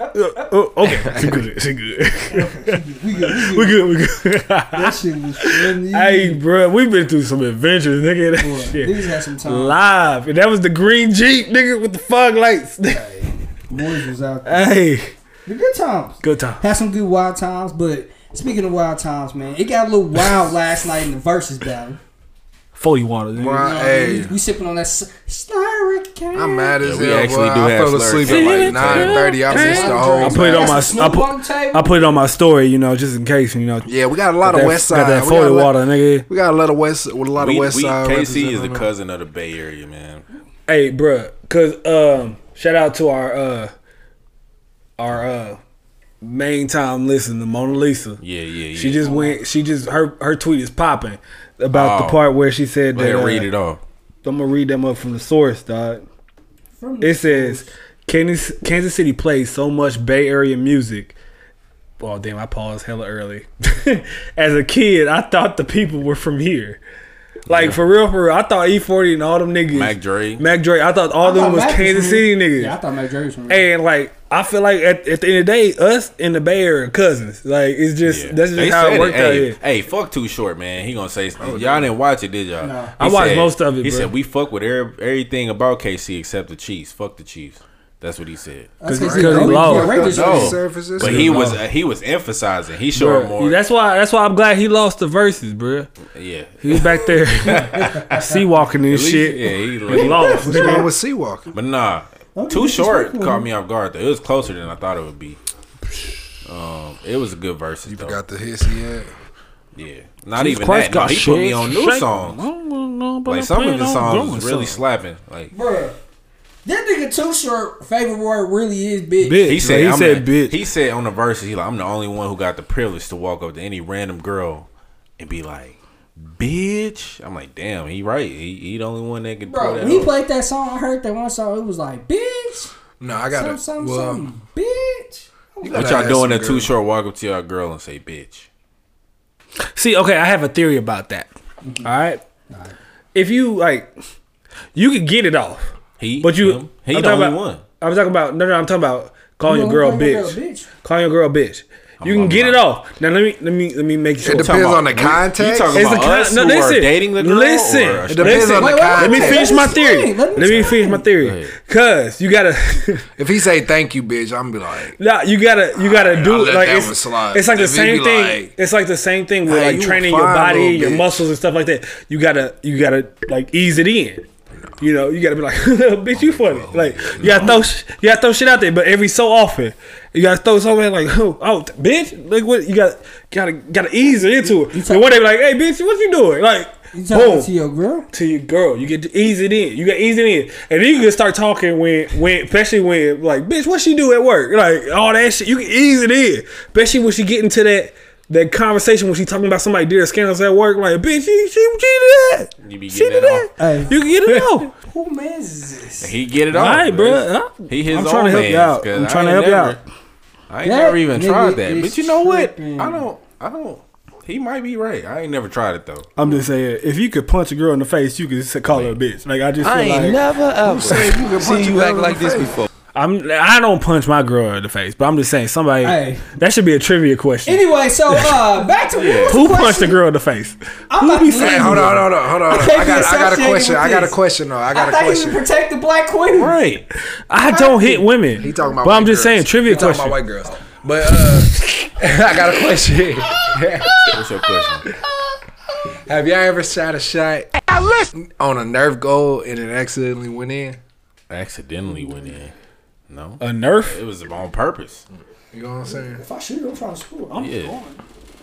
E: Uh, oh, okay, she good. She good.
C: We good.
E: we good. We good.
C: That shit was funny.
E: hey, bro, we've been through some adventures, nigga. That shit
C: Niggas had some time.
E: live, and that was the green jeep, nigga, with the fog lights.
C: Boys was out there.
E: hey,
C: The good times.
E: good time.
C: Had some good wild times, but speaking of wild times, man, it got a little wild last night in the versus battle.
E: Foley water, nigga.
C: You know
B: Why,
C: what I mean?
B: hey,
C: We, we sipping on that s- Slurricane.
B: I'm mad
F: Yeah,
B: as
F: we
B: hell.
F: actually
B: boy.
F: do
B: I
F: have
B: fell asleep
F: slurry
B: at like
F: at like
B: 9 30. I missed the whole.
E: I put it on my. I put, I put it on my story, you know, just in case, you know.
B: Yeah, we got a lot of
E: that-
B: West Side.
E: Got that
B: we, got
E: Foley
B: a lot,
E: water, nigga.
B: we got a lot of West. With a lot
F: We,
B: of
F: we,
B: West Side.
F: KC is the
B: representing.
F: cousin of the Bay Area, man.
E: Hey, bruh, cause um, shout out to our uh, our uh, main time listener, Mona Lisa.
F: Yeah, yeah, yeah.
E: She just went. She just her her tweet is popping about
F: Oh.
E: the part where she said
F: Go ahead
E: that.
F: and
E: uh,
F: read it all.
E: I'm gonna read them up from the source, dog.
C: From
E: It says Kansas Kansas City plays so much Bay Area music. Oh damn, I paused hella early. As a kid, I thought the people were from here. Like for real, for real, I thought E40 and all them niggas,
F: Mac Dre.
E: Mac Dre, I thought all
C: I
E: them
C: thought
E: was
C: Mac
E: Kansas
C: from-
E: City niggas.
C: Yeah, I thought Mac Dre was from.
E: And like I feel like at, at the end of the day, us in the Bay Area are cousins. Like it's just
F: Yeah.
E: that's just
F: They
E: how
F: said
E: it worked out
F: hey,
E: here.
F: Hey, fuck too short, man. He gonna say something. Y'all didn't watch it, did y'all?
C: No.
E: I
F: He
E: watched
F: said-
E: most of it,
F: He
E: bro.
F: said we fuck with every, everything about KC except the Chiefs. Fuck the Chiefs. That's what he said.
C: That's
E: 'Cause
C: crazy.
E: he
C: Yeah,
E: lost.
C: Raiders
B: No.
C: are-
B: Surfaces.
F: But he was uh, he was emphasizing. He showed
E: Bruh,
F: more.
E: That's why. That's why I'm glad he lost the verses, bruh.
F: yeah.
E: He was back there, sea walking and
F: At least-
E: shit.
F: Yeah, he
E: He lost.
B: What's wrong
E: nigga.
B: with Seawalking?
F: But nah, too short caught me off guard though. It was closer than I thought it would be. Um, it was a good verse. You
B: Got the hiss he had.
F: Yeah, not
E: Jesus
F: even
E: Christ
F: that. No,
E: got
F: he put me
E: shit.
F: on new
E: Shake.
F: songs.
E: I don't know, but
F: Like
E: I
F: some of
E: plan
F: the
E: on
F: songs
E: doing
F: was really slapping.
E: something.
F: Like
C: Bruh, that nigga too short. Favorite word really is bitch.
E: Bitch.
F: he said,
E: like,
F: I'm
E: he said,
F: the-
E: bitch.
F: He said on the verses, he like, I'm the only one who got the privilege to walk up to any random girl and be like, bitch. I'm like, damn, he right. He, he the only one that can
C: Bro,
F: pull that
C: when he
F: off.
C: played that song, I heard that one song. It was like bitch,
B: No, I got
C: some,
B: it.
C: some,
B: Well,
C: some, bitch.
F: What
B: gotta
F: y'all
B: ask
F: doing
B: the
F: at Too
B: girl.
F: Short? Walk up to y'all girl and say, bitch.
E: See, okay, I have a theory about that. Mm-hmm. All right, if you like, you could get it off,
F: He,
E: but you,
F: him, he the
E: I'm talking
F: only
E: about,
F: one.
E: I'm talking about no, no. I'm talking about calling
C: You
E: your
C: know,
E: girl
C: call
E: bitch. Call your girl bitch. You can
F: I'm
E: get it
F: not.
E: off. Now let me let me let me make sure.
B: It depends on the context.
F: You talking
E: It's
F: about
E: the kind-
F: us
E: no,
F: who are
E: listen,
F: dating the girl?
E: listen,
F: or-
E: it
B: It depends
E: Listen,
B: on the
C: wait, wait,
E: Let
B: context.
E: me finish my theory.
C: explain. Let
E: Let
C: me
E: me, finish my theory. Cause you gotta,
B: If he say thank you, bitch, I'm gonna be like,
E: nah, you gotta, you
B: I'll
E: gotta do
B: let
E: it. Like
B: that
E: it's,
B: one slide.
E: it's like the
B: If he
E: same
B: be
E: thing.
B: like,
E: it's like the same thing with
B: "Hey,
E: like
B: you a
E: training your
B: fine
E: body,
B: little
E: your
B: bitch."
E: muscles and stuff like that. You gotta, you gotta like ease it in. You know, you gotta be like, bitch, you funny.
B: Oh,
E: Like, you gotta throw, sh- you gotta throw shit out there. But every so often, you gotta throw something like, oh, oh, bitch, like what? You gotta, gotta, gotta ease it into it. and one day, be like, hey, bitch, what you doing? Like,
C: talking
E: boom.
C: to your girl?
E: To your girl, you get to ease it in. You got ease it in, and then you can start talking when, when, especially when, like, bitch, what she do at work? Like all that shit, you can ease it in, especially when she get into that. That conversation when she talking about somebody did a scandals at work, like bitch, she she, she did that.
F: You be
E: She
F: getting
E: did
F: it on.
E: that. You can get it off.
C: Who man is this?
F: He get it
E: All
F: on.
E: right, bruh.
F: man.
E: Huh?
F: He his
E: I'm
F: own
E: trying to help you
F: mans,
E: out.
F: 'cause
E: I'm
F: I
E: trying to
F: ain't
E: help you
F: never-
E: out.
F: I ain't
E: That
F: never even
E: nigga
F: tried that.
E: is
F: But you know what?
E: tripping.
F: I don't. I don't. He might be right. I ain't never tried it though.
E: I'm just saying, if you could punch a girl in the face, you could just call her a bitch. Like I just,
F: I
E: feel
F: ain't
E: like,
F: never ever You said you could punch a girl in the face.
E: I'm, I don't punch my girl in the face, but I'm just saying somebody.
C: Hey.
E: That should be a trivia question.
C: Anyway, so uh, back to what was the
E: Who
C: question?
E: punched the girl in the face?
C: I'm not
E: be
C: leaving.
E: saying-
B: Hold on, hold on, hold on.
C: I
B: Hold on.
C: can't be
B: I, got, I got a
C: associated
B: question.
C: with
B: I got a
C: this.
B: question though. I got
C: I
B: a
C: thought he
B: question.
C: would protect the black queen.
E: Right. I don't hit women.
B: He talking about.
E: But
B: white
E: I'm
B: girls.
E: just saying trivia
B: he talking
E: question.
B: About white girls. But uh, I got a question. What's
F: your question?
B: Have y'all ever shot a shot on a Nerf goal and it accidentally went in?
F: Accidentally went in. No.
E: A nerf?
F: It was on purpose.
B: You know what I'm saying?
C: If I shoot, I'm trying to score. I'm
F: Yeah.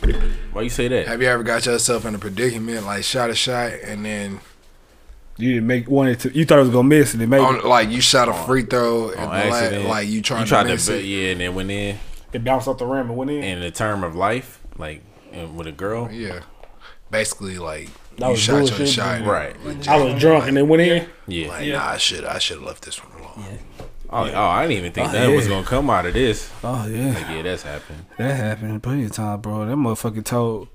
C: scoring.
F: Why you say that?
B: Have you ever got yourself in a predicament like shot a shot and then
E: You didn't make wanted to. You thought it was gonna miss, and it made.
B: on, like you shot a free throw and
F: On
B: the la-
F: accident.
B: like you trying
F: tried
B: to miss
F: bet-
B: it?
F: Yeah, and it went in.
E: It bounced off the rim and went in.
F: In the term of life, like and with a girl.
B: Yeah. Basically, like
E: That
B: you
E: was
B: shot your
E: bullshit,
B: shot,
E: bro.
F: Right.
E: I was drunk and it went in.
F: Yeah.
B: Like nah, I should I should have left this one alone.
F: Oh, oh, I didn't even think
E: Oh,
F: that was
E: yeah.
F: gonna come out of this.
E: Oh, yeah.
F: Like, yeah, that's happened.
E: That happened plenty of time, bro. That motherfucker told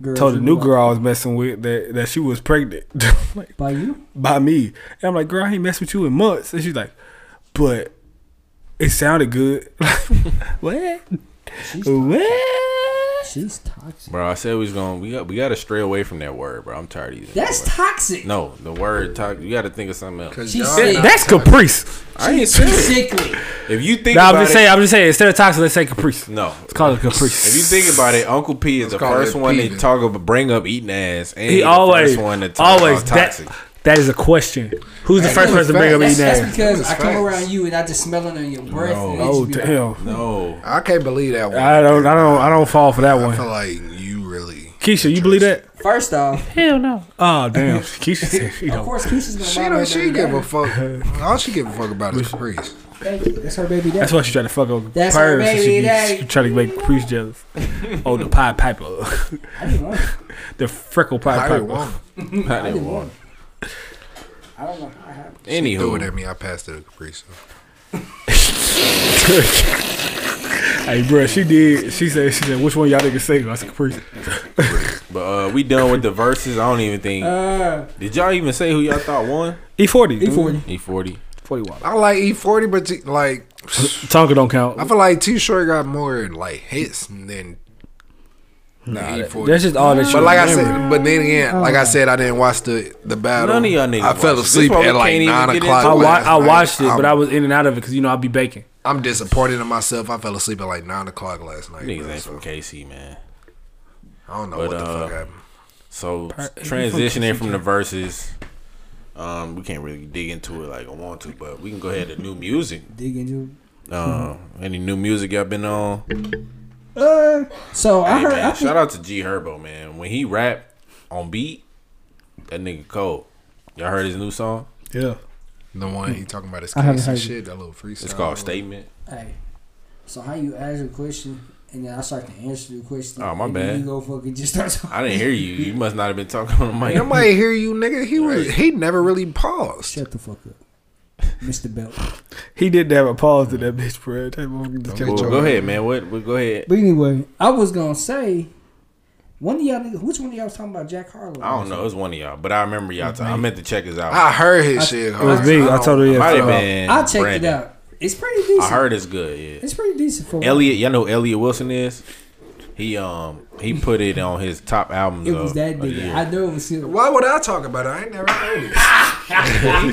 F: Girls
E: told the
F: in
E: new
F: love.
E: girl I was messing with that that she was pregnant. Like,
C: by you?
E: By me. And I'm like, girl, I ain't messed with you in months. And she's like, but it sounded good. what? What?
C: She's toxic.
F: Bro, I said we was gonna we got we gotta stray away from that word, bro. I'm tired of using that
C: That's
F: word.
C: toxic.
F: No, the word talk. You got to think of something else.
C: She y'all said- not
E: That's Caprice.
F: I ain't
C: She's
F: saying it.
C: sickly.
F: If you think
E: No, I'm
F: about
E: just
F: it,
E: saying. I'm just saying. Instead of toxic, let's say Caprice.
F: No,
E: it's called a Caprice.
F: if you think about it, Uncle P is the
E: call
F: first
E: it
F: one
E: P,
F: to talk about bring up eating ass, and
E: he,
F: he the
E: always,
F: first one to talk
E: always
F: about
E: that,
F: toxic.
E: that is a question. Who's the
F: That's
E: first
F: really
E: person to bring up
C: That's,
E: eating
C: that's
E: ass?
C: because I
B: That's
C: come
B: facts.
C: around you and I just smell it on your breath. and it
E: Oh
C: just be like-
E: damn!
F: No,
B: I can't believe that one.
E: I don't. I don't. I don't fall for that
B: I
E: one.
B: feel like you really.
E: Keisha, you believe that?
C: First off,
E: hell no. Oh damn! Keisha said she
C: Of
E: don't.
C: course, Keisha's gonna
B: She
C: buy
B: don't.
C: her
B: She
C: baby
B: give a
C: daddy.
B: fuck. All she give a fuck about is Caprice.
C: Thank you. That's her baby daddy.
E: That's why she tried to fuck over
C: That's her
E: Purrs.
C: baby
E: She,
C: daddy.
E: be- she tried to make Caprice jealous. oh, the Pied Piper.
C: I didn't want. it.
E: the freckle Pied
B: I didn't want
E: Piper.
B: it.
F: I didn't
C: want.
F: want.
C: it. I don't know how I have.
B: She threw it
F: Anywho,
B: at me. I passed it to Caprice.
E: hey, bro, she did. She said. She said, "Which one y'all niggas single?" I said, "Caprice."
F: but uh, we done with the verses. I don't even think.
C: Uh,
F: Did y'all even say who y'all thought won?
E: E forty.
C: E40.
F: E forty.
E: Forty-one.
B: I like E40, but t- like
E: Tonka don't count.
B: I feel like T Short got more like hits than
E: Nah,
B: the
E: that-
B: E40.
E: that's just all that you
B: But like I
E: remember.
B: said, but then again, like I said, I didn't watch the the battle.
F: None of y'all niggas
B: I fell
F: watched it.
B: asleep
F: That's why we
B: at like
F: can't even
B: nine
F: get into
B: o'clock.
E: I, wa-
B: last
E: I
B: night.
E: watched it,
B: I'm-
E: but I was in and out of it because you know I'd be baking.
B: I'm disappointed in myself. I fell asleep at like nine o'clock last night.
F: Niggas
B: bro,
F: ain't
B: so
F: from KC, man.
B: I don't know
F: But,
B: what the
F: uh,
B: fuck happened.
F: So
E: Per-
F: transitioning from the verses, um, we can't really dig into it like I want to, but we can go ahead to new music.
C: Dig into.
F: Uh, any new music y'all been on?
C: it. Uh, so I
F: Hey,
C: heard.
F: man,
C: I think,
F: shout out to G Herbo, man. When he rap on beat, that nigga cold. Y'all heard his new song?
E: Yeah.
B: The one he talking about his
C: I haven't
B: case and
C: heard it.
B: shit. That little freestyle.
F: It's called Statement.
C: Hey, so how you ask a question and then I start to answer the question?
F: Oh, my
C: and
F: bad.
C: then You go fucking just start talking.
F: I didn't hear you. You must not have been talking on the mic.
B: Nobody hear you, nigga. He was he never really paused.
C: Shut the fuck up, Mr. Belt.
E: He didn't have a pause to that bitch, bro. That motherfucker just
F: Well,
E: kept
F: go ahead, man. What? what go ahead.
C: But anyway, I was gonna say, one of y'all niggas, which one of y'all was talking about Jack Harlow?
F: I don't know. It was one of y'all, but I remember y'all. T- I meant to check his out.
B: I heard his shit.
E: It was
B: huh?
E: me. I told her yeah.
F: Might have
E: fuck off.
F: been.
C: I checked
F: Brandon.
C: uh, it out. It's pretty decent.
F: I heard it's good. Yeah.
C: It's pretty decent for
F: Elliot, y'all know who Elliot Wilson is. He um he put it on his top albums.
C: It was
F: of,
C: that
F: of the
C: nigga.
F: year.
C: I know it was him.
B: Why would I talk about it? I ain't never heard it.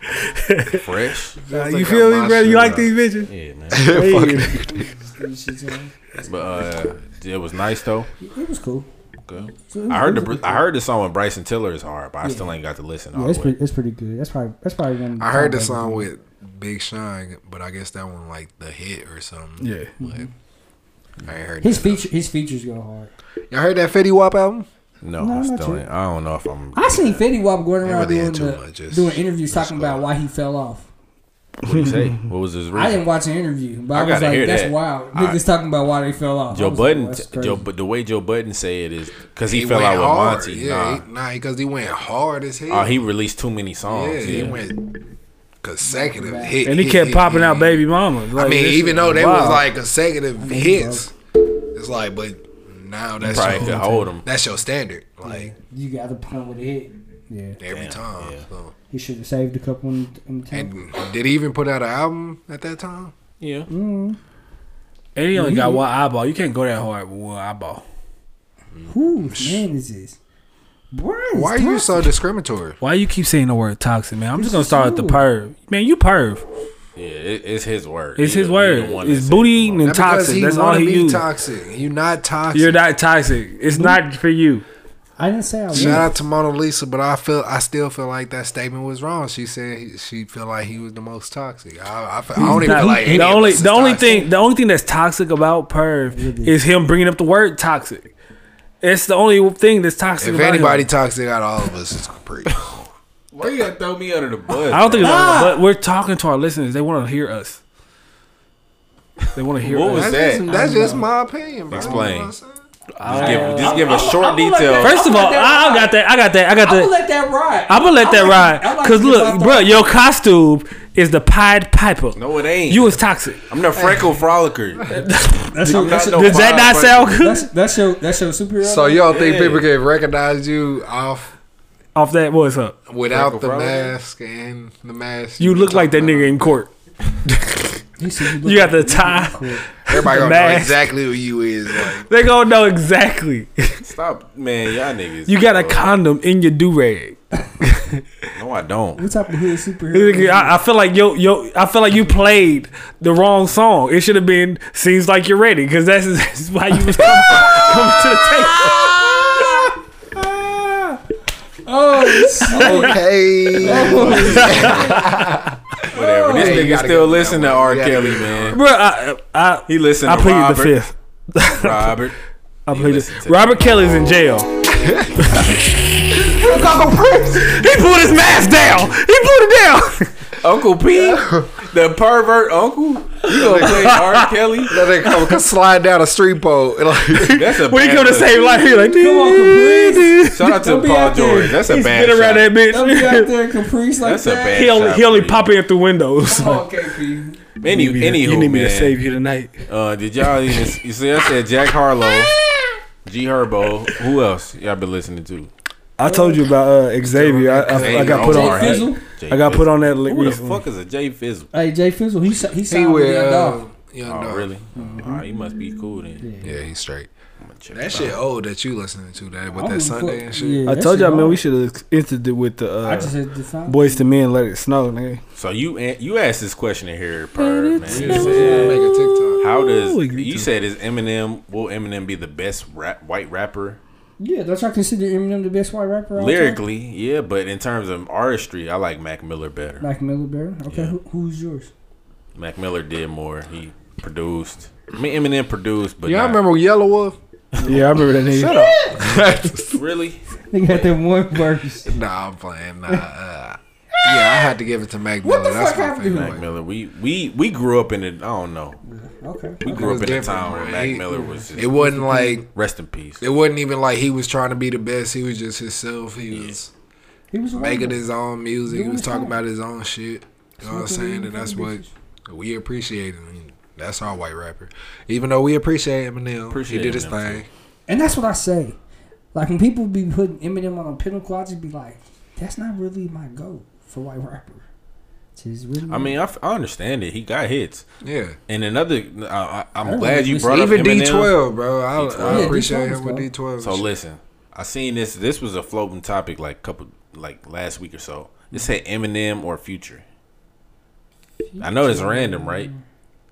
F: Fresh.
E: Nah, you feel me, bro? You like these bitches?
F: Yeah, man.
E: Hey.
C: These shits on.
F: But uh, it was nice though.
C: It was cool.
F: Okay. I heard the Br- I heard the song with Bryson Tiller is hard, but I still ain't got to listen.
C: Yeah,
F: all
C: that's
F: the way.
C: pretty, that's pretty good. That's probably that's probably one. of
B: I heard
C: my
B: the song
C: favorites.
B: with Big Sean, but I guess that one like the hit or something.
E: Yeah.
B: But I ain't heard
C: His
B: that.
C: feature his features go hard.
B: Y'all heard that Fetty Wap album?
F: No,
C: No,
F: I
C: not
F: still
C: yet.
F: ain't. I don't know if I'm.
C: I seen Fetty Wap going around
F: really
C: doing,
F: into
C: the,
F: it, just-
C: doing interviews talking about why he fell off.
F: What do you say? What was his reason?
C: I didn't watch an interview, but
F: I
C: I, was
F: gotta
C: like,
F: hear
C: "That's
F: that.
C: wild."
F: I-
C: Niggas talking about why they fell off. I
F: Joe
C: was like,
F: Budden,
C: "Oh, that's
F: Joe,
C: crazy."
F: but the way Joe Budden said is because he,
B: He
F: fell
B: went
F: out with
B: hard,
F: Monty.
B: Yeah, he- nah, because he went hard as hell.
F: nah. Oh, he released too many songs.
B: yeah, he
F: yeah.
B: went consecutive hit.
E: Oh, and he
B: hit,
E: kept
B: hit,
E: popping
B: hit.
E: out baby mamas.
B: I
E: Like,
B: mean,
E: this
B: even
E: is
B: though they was
E: wild.
B: like consecutive hits, it's like, but now that's
F: Probably
B: your,
F: could hold 'em.
B: That's your standard. Like
C: you got to punt with a hit. Yeah,
B: every time. So.
C: he should have saved a couple. In, in the time.
B: And did he even put out an album at that time?
F: Yeah.
E: and he only got one eyeball. You can't go that hard with one eyeball.
C: Whose man is this? Brian,
B: Why are you so discriminatory?
E: Why you keep saying the word toxic, man? I'm
C: This
E: just gonna
C: is
E: start with the perv. Man, you perv.
F: Yeah, it, it's his word.
E: It's
F: He
E: his
F: the- he
E: word.
F: the one that
E: It's
F: said-
E: booty eating and
B: That's because
E: toxic.
B: he
E: That's all
B: wanna
E: he
B: be
E: used.
B: toxic. You not toxic.
E: You're not toxic. It's not for you.
C: I didn't say I was.
B: Shout out to Mona Lisa, but I feel I still feel like that statement was wrong. She said he, she feel like he was the most toxic. I, I, feel, I don't even
E: Not-
B: feel like any
E: the
B: of
E: only
B: us is
E: the only
B: toxic.
E: thing the only thing that's toxic about perv is him bringing up the word toxic. It's the only thing that's toxic.
B: If
E: about
B: anybody
E: him.
B: toxic out of all of us, it's Capri.
F: Why you gotta throw me under the bus?
E: I don't
C: Ah!
E: think it's
F: bro?
E: but we're talking to our listeners. They want to hear us. They want to hear.
F: What
E: us.
F: was
B: That's,
F: that?
B: that's just my opinion, bro.
F: Explain. Just give, just give a short detail.
E: First of all,
C: let that
E: I I got that. I got that. I got
C: I'm gonna
E: that.
C: let that ride.
E: I'm gonna let that
C: I'm
E: ride.
C: I'm
E: Cause
C: get
E: look,
C: my
E: bro,
C: thought.
E: your costume is the Pied Piper.
F: no, it ain't.
E: You was toxic.
F: I'm the freckle frolicker.
C: That's
F: I'm
C: your,
F: not
C: that's,
F: no
C: your,
E: Does that
F: Pied
E: not
F: Piper.
E: sound good?
C: that's, that's your that's your superhero.
B: So
C: name?
B: y'all think
F: Yeah.
B: people can recognize you off
E: Off that, what's up?
B: without the
F: Michael Crowley?
B: mask and the mask?
E: You look like that nigga in court.
C: He said look
E: You got the
C: like-
E: tie.
B: Everybody gonna know
E: mask.
B: exactly who you is. Like,
E: They gonna know exactly.
F: Stop, man, y'all niggas.
E: You got a
F: bro.
E: condom in your do rag.
F: No, I don't.
C: What type of hood superhero? name?
E: I, I feel like yo yo. I feel like you played the wrong song. It should have been "Seems Like You're Ready" because that's, that's why you was coming, coming to the table.
C: Oh, shit.
B: okay.
F: Whatever. This
B: Hey, you
F: nigga
B: gotta
F: still
B: give him
F: listen
B: that
F: to
B: one.
F: R.
B: You gotta
F: Kelly,
B: give him that
F: man.
E: Bro, I I,
F: He listened
E: I
F: to
E: pleaded
F: Robert.
E: the fifth.
F: Robert.
E: I
F: He
E: pleaded.
F: listened to
E: Robert Kelly's in jail. he pulled his mask down. He pulled it down.
F: Uncle P, the pervert uncle. You gonna play R. Kelly?
B: That nigga come, come slide down a street pole. And like,
F: That's a
E: when he
F: bad
E: come to
F: look.
E: save life, he like, come
C: on,
F: Shout out to
C: Don't be
F: Paul
C: out there.
F: George. That's a
E: He
F: bad
E: spit around
F: shot.
E: that
C: Don't be out
E: bitch.
C: there in caprice like
F: That's a
C: that.
F: bad
E: He only,
F: shot
E: he only
F: for you.
E: pop in through windows.
C: Come on, KP.
F: Any,
E: You need me to-
F: anywho,
E: you need me
F: man,
E: to save you tonight.
F: Uh, did y'all even? You see, I said Jack Harlow, G Herbo. Who else y'all been listening to?
E: I told you about uh, Xavier. I, I, I got put
C: Jay
E: on.
C: Fizzle?
E: I got put on that link
F: Who the
E: recently.
F: fuck is a Jay Fizzle?
C: Hey, Jay Fizzle, he sa- he
B: he
C: signed with
B: with
C: Young
B: uh,
C: Dolph.
B: Young
F: Oh,
B: Dolph.
F: really?
C: Mm-hmm.
F: Alright, he must be cool then.
B: Yeah, he's straight. Oh,
F: I'ma check
B: That
F: it
B: shit
F: out.
B: old that you listening to that
C: I
B: with
C: don't
B: that
C: give a
B: Sunday
C: fuck.
B: and shit.
C: Yeah,
E: I
C: that
E: told
C: shit
E: y'all, man,
C: hard.
E: we should have entered it with the
C: I
E: uh,
C: just had to find
E: boys to men. Let it snow, nigga.
F: So you an- you asked this question in here, Perv, man. You
B: Yeah,
F: said,
B: Make a TikTok.
F: how does
E: Ooh, you
F: you
E: too.
F: said is Eminem? Will Eminem be the best rap, white rapper
C: Yeah, don't y'all consider Eminem the best white rapper? of all time?
F: lyrically? Yeah, but in terms of artistry, I like Mac Miller better.
C: Mac Miller Bear. Okay,
F: Yeah.
C: who, who's yours?
F: Mac Miller did more. He produced. I mean, Eminem produced, but
B: Y'all
F: not-
B: remember Yellow Wolf?
E: Yeah, I remember that nigga. Shut up.
F: really.
C: They got that one verse.
B: Nah, I'm playing. Nah, uh, yeah, I had to give it to Mac
C: What
B: Miller.
C: the
B: That's
C: fuck
B: my
C: happened to
B: favorite.
F: Mac Miller. We we we grew up in it. I don't know.
C: Okay.
F: We
B: It
F: grew
B: was
F: up in a
B: different,
F: time where
B: bro.
F: Mac
B: He-
F: Miller was just,
B: It wasn't like
F: rest in peace.
B: it wasn't even like he was trying to be the best. He was just himself. He was
C: He was a
B: making
C: rapper.
B: his own music. He
C: Doing
B: was
C: his
B: talking
C: thing.
B: about his own shit. You know what I'm saying? And that's what we appreciate. And that's our white rapper. Even though we appreciate Eminem,
F: Appreciate
B: he did his
F: Eminem,
B: thing.
C: And that's what I say. Like when people be putting Eminem on a pinnacle, I just be like, that's not really my goal for white rapper. It's just really
F: I mean, I, f- I understand it. He got hits.
B: Yeah.
F: And another, I, I, I'm
C: That
F: glad you
C: was-
F: brought
B: Even
F: up Eminem.
B: D12, bro. I, I
C: Yeah,
B: appreciate
C: D12 's
B: him with
C: dope.
B: D12.
F: So listen, I seen this. This was a floating topic like couple like last week or so. It said Eminem or Future. I know it's random, right?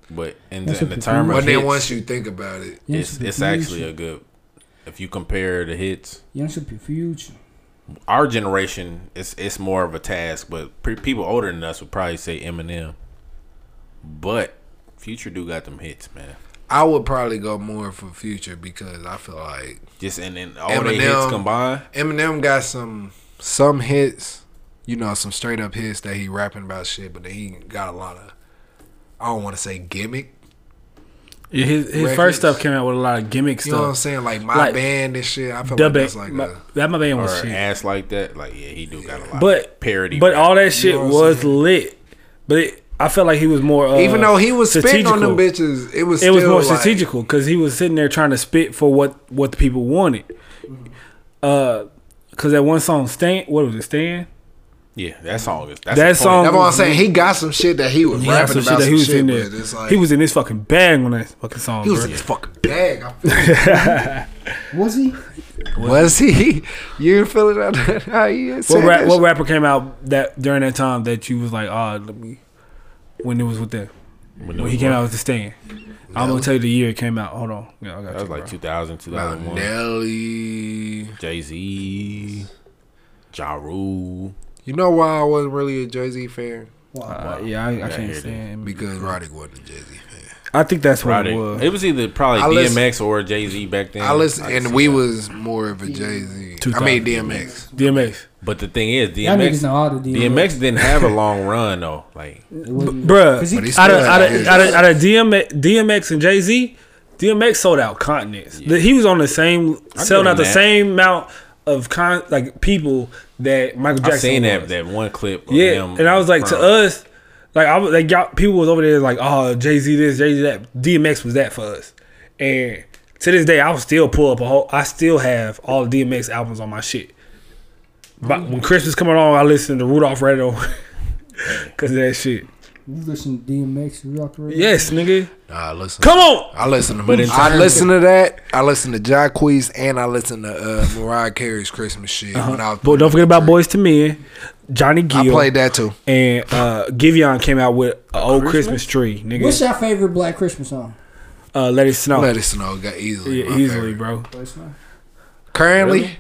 F: But in,
C: That's
F: the, in
C: a
F: the term of
B: But then
F: hits,
B: once you think about it,
C: Yeah,
F: it's
C: it's
F: it's
C: confusion.
F: actually a good If you compare the hits,
C: Young Super Future.
F: our generation it's it's more of a task, but pre- people older than us would probably say Eminem. But Future do got them hits, man.
B: I would probably go more for Future because I feel like
F: Just and then all their hits combined.
B: Eminem got some some hits, you know, some straight up hits that he rapping about shit, but then he got a lot of I don't want to say gimmick.
E: Yeah, his his
B: Records.
E: first stuff came out with a lot of gimmick
B: You
E: stuff.
B: know what I'm saying? Like my band and shit. I feel
E: Da
B: like
E: Ba-
B: that's like
E: my-
B: a,
E: that my band was
F: or
E: Oh, shit.
F: ass like that. Like yeah, he do got a lot.
E: but
F: of parody,
E: But
F: rap.
E: all that shit was lit. But it, I felt like he was more. Uh,
B: even though he was spitting on them
E: strategical.
B: bitches, it was
E: it was
B: still
E: more
B: like-
E: strategical because he was sitting there trying to spit for what what the people wanted. Uh, because that one song, "Stand," what was it, "Stand"?
F: yeah, that song is that's
E: that
F: the point.
E: song.
B: That's what I'm saying. He got some shit that he was
E: Yeah,
B: rapping
E: some
B: about.
E: shit that
B: some
E: he was
B: shit,
E: in
B: but
E: there.
B: it's like-
E: he was in his fucking bag on that fucking song.
B: He was
E: bro.
B: in his fucking bag. I
C: Was he?
B: Was he? You didn't feel it out that how he is.
E: What, rap, what rapper came out that during that time that you was like, ah, let me when it was with that when,
F: it
E: he
F: was
E: came
F: what?
E: out with the stand. I'm gonna tell you the year it came out. Hold on, yeah, I got
F: That was
E: you,
F: like
E: bro.
F: 2000, 2001.
B: Nelly,
F: Jay Z, Ja Rule.
B: You know why I wasn't really a Jay Z fan?
E: Uh, yeah, I, I
F: Yeah, I hear
E: can't
F: that.
E: stand. him.
B: Because Roddy wasn't a Jay Z.
E: I think that's what
F: Probably,
E: it was.
F: it was either probably
B: I
F: DMX
B: listen-
F: or Jay Z back then.
B: I listened,
F: can
B: and
F: see
B: we
F: that.
B: was more of a Jay Z. I mean DMX.
E: DMX.
F: But the thing is,
B: Y'all
F: DMX,
B: niggas know all the
F: DMX.
B: DMX.
F: didn't have a long run though. Like
E: Bruh, out of, out, of, out, of, out of DMX, DMX and Jay Z, DMX sold out continents. The- He was on the same,
F: I
E: selling
F: give
E: out
F: him
E: the
F: that.
E: same amount of con like people that Michael Jackson.
F: I seen
E: was.
F: that that one clip. Of
E: Yeah,
F: him
E: and I was like, to
F: from-
E: us, like I was like, y'all, people was over there like, oh, Jay Z this, Jay Z that. DMX was that for us, and to this day, I will still pull up a whole. I still have all the DMX albums on my shit. But when Christmas coming on, I listen to Rudolph Red because of that shit.
C: You listen to DMX Rock Radio?
E: Yes, nigga.
B: Nah, I listen.
E: Come on.
B: I listen to.
E: But in
B: I
E: terms
B: listen to that. I listen to Jacquees and I listen to uh, Mariah Carey's Christmas shit. When I,
E: But Uh-huh. don't forget about Boys to Men, Johnny Gill.
B: I played that too.
E: And uh, Giveon came out with an old Christmas, tree, nigga.
C: What's your favorite Black Christmas song?
E: uh, Let It Snow.
B: Let It Snow oh, got easily
E: Yeah,
B: my
E: easily, bro.
B: Currently,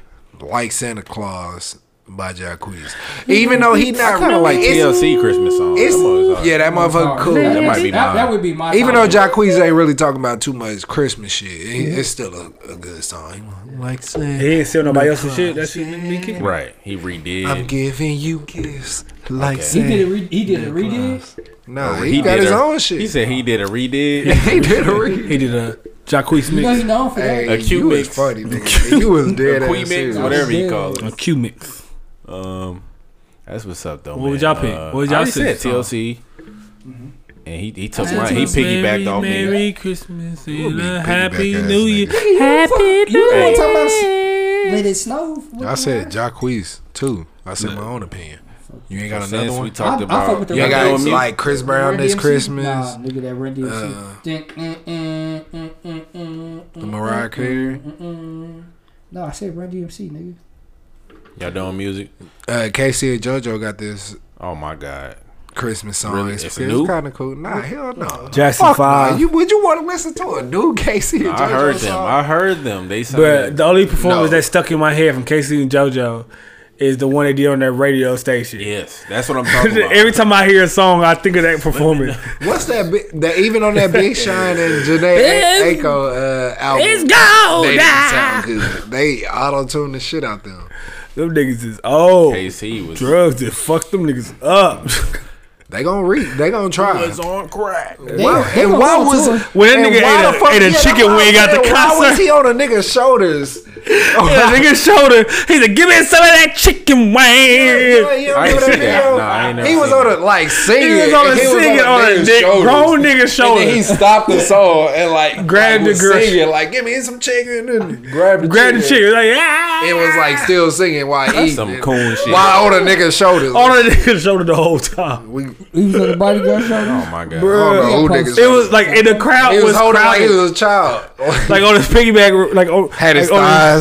B: like Santa Claus by Jacquees. Even though he
F: I
B: not
F: kinda
B: really like
F: like TLC Christmas song.
B: It's,
F: That motherfucker's hard.
B: yeah, that motherfucker cool.
F: That might be
C: That,
F: mine.
C: that would be my.
B: Even
C: top.
F: Oh.
B: though Jacquees ain't really talking about too much Christmas shit, it- it's
F: Mm-hmm.
B: still a, a good song. Like Santa.
E: He ain't steal nobody else's shit. That shit didn't be kicking.
F: right. He redid.
B: I'm giving you gifts like
C: he
B: Santa.
C: did a re- he did a redid.
B: Nah,
F: Or
B: he, got
F: Oh, did
B: his
F: a-
B: own shit.
F: He said he did a redid.
B: he did a re-
E: He did a Jacquees
C: You know
E: mix,
C: he known for that.
B: Hey,
F: A Q
B: you was
F: mix.
B: funny, nigga. You was dead
F: a Queen
B: ass
F: mix,
B: serious.
F: whatever you
C: Yeah.
F: call it.
E: a Q mix.
F: Um, that's what's up though.
E: What
F: man. Uh,
E: would y'all pick? What would
F: I
E: y'all
F: already
E: say?
F: said? TLC.
B: Mm-hmm.
F: And he he took
E: I
F: mine. He
E: told
F: piggybacked
E: Mary,
F: off
E: Merry
F: me.
E: Christmas
B: We'll
E: and
B: be
E: a
B: piggyback
E: Happy
B: ass
E: New Year.
B: niggas.
E: Happy
C: You
E: New
C: know
E: Year.
C: what I'm talking about? Let it snow.
B: I said Jacquees too. I said my own opinion. You ain't got
F: Since
B: another one.
F: we talked
C: I- I
F: about,
C: fuck with the
B: you ain't
C: Run
B: got
C: DMC.
B: like Chris Brown
C: Run
B: this
C: DMC?
B: Christmas.
C: Nah, nigga, that Run
B: Uh,
C: DMC.
B: the Mariah Carey.
F: Mm-hmm.
C: No, I said Run DMC, nigga.
F: y'all doing music?
B: Uh, Casey and JoJo got this
F: Oh my god!
B: Christmas song.
F: Really?
B: It's,
F: It's new?
B: kind of cool. Nah, hell no.
E: Jackson
B: Fuck no.
E: Five.
B: You would you want to listen to a new Casey and JoJo
F: I heard them.
B: song?
F: I heard them. They sang
E: But
F: it.
E: the only performance
B: No.
E: that stuck in my head from Casey and JoJo is the one they did on that radio station.
F: yes. That's what I'm talking about.
E: Every time I hear a song, I think of that performance.
B: What's that? Bi- that even on that Big Shine and Janae a-
E: It's-
B: Aiko uh, album.
E: it's gold.
B: They didn't sound good. They auto tune the shit out them.
E: them niggas is old.
F: KC was
E: Drugs that fucked them niggas up.
B: They gonna read. They gonna try.
F: was on crack.
B: Why-
C: they
B: and
C: gonna
B: why
C: go on
B: was
C: tour.
E: When that
B: and
E: nigga
B: why
E: ate a-
B: the fuck-
E: ate a
B: yeah, that's
E: chicken
B: what I'm
E: wing out the
B: saying. Why was
E: concert?
B: he on a nigga's shoulders?
E: yeah, Oh, nigga's shoulder. He said, "Give me some of that chicken wing."
B: You
F: I ain't
B: remember that
F: seen that.
B: video?
F: Nah, I ain't never
B: He was
F: seen
B: on a
F: that.
B: like singing.
E: He was on a
B: and
E: singing on a
B: nigga's
E: dick-
B: shoulders.
E: grown nigga's shoulder.
B: And then he stopped the song and like
E: Grabbed
B: like, was
E: the girl.
B: singing, like give me some chicken and grab the
E: Grab the chicken. Like, ah.
B: It was like still singing while
F: That's
B: eating.
F: some coon shit.
B: While on a nigga's shoulders.
E: on the nigga's shoulder the whole time.
B: We,
C: He was on the bodyguard show.
F: Oh my god!
B: I don't know who
C: Bro.
B: niggas
E: It was like, and the crowd
B: he was,
E: was,
B: holding like he
E: crowded.
B: was a child.
E: like on his piggyback, like on,
B: Had his
E: like, oh, on
B: thighs.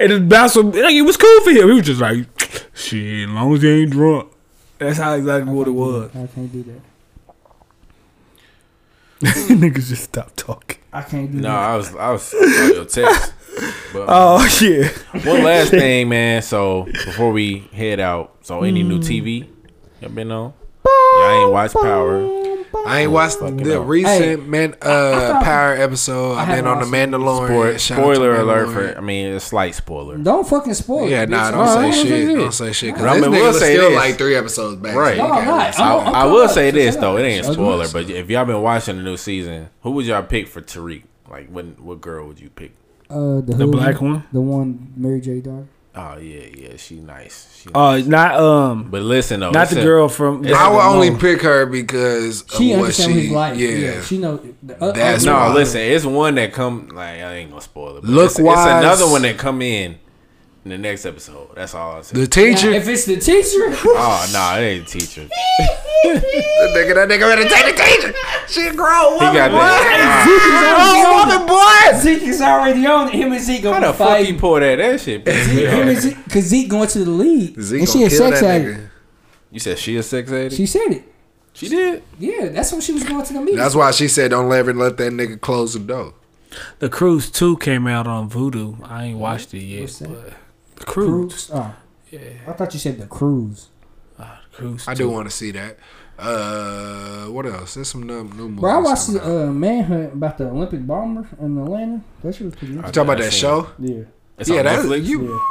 E: and his bouncer, like it was cool for him. He was just like, shit, as long as you ain't drunk. That's how exactly what it was.
C: I can't do that.
E: Niggas just stopped talking.
C: I can't do
F: No,
C: that.
F: I was I was on your text. But,
C: Oh, yeah.
F: One last thing, man. So before we head out, so any new TV y'all been on? Y'all ain't watched Power.
B: I ain't watched the recent man uh power episode. I've been on the Mandalorian.
F: Spoil-
B: Shout out to
F: spoiler alert
B: Mandalorian.
F: for I mean a slight spoiler.
C: Don't fucking spoil.
B: Yeah,
C: it,
B: nah,
C: bitch.
B: don't
C: Nah,
B: say shit.
C: do
B: Don't
C: it.
B: say shit.
F: I
B: Cause this
F: mean, we'll
B: nigga was
F: say
B: still
F: this.
B: like three episodes back.
F: Right.
B: So you gotta
F: I,
B: listen.
F: I will say this though, it ain't a spoiler, but if y'all been watching the new season, who would y'all pick for Tariq? Like when what girl would you pick?
C: Uh, the,
E: The
C: hood-
E: black one?
C: the one Mary J. Dog.
F: Oh yeah, yeah, she nice. She
E: Oh, not um.
F: But listen though,
E: not
F: it's
E: the
F: a-
E: girl from.
F: it's
B: I would
F: a-
B: only pick her because
C: She
B: of what
C: understand
B: she.
C: his life.
B: Yeah.
C: Yeah, she know. The, uh,
B: That's
C: uh,
F: no,
B: why.
F: listen, it's one that come like I ain't gonna spoil it. but
B: Look
F: it's,
B: wise.
F: it's another one that come in in the next episode. That's all I said.
B: The teacher.
C: If it's the teacher,
F: Oh no, it ain't teacher.
B: that nigga, that nigga ready to take the teacher. She a grown
F: He
B: woman.
F: got
B: boy.
F: that.
B: She a grown
C: on
B: woman, boy.
C: Zeke is already on it. Him and Zeke
F: How
C: gonna
F: the
C: be fighting.
F: fuck you pull that that shit?
C: Him and
F: bitch?
C: Zeke, Cause Zeke going to the league,
F: Zeke
C: and she
F: gonna
C: a
F: kill
C: sex
F: that
C: addict.
F: you said she a sex
C: She
F: addict.
C: said it.
F: She did.
C: Yeah, that's when she was going to the meeting.
B: That's why she said, "Don't ever let that nigga close the door."
E: The Cruise Two came out on Voodoo. I ain't watched it yet. But the Cruise.
C: Oh. I thought you said the cruise.
E: Cruise.
B: I do want to see that. Uh, what else? There's some new, new movies.
C: Bro, I watched the uh, Manhunt about the Olympic bomber in Atlanta. That shit was pretty.
B: You talking about that show?
C: Yeah.
F: It's on
B: that's-
F: Netflix?
B: You,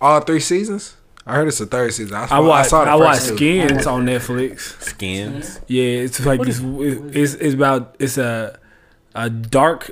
B: All three seasons? I heard it's the third season. I,
E: I watched. I,
B: the first
E: watched
B: two.
E: Skins on Netflix.
F: Skins.
E: Yeah, it's like
F: What
E: this. It's it's about it's a a dark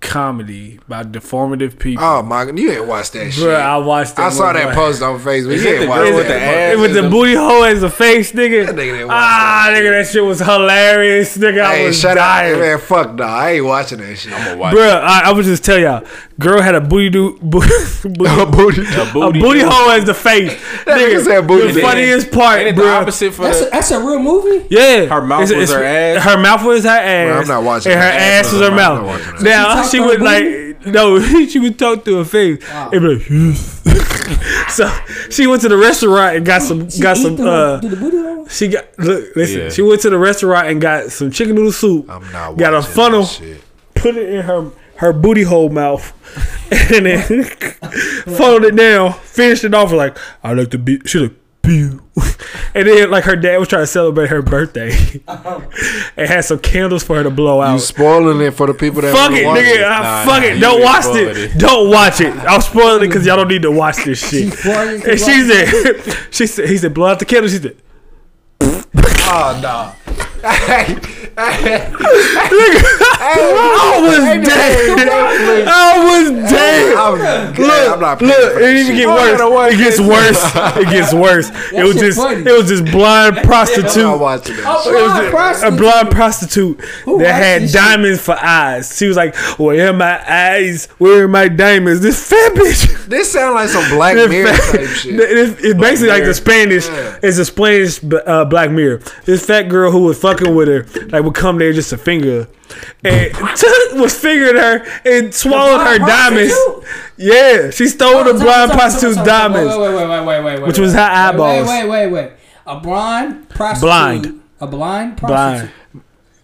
E: comedy about deformative people.
B: Oh my! You ain't watched that shit.
E: Bruh, I watched. That
B: I saw
E: one,
B: that
E: bruh.
B: post on Facebook.
E: Is
B: You
E: it
B: ain't
E: the
B: watched
E: girl with
B: that.
E: the ass? It was the booty hole as a face, nigga. ah, nigga, that shit was hilarious, nigga. I
B: Hey,
E: was
B: shut
E: dying.
B: up, man! Fuck no, I ain't watching that shit. I'm
F: gonna
E: Bruh, I, I was just tell y'all, girl had a booty do booty, a
B: booty,
E: a
F: booty
E: booty,
F: do.
E: hole as the face.
B: That nigga said booty
E: The
B: do.
E: funniest part,
F: Ain't it the
E: bruh.
F: opposite for
C: That's a,
F: the,
C: that's a real movie.
E: yeah,
F: her mouth was her ass?
E: Her mouth was her ass.
B: I'm not watching
E: And her
B: that.
E: ass was her
B: I'm not watching
E: mouth.
B: that.
E: Now
C: She
E: she
C: talk
E: would
C: about
E: like no, she would talk to her face. And be like, so she went to the restaurant and got some
C: She
E: got
C: eat
E: some
C: the-
E: uh
C: do the booty hole?
E: she got look. Listen,
F: Yeah.
E: she went to the restaurant and got some chicken noodle soup.
B: I'm not
E: got a
B: watching
E: funnel,
B: that shit.
E: put it in her her booty hole mouth, and then funneled it down. Finished it off with like I like to be. She like pew, and then like her dad was trying to celebrate her birthday, and had some candles for her to blow out.
B: You spoiling it for the people that
E: Fuck
B: wanna
E: it,
B: watch
E: nigga.
B: it.
F: Nah,
E: I- fuck
F: nah,
E: it.
F: you
E: Don't
F: really
E: watch
F: spoiled
E: it.
F: it.
E: Don't watch it. I'll spoil it because y'all don't need to watch this shit.
C: spoiled it
E: and she
C: 'cause y'all-
E: said, she said, he said, blow out the candle. She said,
B: Oh no!
E: I was dead. I was dead.
B: I'm, look, I'm not paying
E: Look,
B: for that
E: it even
B: shit. Oh,
E: get worse. It gets worse. It gets worse. It was
C: shit
E: just,
C: funny.
E: it was just blind
B: I'm not
E: prostitute.
B: watching that.
C: Oh,
B: shit.
E: It was
C: blind
E: a- a
C: prostitute.
E: blonde prostitute that
C: watched
E: had
C: this shit?
E: diamonds for eyes. She was like, "Where are my eyes? Where are my diamonds?" This fat bitch.
B: This sound like some Black
E: It's
B: Mirror
E: fa-
B: type shit.
E: It's, it's basically like
F: Mirror.
E: the Spanish. It's a Spanish uh, Black Mirror. This fat girl who was fucking with her, like, would come there just a finger, and took, was fingering her and swallowed her
C: blind
E: diamonds.
C: prostitute?
E: Yeah, she stole the
C: Time,
E: blind
C: time, time,
E: prostitute's
C: time, time.
E: diamonds.
C: Wait, wait, wait, wait, wait, wait,
E: Which
C: wait.
E: was her
C: Wait,
E: eyeballs.
C: Wait, wait, wait, wait. A blind prostitute.
E: Blind.
C: A blind
E: Blind,
C: prostitute.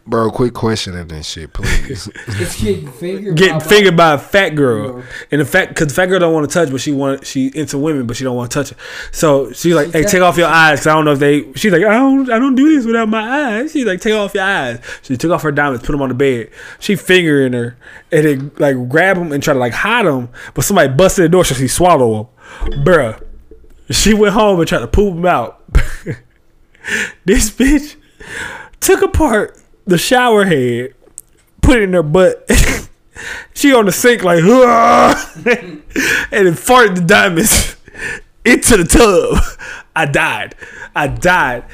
B: Bro, quit questioning this shit, please.
C: It's getting fingered. by
E: getting
C: a
E: fingered by a fat girl, and the fat because the fat girl don't want to touch, but she want she into women, but she don't want to touch it. So she's like, "Hey, take off your eyes," because I don't know if they. She's like, "I don't, I don't do this without my eyes." She's like, "Take off your eyes." She took off her diamonds, put them on the bed. She fingering her, and then like grab them and try to like hide them, but somebody busted the door, so she swallowed them, bruh. She went home and tried to poop them out. this bitch took apart the shower head, put it in her butt. she on the sink like, and then farted the diamonds into the tub. I died. I died.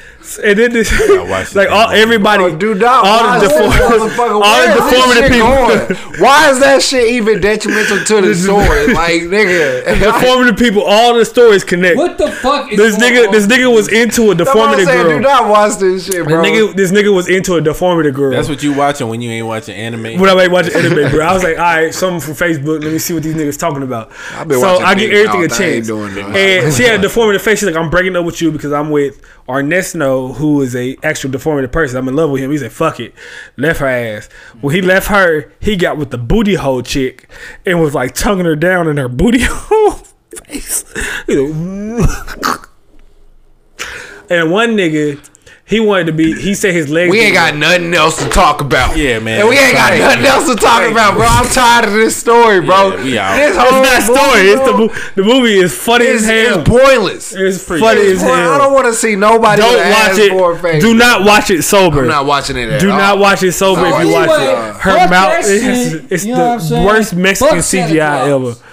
E: And then this,
F: watch
E: like
F: this
E: all
F: movie.
E: everybody,
B: Oh, Do not
E: all
B: watch
E: the
B: that
E: deformed,
B: motherfucker.
E: all
B: Where
E: the
B: is this
E: deformative
B: shit
E: people.
B: going? Why is that shit even detrimental to the story? Like,
E: The
B: nigga.
E: Deformative people, all the stories connect.
C: What the fuck is
E: This
C: going
E: nigga,
C: on?
E: this nigga was into a
B: That's what I'm
E: deformative
B: saying. Do
E: girl.
B: not watch this shit,
E: The
B: bro.
E: nigga, this nigga was into a deformative girl.
F: That's what you watching when you ain't watching anime.
E: when I like watching anime, bro. I was like, all right, something from Facebook. Let me see what these niggas talking about.
B: I've been
E: so
B: watching
E: I give
B: Big
E: everything a
B: Mouth. I ain't
E: chance.
B: doing nothing.
E: and she had a deformative face. She's like, I'm breaking up with you because I'm with Arnesno, who is a actual deformity person, I'm in love with him. He said, "Fuck it," left her ass. When he left her, he got with the booty hole chick and was like tonguing her down in her booty hole face. He like, and one nigga, he wanted to be. He said his legs.
B: We ain't got nothing else to talk about.
F: Yeah, man.
B: And we ain't got
F: Thank
B: nothing
F: you.
B: else to talk
F: Thank
B: about,
F: you.
B: bro. I'm tired of this story, bro.
F: Yeah, we out.
B: This whole
E: It's not story. It's the mo- the movie is funny
B: It's-
E: as hell.
B: it's pointless.
E: It's funny as hell.
B: I don't want to see nobody.
E: Don't
B: with an
E: watch
B: ass
E: it.
B: for a face.
E: Do not watch it sober.
B: I'm not watching it at
E: Do
B: all.
E: not watch it sober
B: I'm
E: if you
B: not
E: watch
B: watching
E: it.
B: it.
E: Her
B: Fuck
E: mouth.
B: that
E: It has,
B: shit.
E: it's
B: You know what I'm
E: the
B: saying?
E: worst Mexican
B: Fuck Santa
E: CGI ever.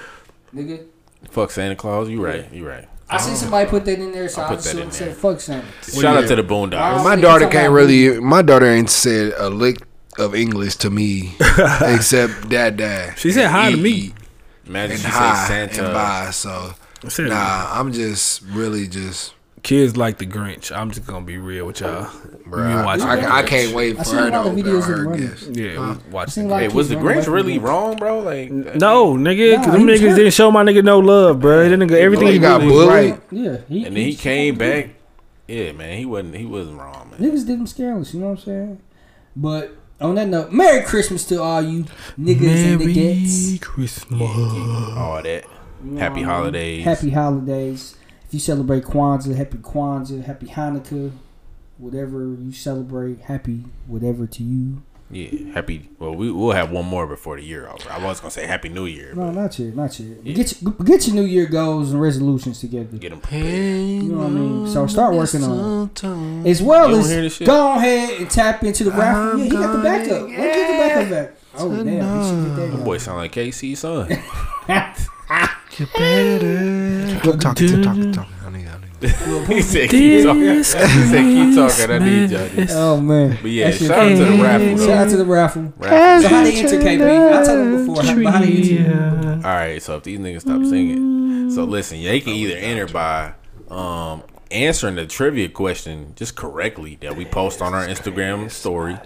C: nigga.
F: Fuck Santa Claus. You right. You right.
C: I seen somebody put that in there, so
F: I'll
C: I,
F: put
C: just
F: that in
C: assumed it
F: there.
C: said fuck Santa.
F: Shout out to the Boondocks.
C: Wow.
B: My daughter can't really. My daughter ain't said a lick of English to me except dad dad.
E: She said hi to me.
F: Imagine
B: and
F: she said
B: hi
F: Santa.
B: and bye. So
E: said-
B: nah, I'm just really just.
E: Kids like the Grinch. I'm just gonna be real with y'all.
B: Bruh,
E: You watch
B: I-
E: The
B: I
E: Grinch.
B: can't wait I for seen her a lot of to videos open of her running. gifts.
E: Yeah,
B: Huh?
E: we watch.
B: I seen a lot
F: Hey,
B: of
F: was the
B: kids running away
F: Grinch
B: from
F: really
B: him.
F: wrong, bro? Like,
E: No, nigga, 'cause
F: Nah,
E: them
F: he
E: niggas
F: tripping.
E: didn't show my nigga no love, bro. Them nigga, everything he
B: got
E: got
B: bullied.
E: right.
C: Yeah, he,
F: and then he came back. Yeah, man, he wasn't. He wasn't wrong, man.
C: Niggas did them scandalous, you know what I'm saying? But on that note, Merry Christmas to all you niggas and
E: Merry
C: niggas.
E: Christmas.
F: All that. Happy holidays.
C: Happy holidays. If you celebrate Kwanzaa, happy Kwanzaa, happy Hanukkah, whatever you celebrate, happy whatever to you.
F: Yeah, happy. Well, we we'll have one more before the year over. I was gonna say Happy New Year.
C: No, not yet, not yet. Get your, get your New Year goals and resolutions together.
F: Get them
C: You know what I mean? So start working on it. As well
F: You don't
C: as
F: hear this shit?
C: go ahead and tap into the raffle. Yeah, he got the backup. Let's get the backup back. Oh, damn. He should get that
F: That boy sound like KC's son.
B: You better keep talking, keep talking, keep talking. I need, I need.
F: he said, keep talking. He said, keep talking. I need y'all.
C: Oh man!
F: But yeah,
C: That shit
F: shout out to the
C: crazy.
F: raffle. though.
C: Shout out to the raffle.
F: Raffle,
C: So how
F: yeah.
C: they enter KB? I told them before. How, how they enter?
F: All right, so if these niggas stop singing,
E: Mm.
F: so listen, they can either enter by um, answering the trivia question just correctly that we post on our Instagram story,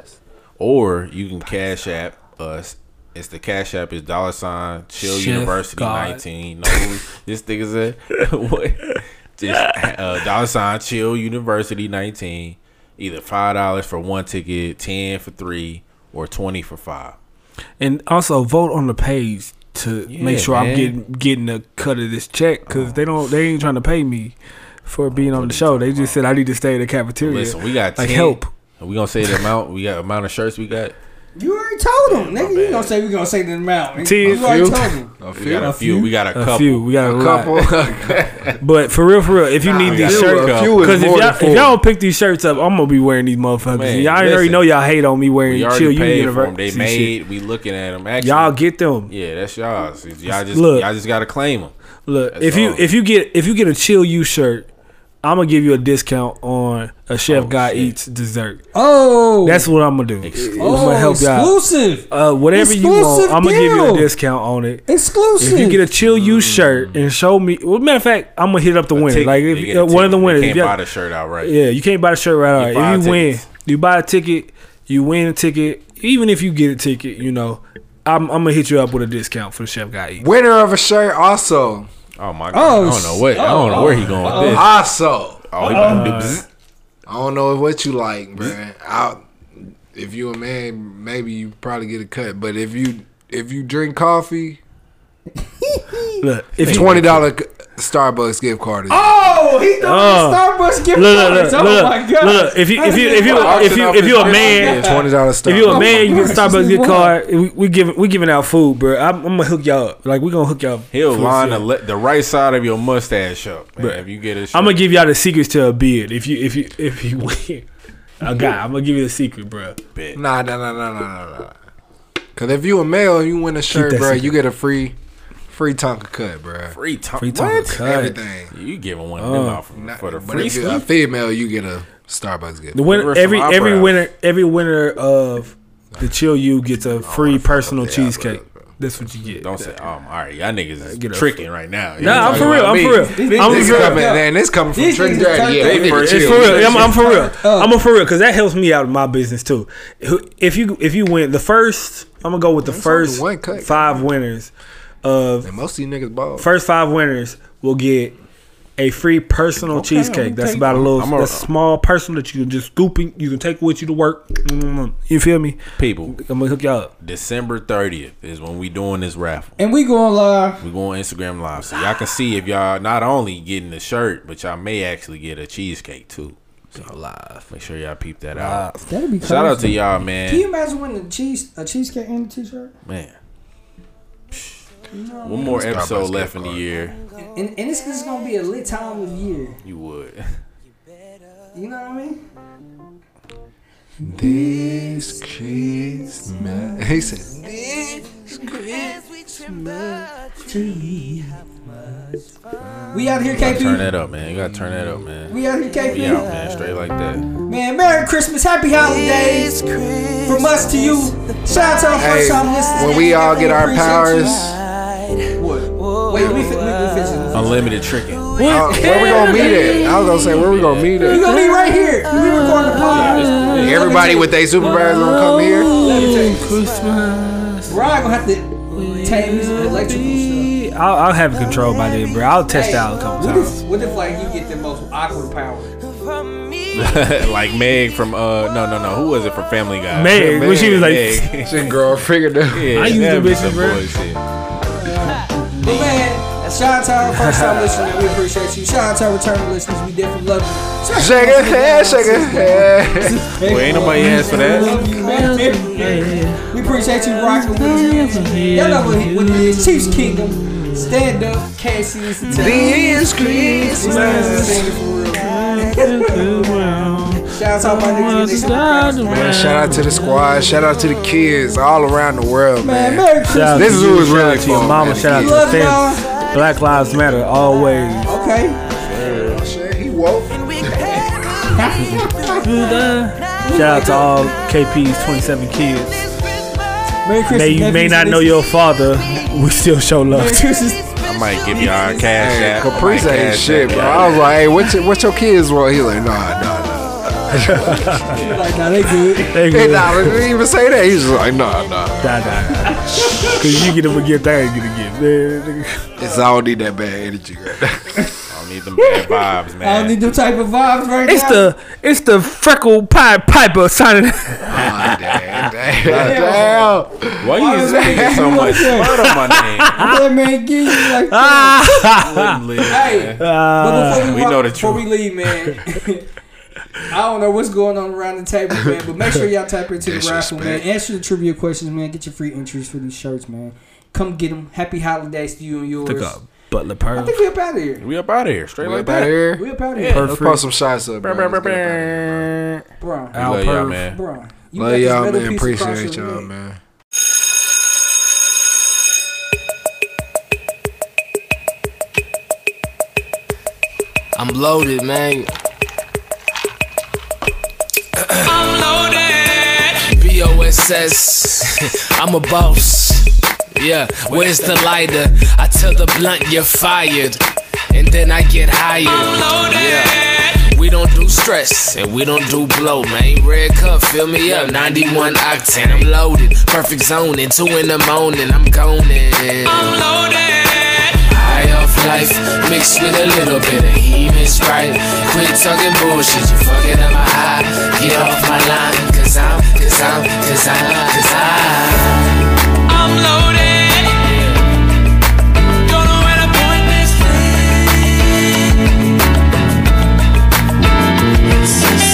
F: or you can cash app us. It's the cash app is dollar sign chill
E: Chef
F: university
E: God.
F: nineteen. No, this nigga's a what? Just uh, dollar sign chill university nineteen. Either five dollars for one ticket, ten for three, or twenty for five.
E: And also vote on the page to make sure
F: man.
E: I'm getting getting a cut of this check because they don't they ain't trying to pay me for being on the show. They just said I need to stay in the cafeteria.
F: Listen, we got
E: like
F: 10.
E: help.
F: We gonna say the amount. We got amount of shirts we got.
C: You already told them, nigga. You gonna say we gonna say the amount? nigga.
E: Ten.
C: You already told them.
F: A few. We got a few. We got a couple.
E: A few, we got a,
F: couple.
E: lot. but for real, for real, if you
F: Nah,
E: need
F: we
E: these
F: got a
E: shirts,
F: few. A few is
E: because if
F: more
E: y'all,
F: than
E: if
F: four.
E: y'all don't pick these shirts up, I'm gonna be wearing these motherfuckers.
F: Man,
E: And y'all already
F: listen.
E: know y'all hate on me wearing
F: We already
E: chill
F: paid
E: union
F: for 'em. They
E: University
F: made.
E: shit.
F: We looking at them. Actually,
E: Y'all get them.
F: Yeah, that's y'all. Y'all just.
E: Look.
F: y'all just gotta claim them.
E: Look,
F: That's
E: if you
F: all.
E: if you get if you get a chill you shirt, I'm gonna give you a discount on a
F: Oh,
E: chef guy eats dessert.
C: Oh,
E: That's what I'm gonna do. I'm
C: Oh,
E: gonna help y'all.
C: exclusive.
E: Uh, whatever you want,
C: Exclusive
E: I'm gonna give you
C: deal.
E: a discount on it.
C: Exclusive.
E: If you get a chill you shirt and show me, well, matter of fact, I'm gonna hit up the winner.
F: ticket.
E: Like
F: You
E: if
F: get Mm. a
E: uh, one of the
F: ticket. You
E: winners,
F: can't
E: if y'all-
F: buy the shirt outright.
E: Yeah, you can't buy the shirt right
F: buy
E: out. If you win,
F: tickets.
E: you buy a ticket, you win a ticket. Even if you get a ticket, you know, I'm, I'm gonna hit you up with a discount for the chef guy eats.
B: Winner of a shirt also.
F: Oh my god! I don't know what. I don't know where he going with this.
B: Also,
F: Oh, he about to do bzzz.
B: I don't know what you like, bruh. I, if you a man, maybe you probably get a cut. But if you if you drink coffee,
E: Look,
B: if twenty dollar Starbucks gift card is
C: Oh, he threw
E: Oh.
C: the Starbucks gift
E: Look,
C: cards.
E: look,
C: Oh
E: look,
C: my god!
E: look, if you- if you- if you-
C: Wow.
E: if you- if you a man-
B: Yeah, twenty dollar Starbucks.
E: If you a man, you get a
C: Starbucks.
E: Starbucks gift
C: What?
E: card. We, we giving we giving out food, bro. I'm, I'm gonna hook y'all up. Like we gonna hook y'all. up.
F: He'll
E: food
F: line the,
E: shit.
F: le- the right side of your mustache up, man. If you get a shirt,
E: I'm gonna give y'all the secrets to a beard. If you if you if you win, a guy, I'm gonna give you the secret, bro.
B: Nah, nah, nah, nah, nah, nah, nah. Cause if you a male, you win a shirt,
E: that
B: bruh,
E: secret.
B: You get a free, free Tonka cut, bruh.
F: free time.
E: Free Tonka cut.
B: Everything.
F: You giving one of them
E: Oh.
F: out for, for the
B: But
F: free
B: if you're a
F: stuff.
B: female, you get a Starbucks gift.
E: The
F: Give
E: winner
F: her some
E: every every
F: eyebrows.
E: winner every winner of the chill you gets a free personal cheesecake. That's what you get.
F: Don't say, um, all right, y'all niggas is
E: Uh, Get a-
F: tricking right now. You
E: Nah,
F: know
E: I'm for
F: what
E: real. I'm
F: mean?
E: for real.
B: This,
E: I'm
B: this
E: for real.
B: coming, man, this coming from
C: These
B: Trick
C: niggas are
B: Daddy. Yeah,
C: turned
B: they
C: up.
B: for
E: It's
B: real.
E: for real. I'm, I'm for real.
C: Turn up.
E: I'm a for real because that helps me out in my business too. Who- If you if you win the first, I'm gonna go with the
B: It's only
E: first
B: one cut.
E: five winners of
B: And most of you niggas bald.
E: first five winners will get a free personal cheesecake. That's
F: take-
E: about a little
F: I'm a-
E: that's small personal that you can just scoop in, you can take with you to work. Mm, You feel me?
F: People,
E: I'm gonna hook y'all up.
F: December 30th is when we doing this raffle.
C: And we going live.
F: We going Instagram live, so y'all can see if y'all not only getting the shirt, but y'all may actually get a cheesecake too. So live, make sure y'all peep that out.
C: That'd be
F: Shout out to
C: crazy.
F: y'all, man.
C: Can you imagine winning a cheese a cheesecake and a t-shirt?
F: man,
C: No,
F: one
C: man.
F: more episode left in the year.
C: And, and it's just gonna be a lit time of year.
F: You would.
C: You know what I mean?
B: This Christmas. He said,
C: We out here,
F: Gotta turn
C: KP.
F: that up, man. You gotta turn that up, man.
C: We out here, KP.
F: We out, man. Straight like that.
C: Man, Merry Christmas, Happy Holidays from us to you. Shout out to our
B: Hey,
C: first time listeners.
B: when we all get our
C: Appreciate
B: powers,
C: you. What? Wait, we fin- we we finishing.
F: Unlimited tricking.
B: uh, where we gonna meet at? I was gonna say, where we gonna meet
C: We
B: at?
C: gonna be right here. We recording the pod.
B: Everybody with their supervisor gonna come here.
C: Let me tell you. Christmas. Ryan gonna have to tame his electrical stuff.
E: I'll, I'll have it controlled by then, bro. I'll test
C: Hey,
E: out a couple
C: what
E: times.
C: if, what if like you get the most awkward power?
F: like Meg from uh no no no who was it from Family Guy?
E: Meg, when she was like-
B: She girl figured out.
F: Yeah,
E: I used
F: that
E: the
F: was
E: bitches,
F: some
E: bro.
F: bullshit.
C: But man, shout out to our first time listeners. We appreciate you. Shout out to our returning listeners. We definitely love you. Shout out
B: Shake
C: to our
B: a head, shake a head.
F: Well, ain't nobody asked for that.
C: Love you, man. We appreciate you rocking with us. man. Y'all know what it, what it is. Chiefs Kingdom. Stand up, Casey. This
B: This
C: Christmas. Shout out to all my niggas.
B: Man, shout out to the squad. Shout out to the kids all around the world,
C: Man,
B: man.
C: Merry
E: Shout out
B: This
E: to
B: is
E: you,
B: who it's
E: shout
B: really
E: out to your
B: for,
E: mama.
B: man.
E: Shout out to
C: Love
E: the fans. Black Lives Matter always.
C: Okay.
B: He woke.
E: Shout out to all KP's 27 kids.
C: Merry Christmas.
E: May you may
C: nephews,
E: not
C: and
E: know
C: nieces.
E: your father, we still show love
C: Merry
E: to you.
C: Christmas.
F: I might give y'all a cash
B: Hey,
F: app. I
B: Caprice
F: might
B: ain't
F: cash
B: shit,
F: app
B: bro.
F: y'all.
B: I was like, hey, what's your, what's your kids want? He like, nah, nah, nah.
C: Like, nah, they good.
E: Thank
B: Hey,
E: you.
B: nah, we didn't even say that. He's just like, nah, nah.
E: Nah, nah, nah. Cause you get him a gift, I ain't gonna gift. Man, nigga.
B: It's I don't need that bad energy right now.
F: I don't need them bad vibes,
C: I don't
F: man.
C: need them type of vibes right
E: It's
C: now.
E: the it's the freckle pie piper signing.
B: Ah, damn, damn, damn.
F: Why you speaking so much smart on my
C: that man get you like
E: Ah.
B: Ah.
F: name? Wouldn't live,
C: Hey,
F: man.
C: but before we,
F: we
C: walk-
F: know the
C: before
F: truth.
C: we leave, man. I don't know what's going on around the table, man, but make sure y'all type into the raffle, man. Answer the trivia questions, man. Get your free entries for these shirts, man. Come get them. Happy holidays to you and
E: Took
C: yours.
E: up
C: I
E: Butler Pearl.
C: think we up out of here.
F: We up out of here, straight
B: We
F: like
B: up out
F: that.
B: here.
C: We up out of here.
F: Yeah.
B: Let's put some shots up, bro. Let's get up out of here.
C: Bro,
F: We love y'all, man.
C: bro. You got
B: Love
C: this
B: y'all,
C: metal
B: man.
C: piece across
B: Appreciate
C: your
B: y'all,
C: leg.
B: man.
L: I'm loaded, man. B-O-S-S, I'm a boss. Yeah, where's the lighter? I tell the blunt you're fired, and then I get hired. Yeah. We don't do stress, and we don't do blow, man. Red cup, fill me up, 91 octane. I'm loaded, perfect zone, and two in the morning, I'm going. I'm loaded. High off life, mixed with a little bit of even sprite. Quit talking bullshit, you fucking up my eye. Get off my line, cause I'm, cause I'm, cause I'm, cause I'm. I'm loaded. Don't know where to point this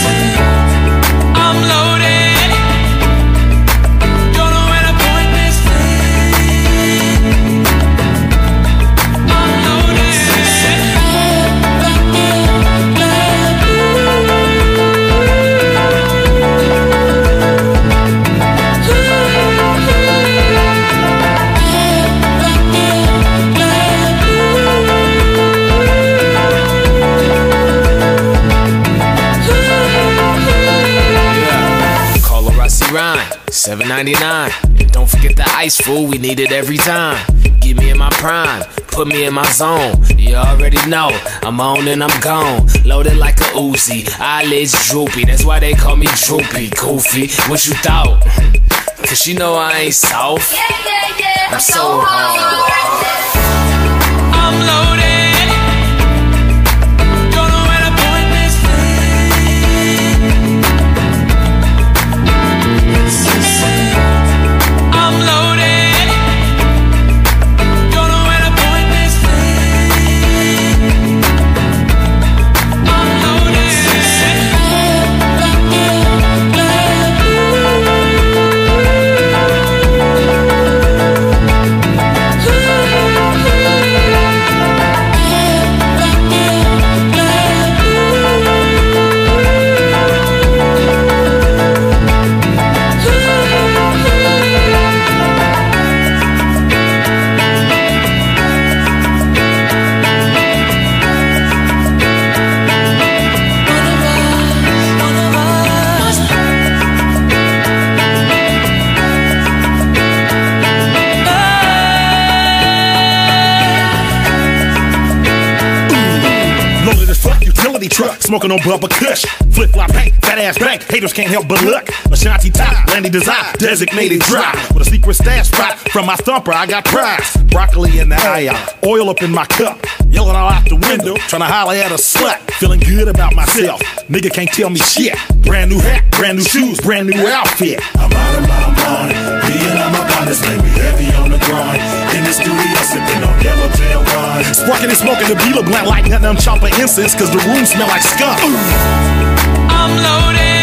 L: thing. I'm loaded. Don't know where to point this thing. Call her, I see Ryan. 7.99. And don't forget the ice fool, we need it every time. Get me in my prime, put me in my zone. You already know, I'm on and I'm gone. Loaded like a Uzi, eyelids droopy. That's why they call me droopy, goofy. What you thought? Cause you know I ain't soft. I'm so hard. I'm loaded.
D: Chevy truck, smoking on bumper kush. Flip flop paint, fat ass back, haters can't help but look. Ashanti top, landy design, designated dry. With a secret stash spot from my thumper, I got prize. Broccoli in the eye, eye, oil up in my cup. Yelling all out the window, trying to holler at a slut. Feeling good about myself, nigga can't tell me shit. Brand new hat, brand new shoes, brand new outfit. I'm out of my mind, being on my bond, this made me heavy on the grind. In the studio, sipping on yellowtail wine. Sparking and smoking the beetle blunt like nothing, I'm chomping incense, cause the room smell like skunk.
L: I'm loaded.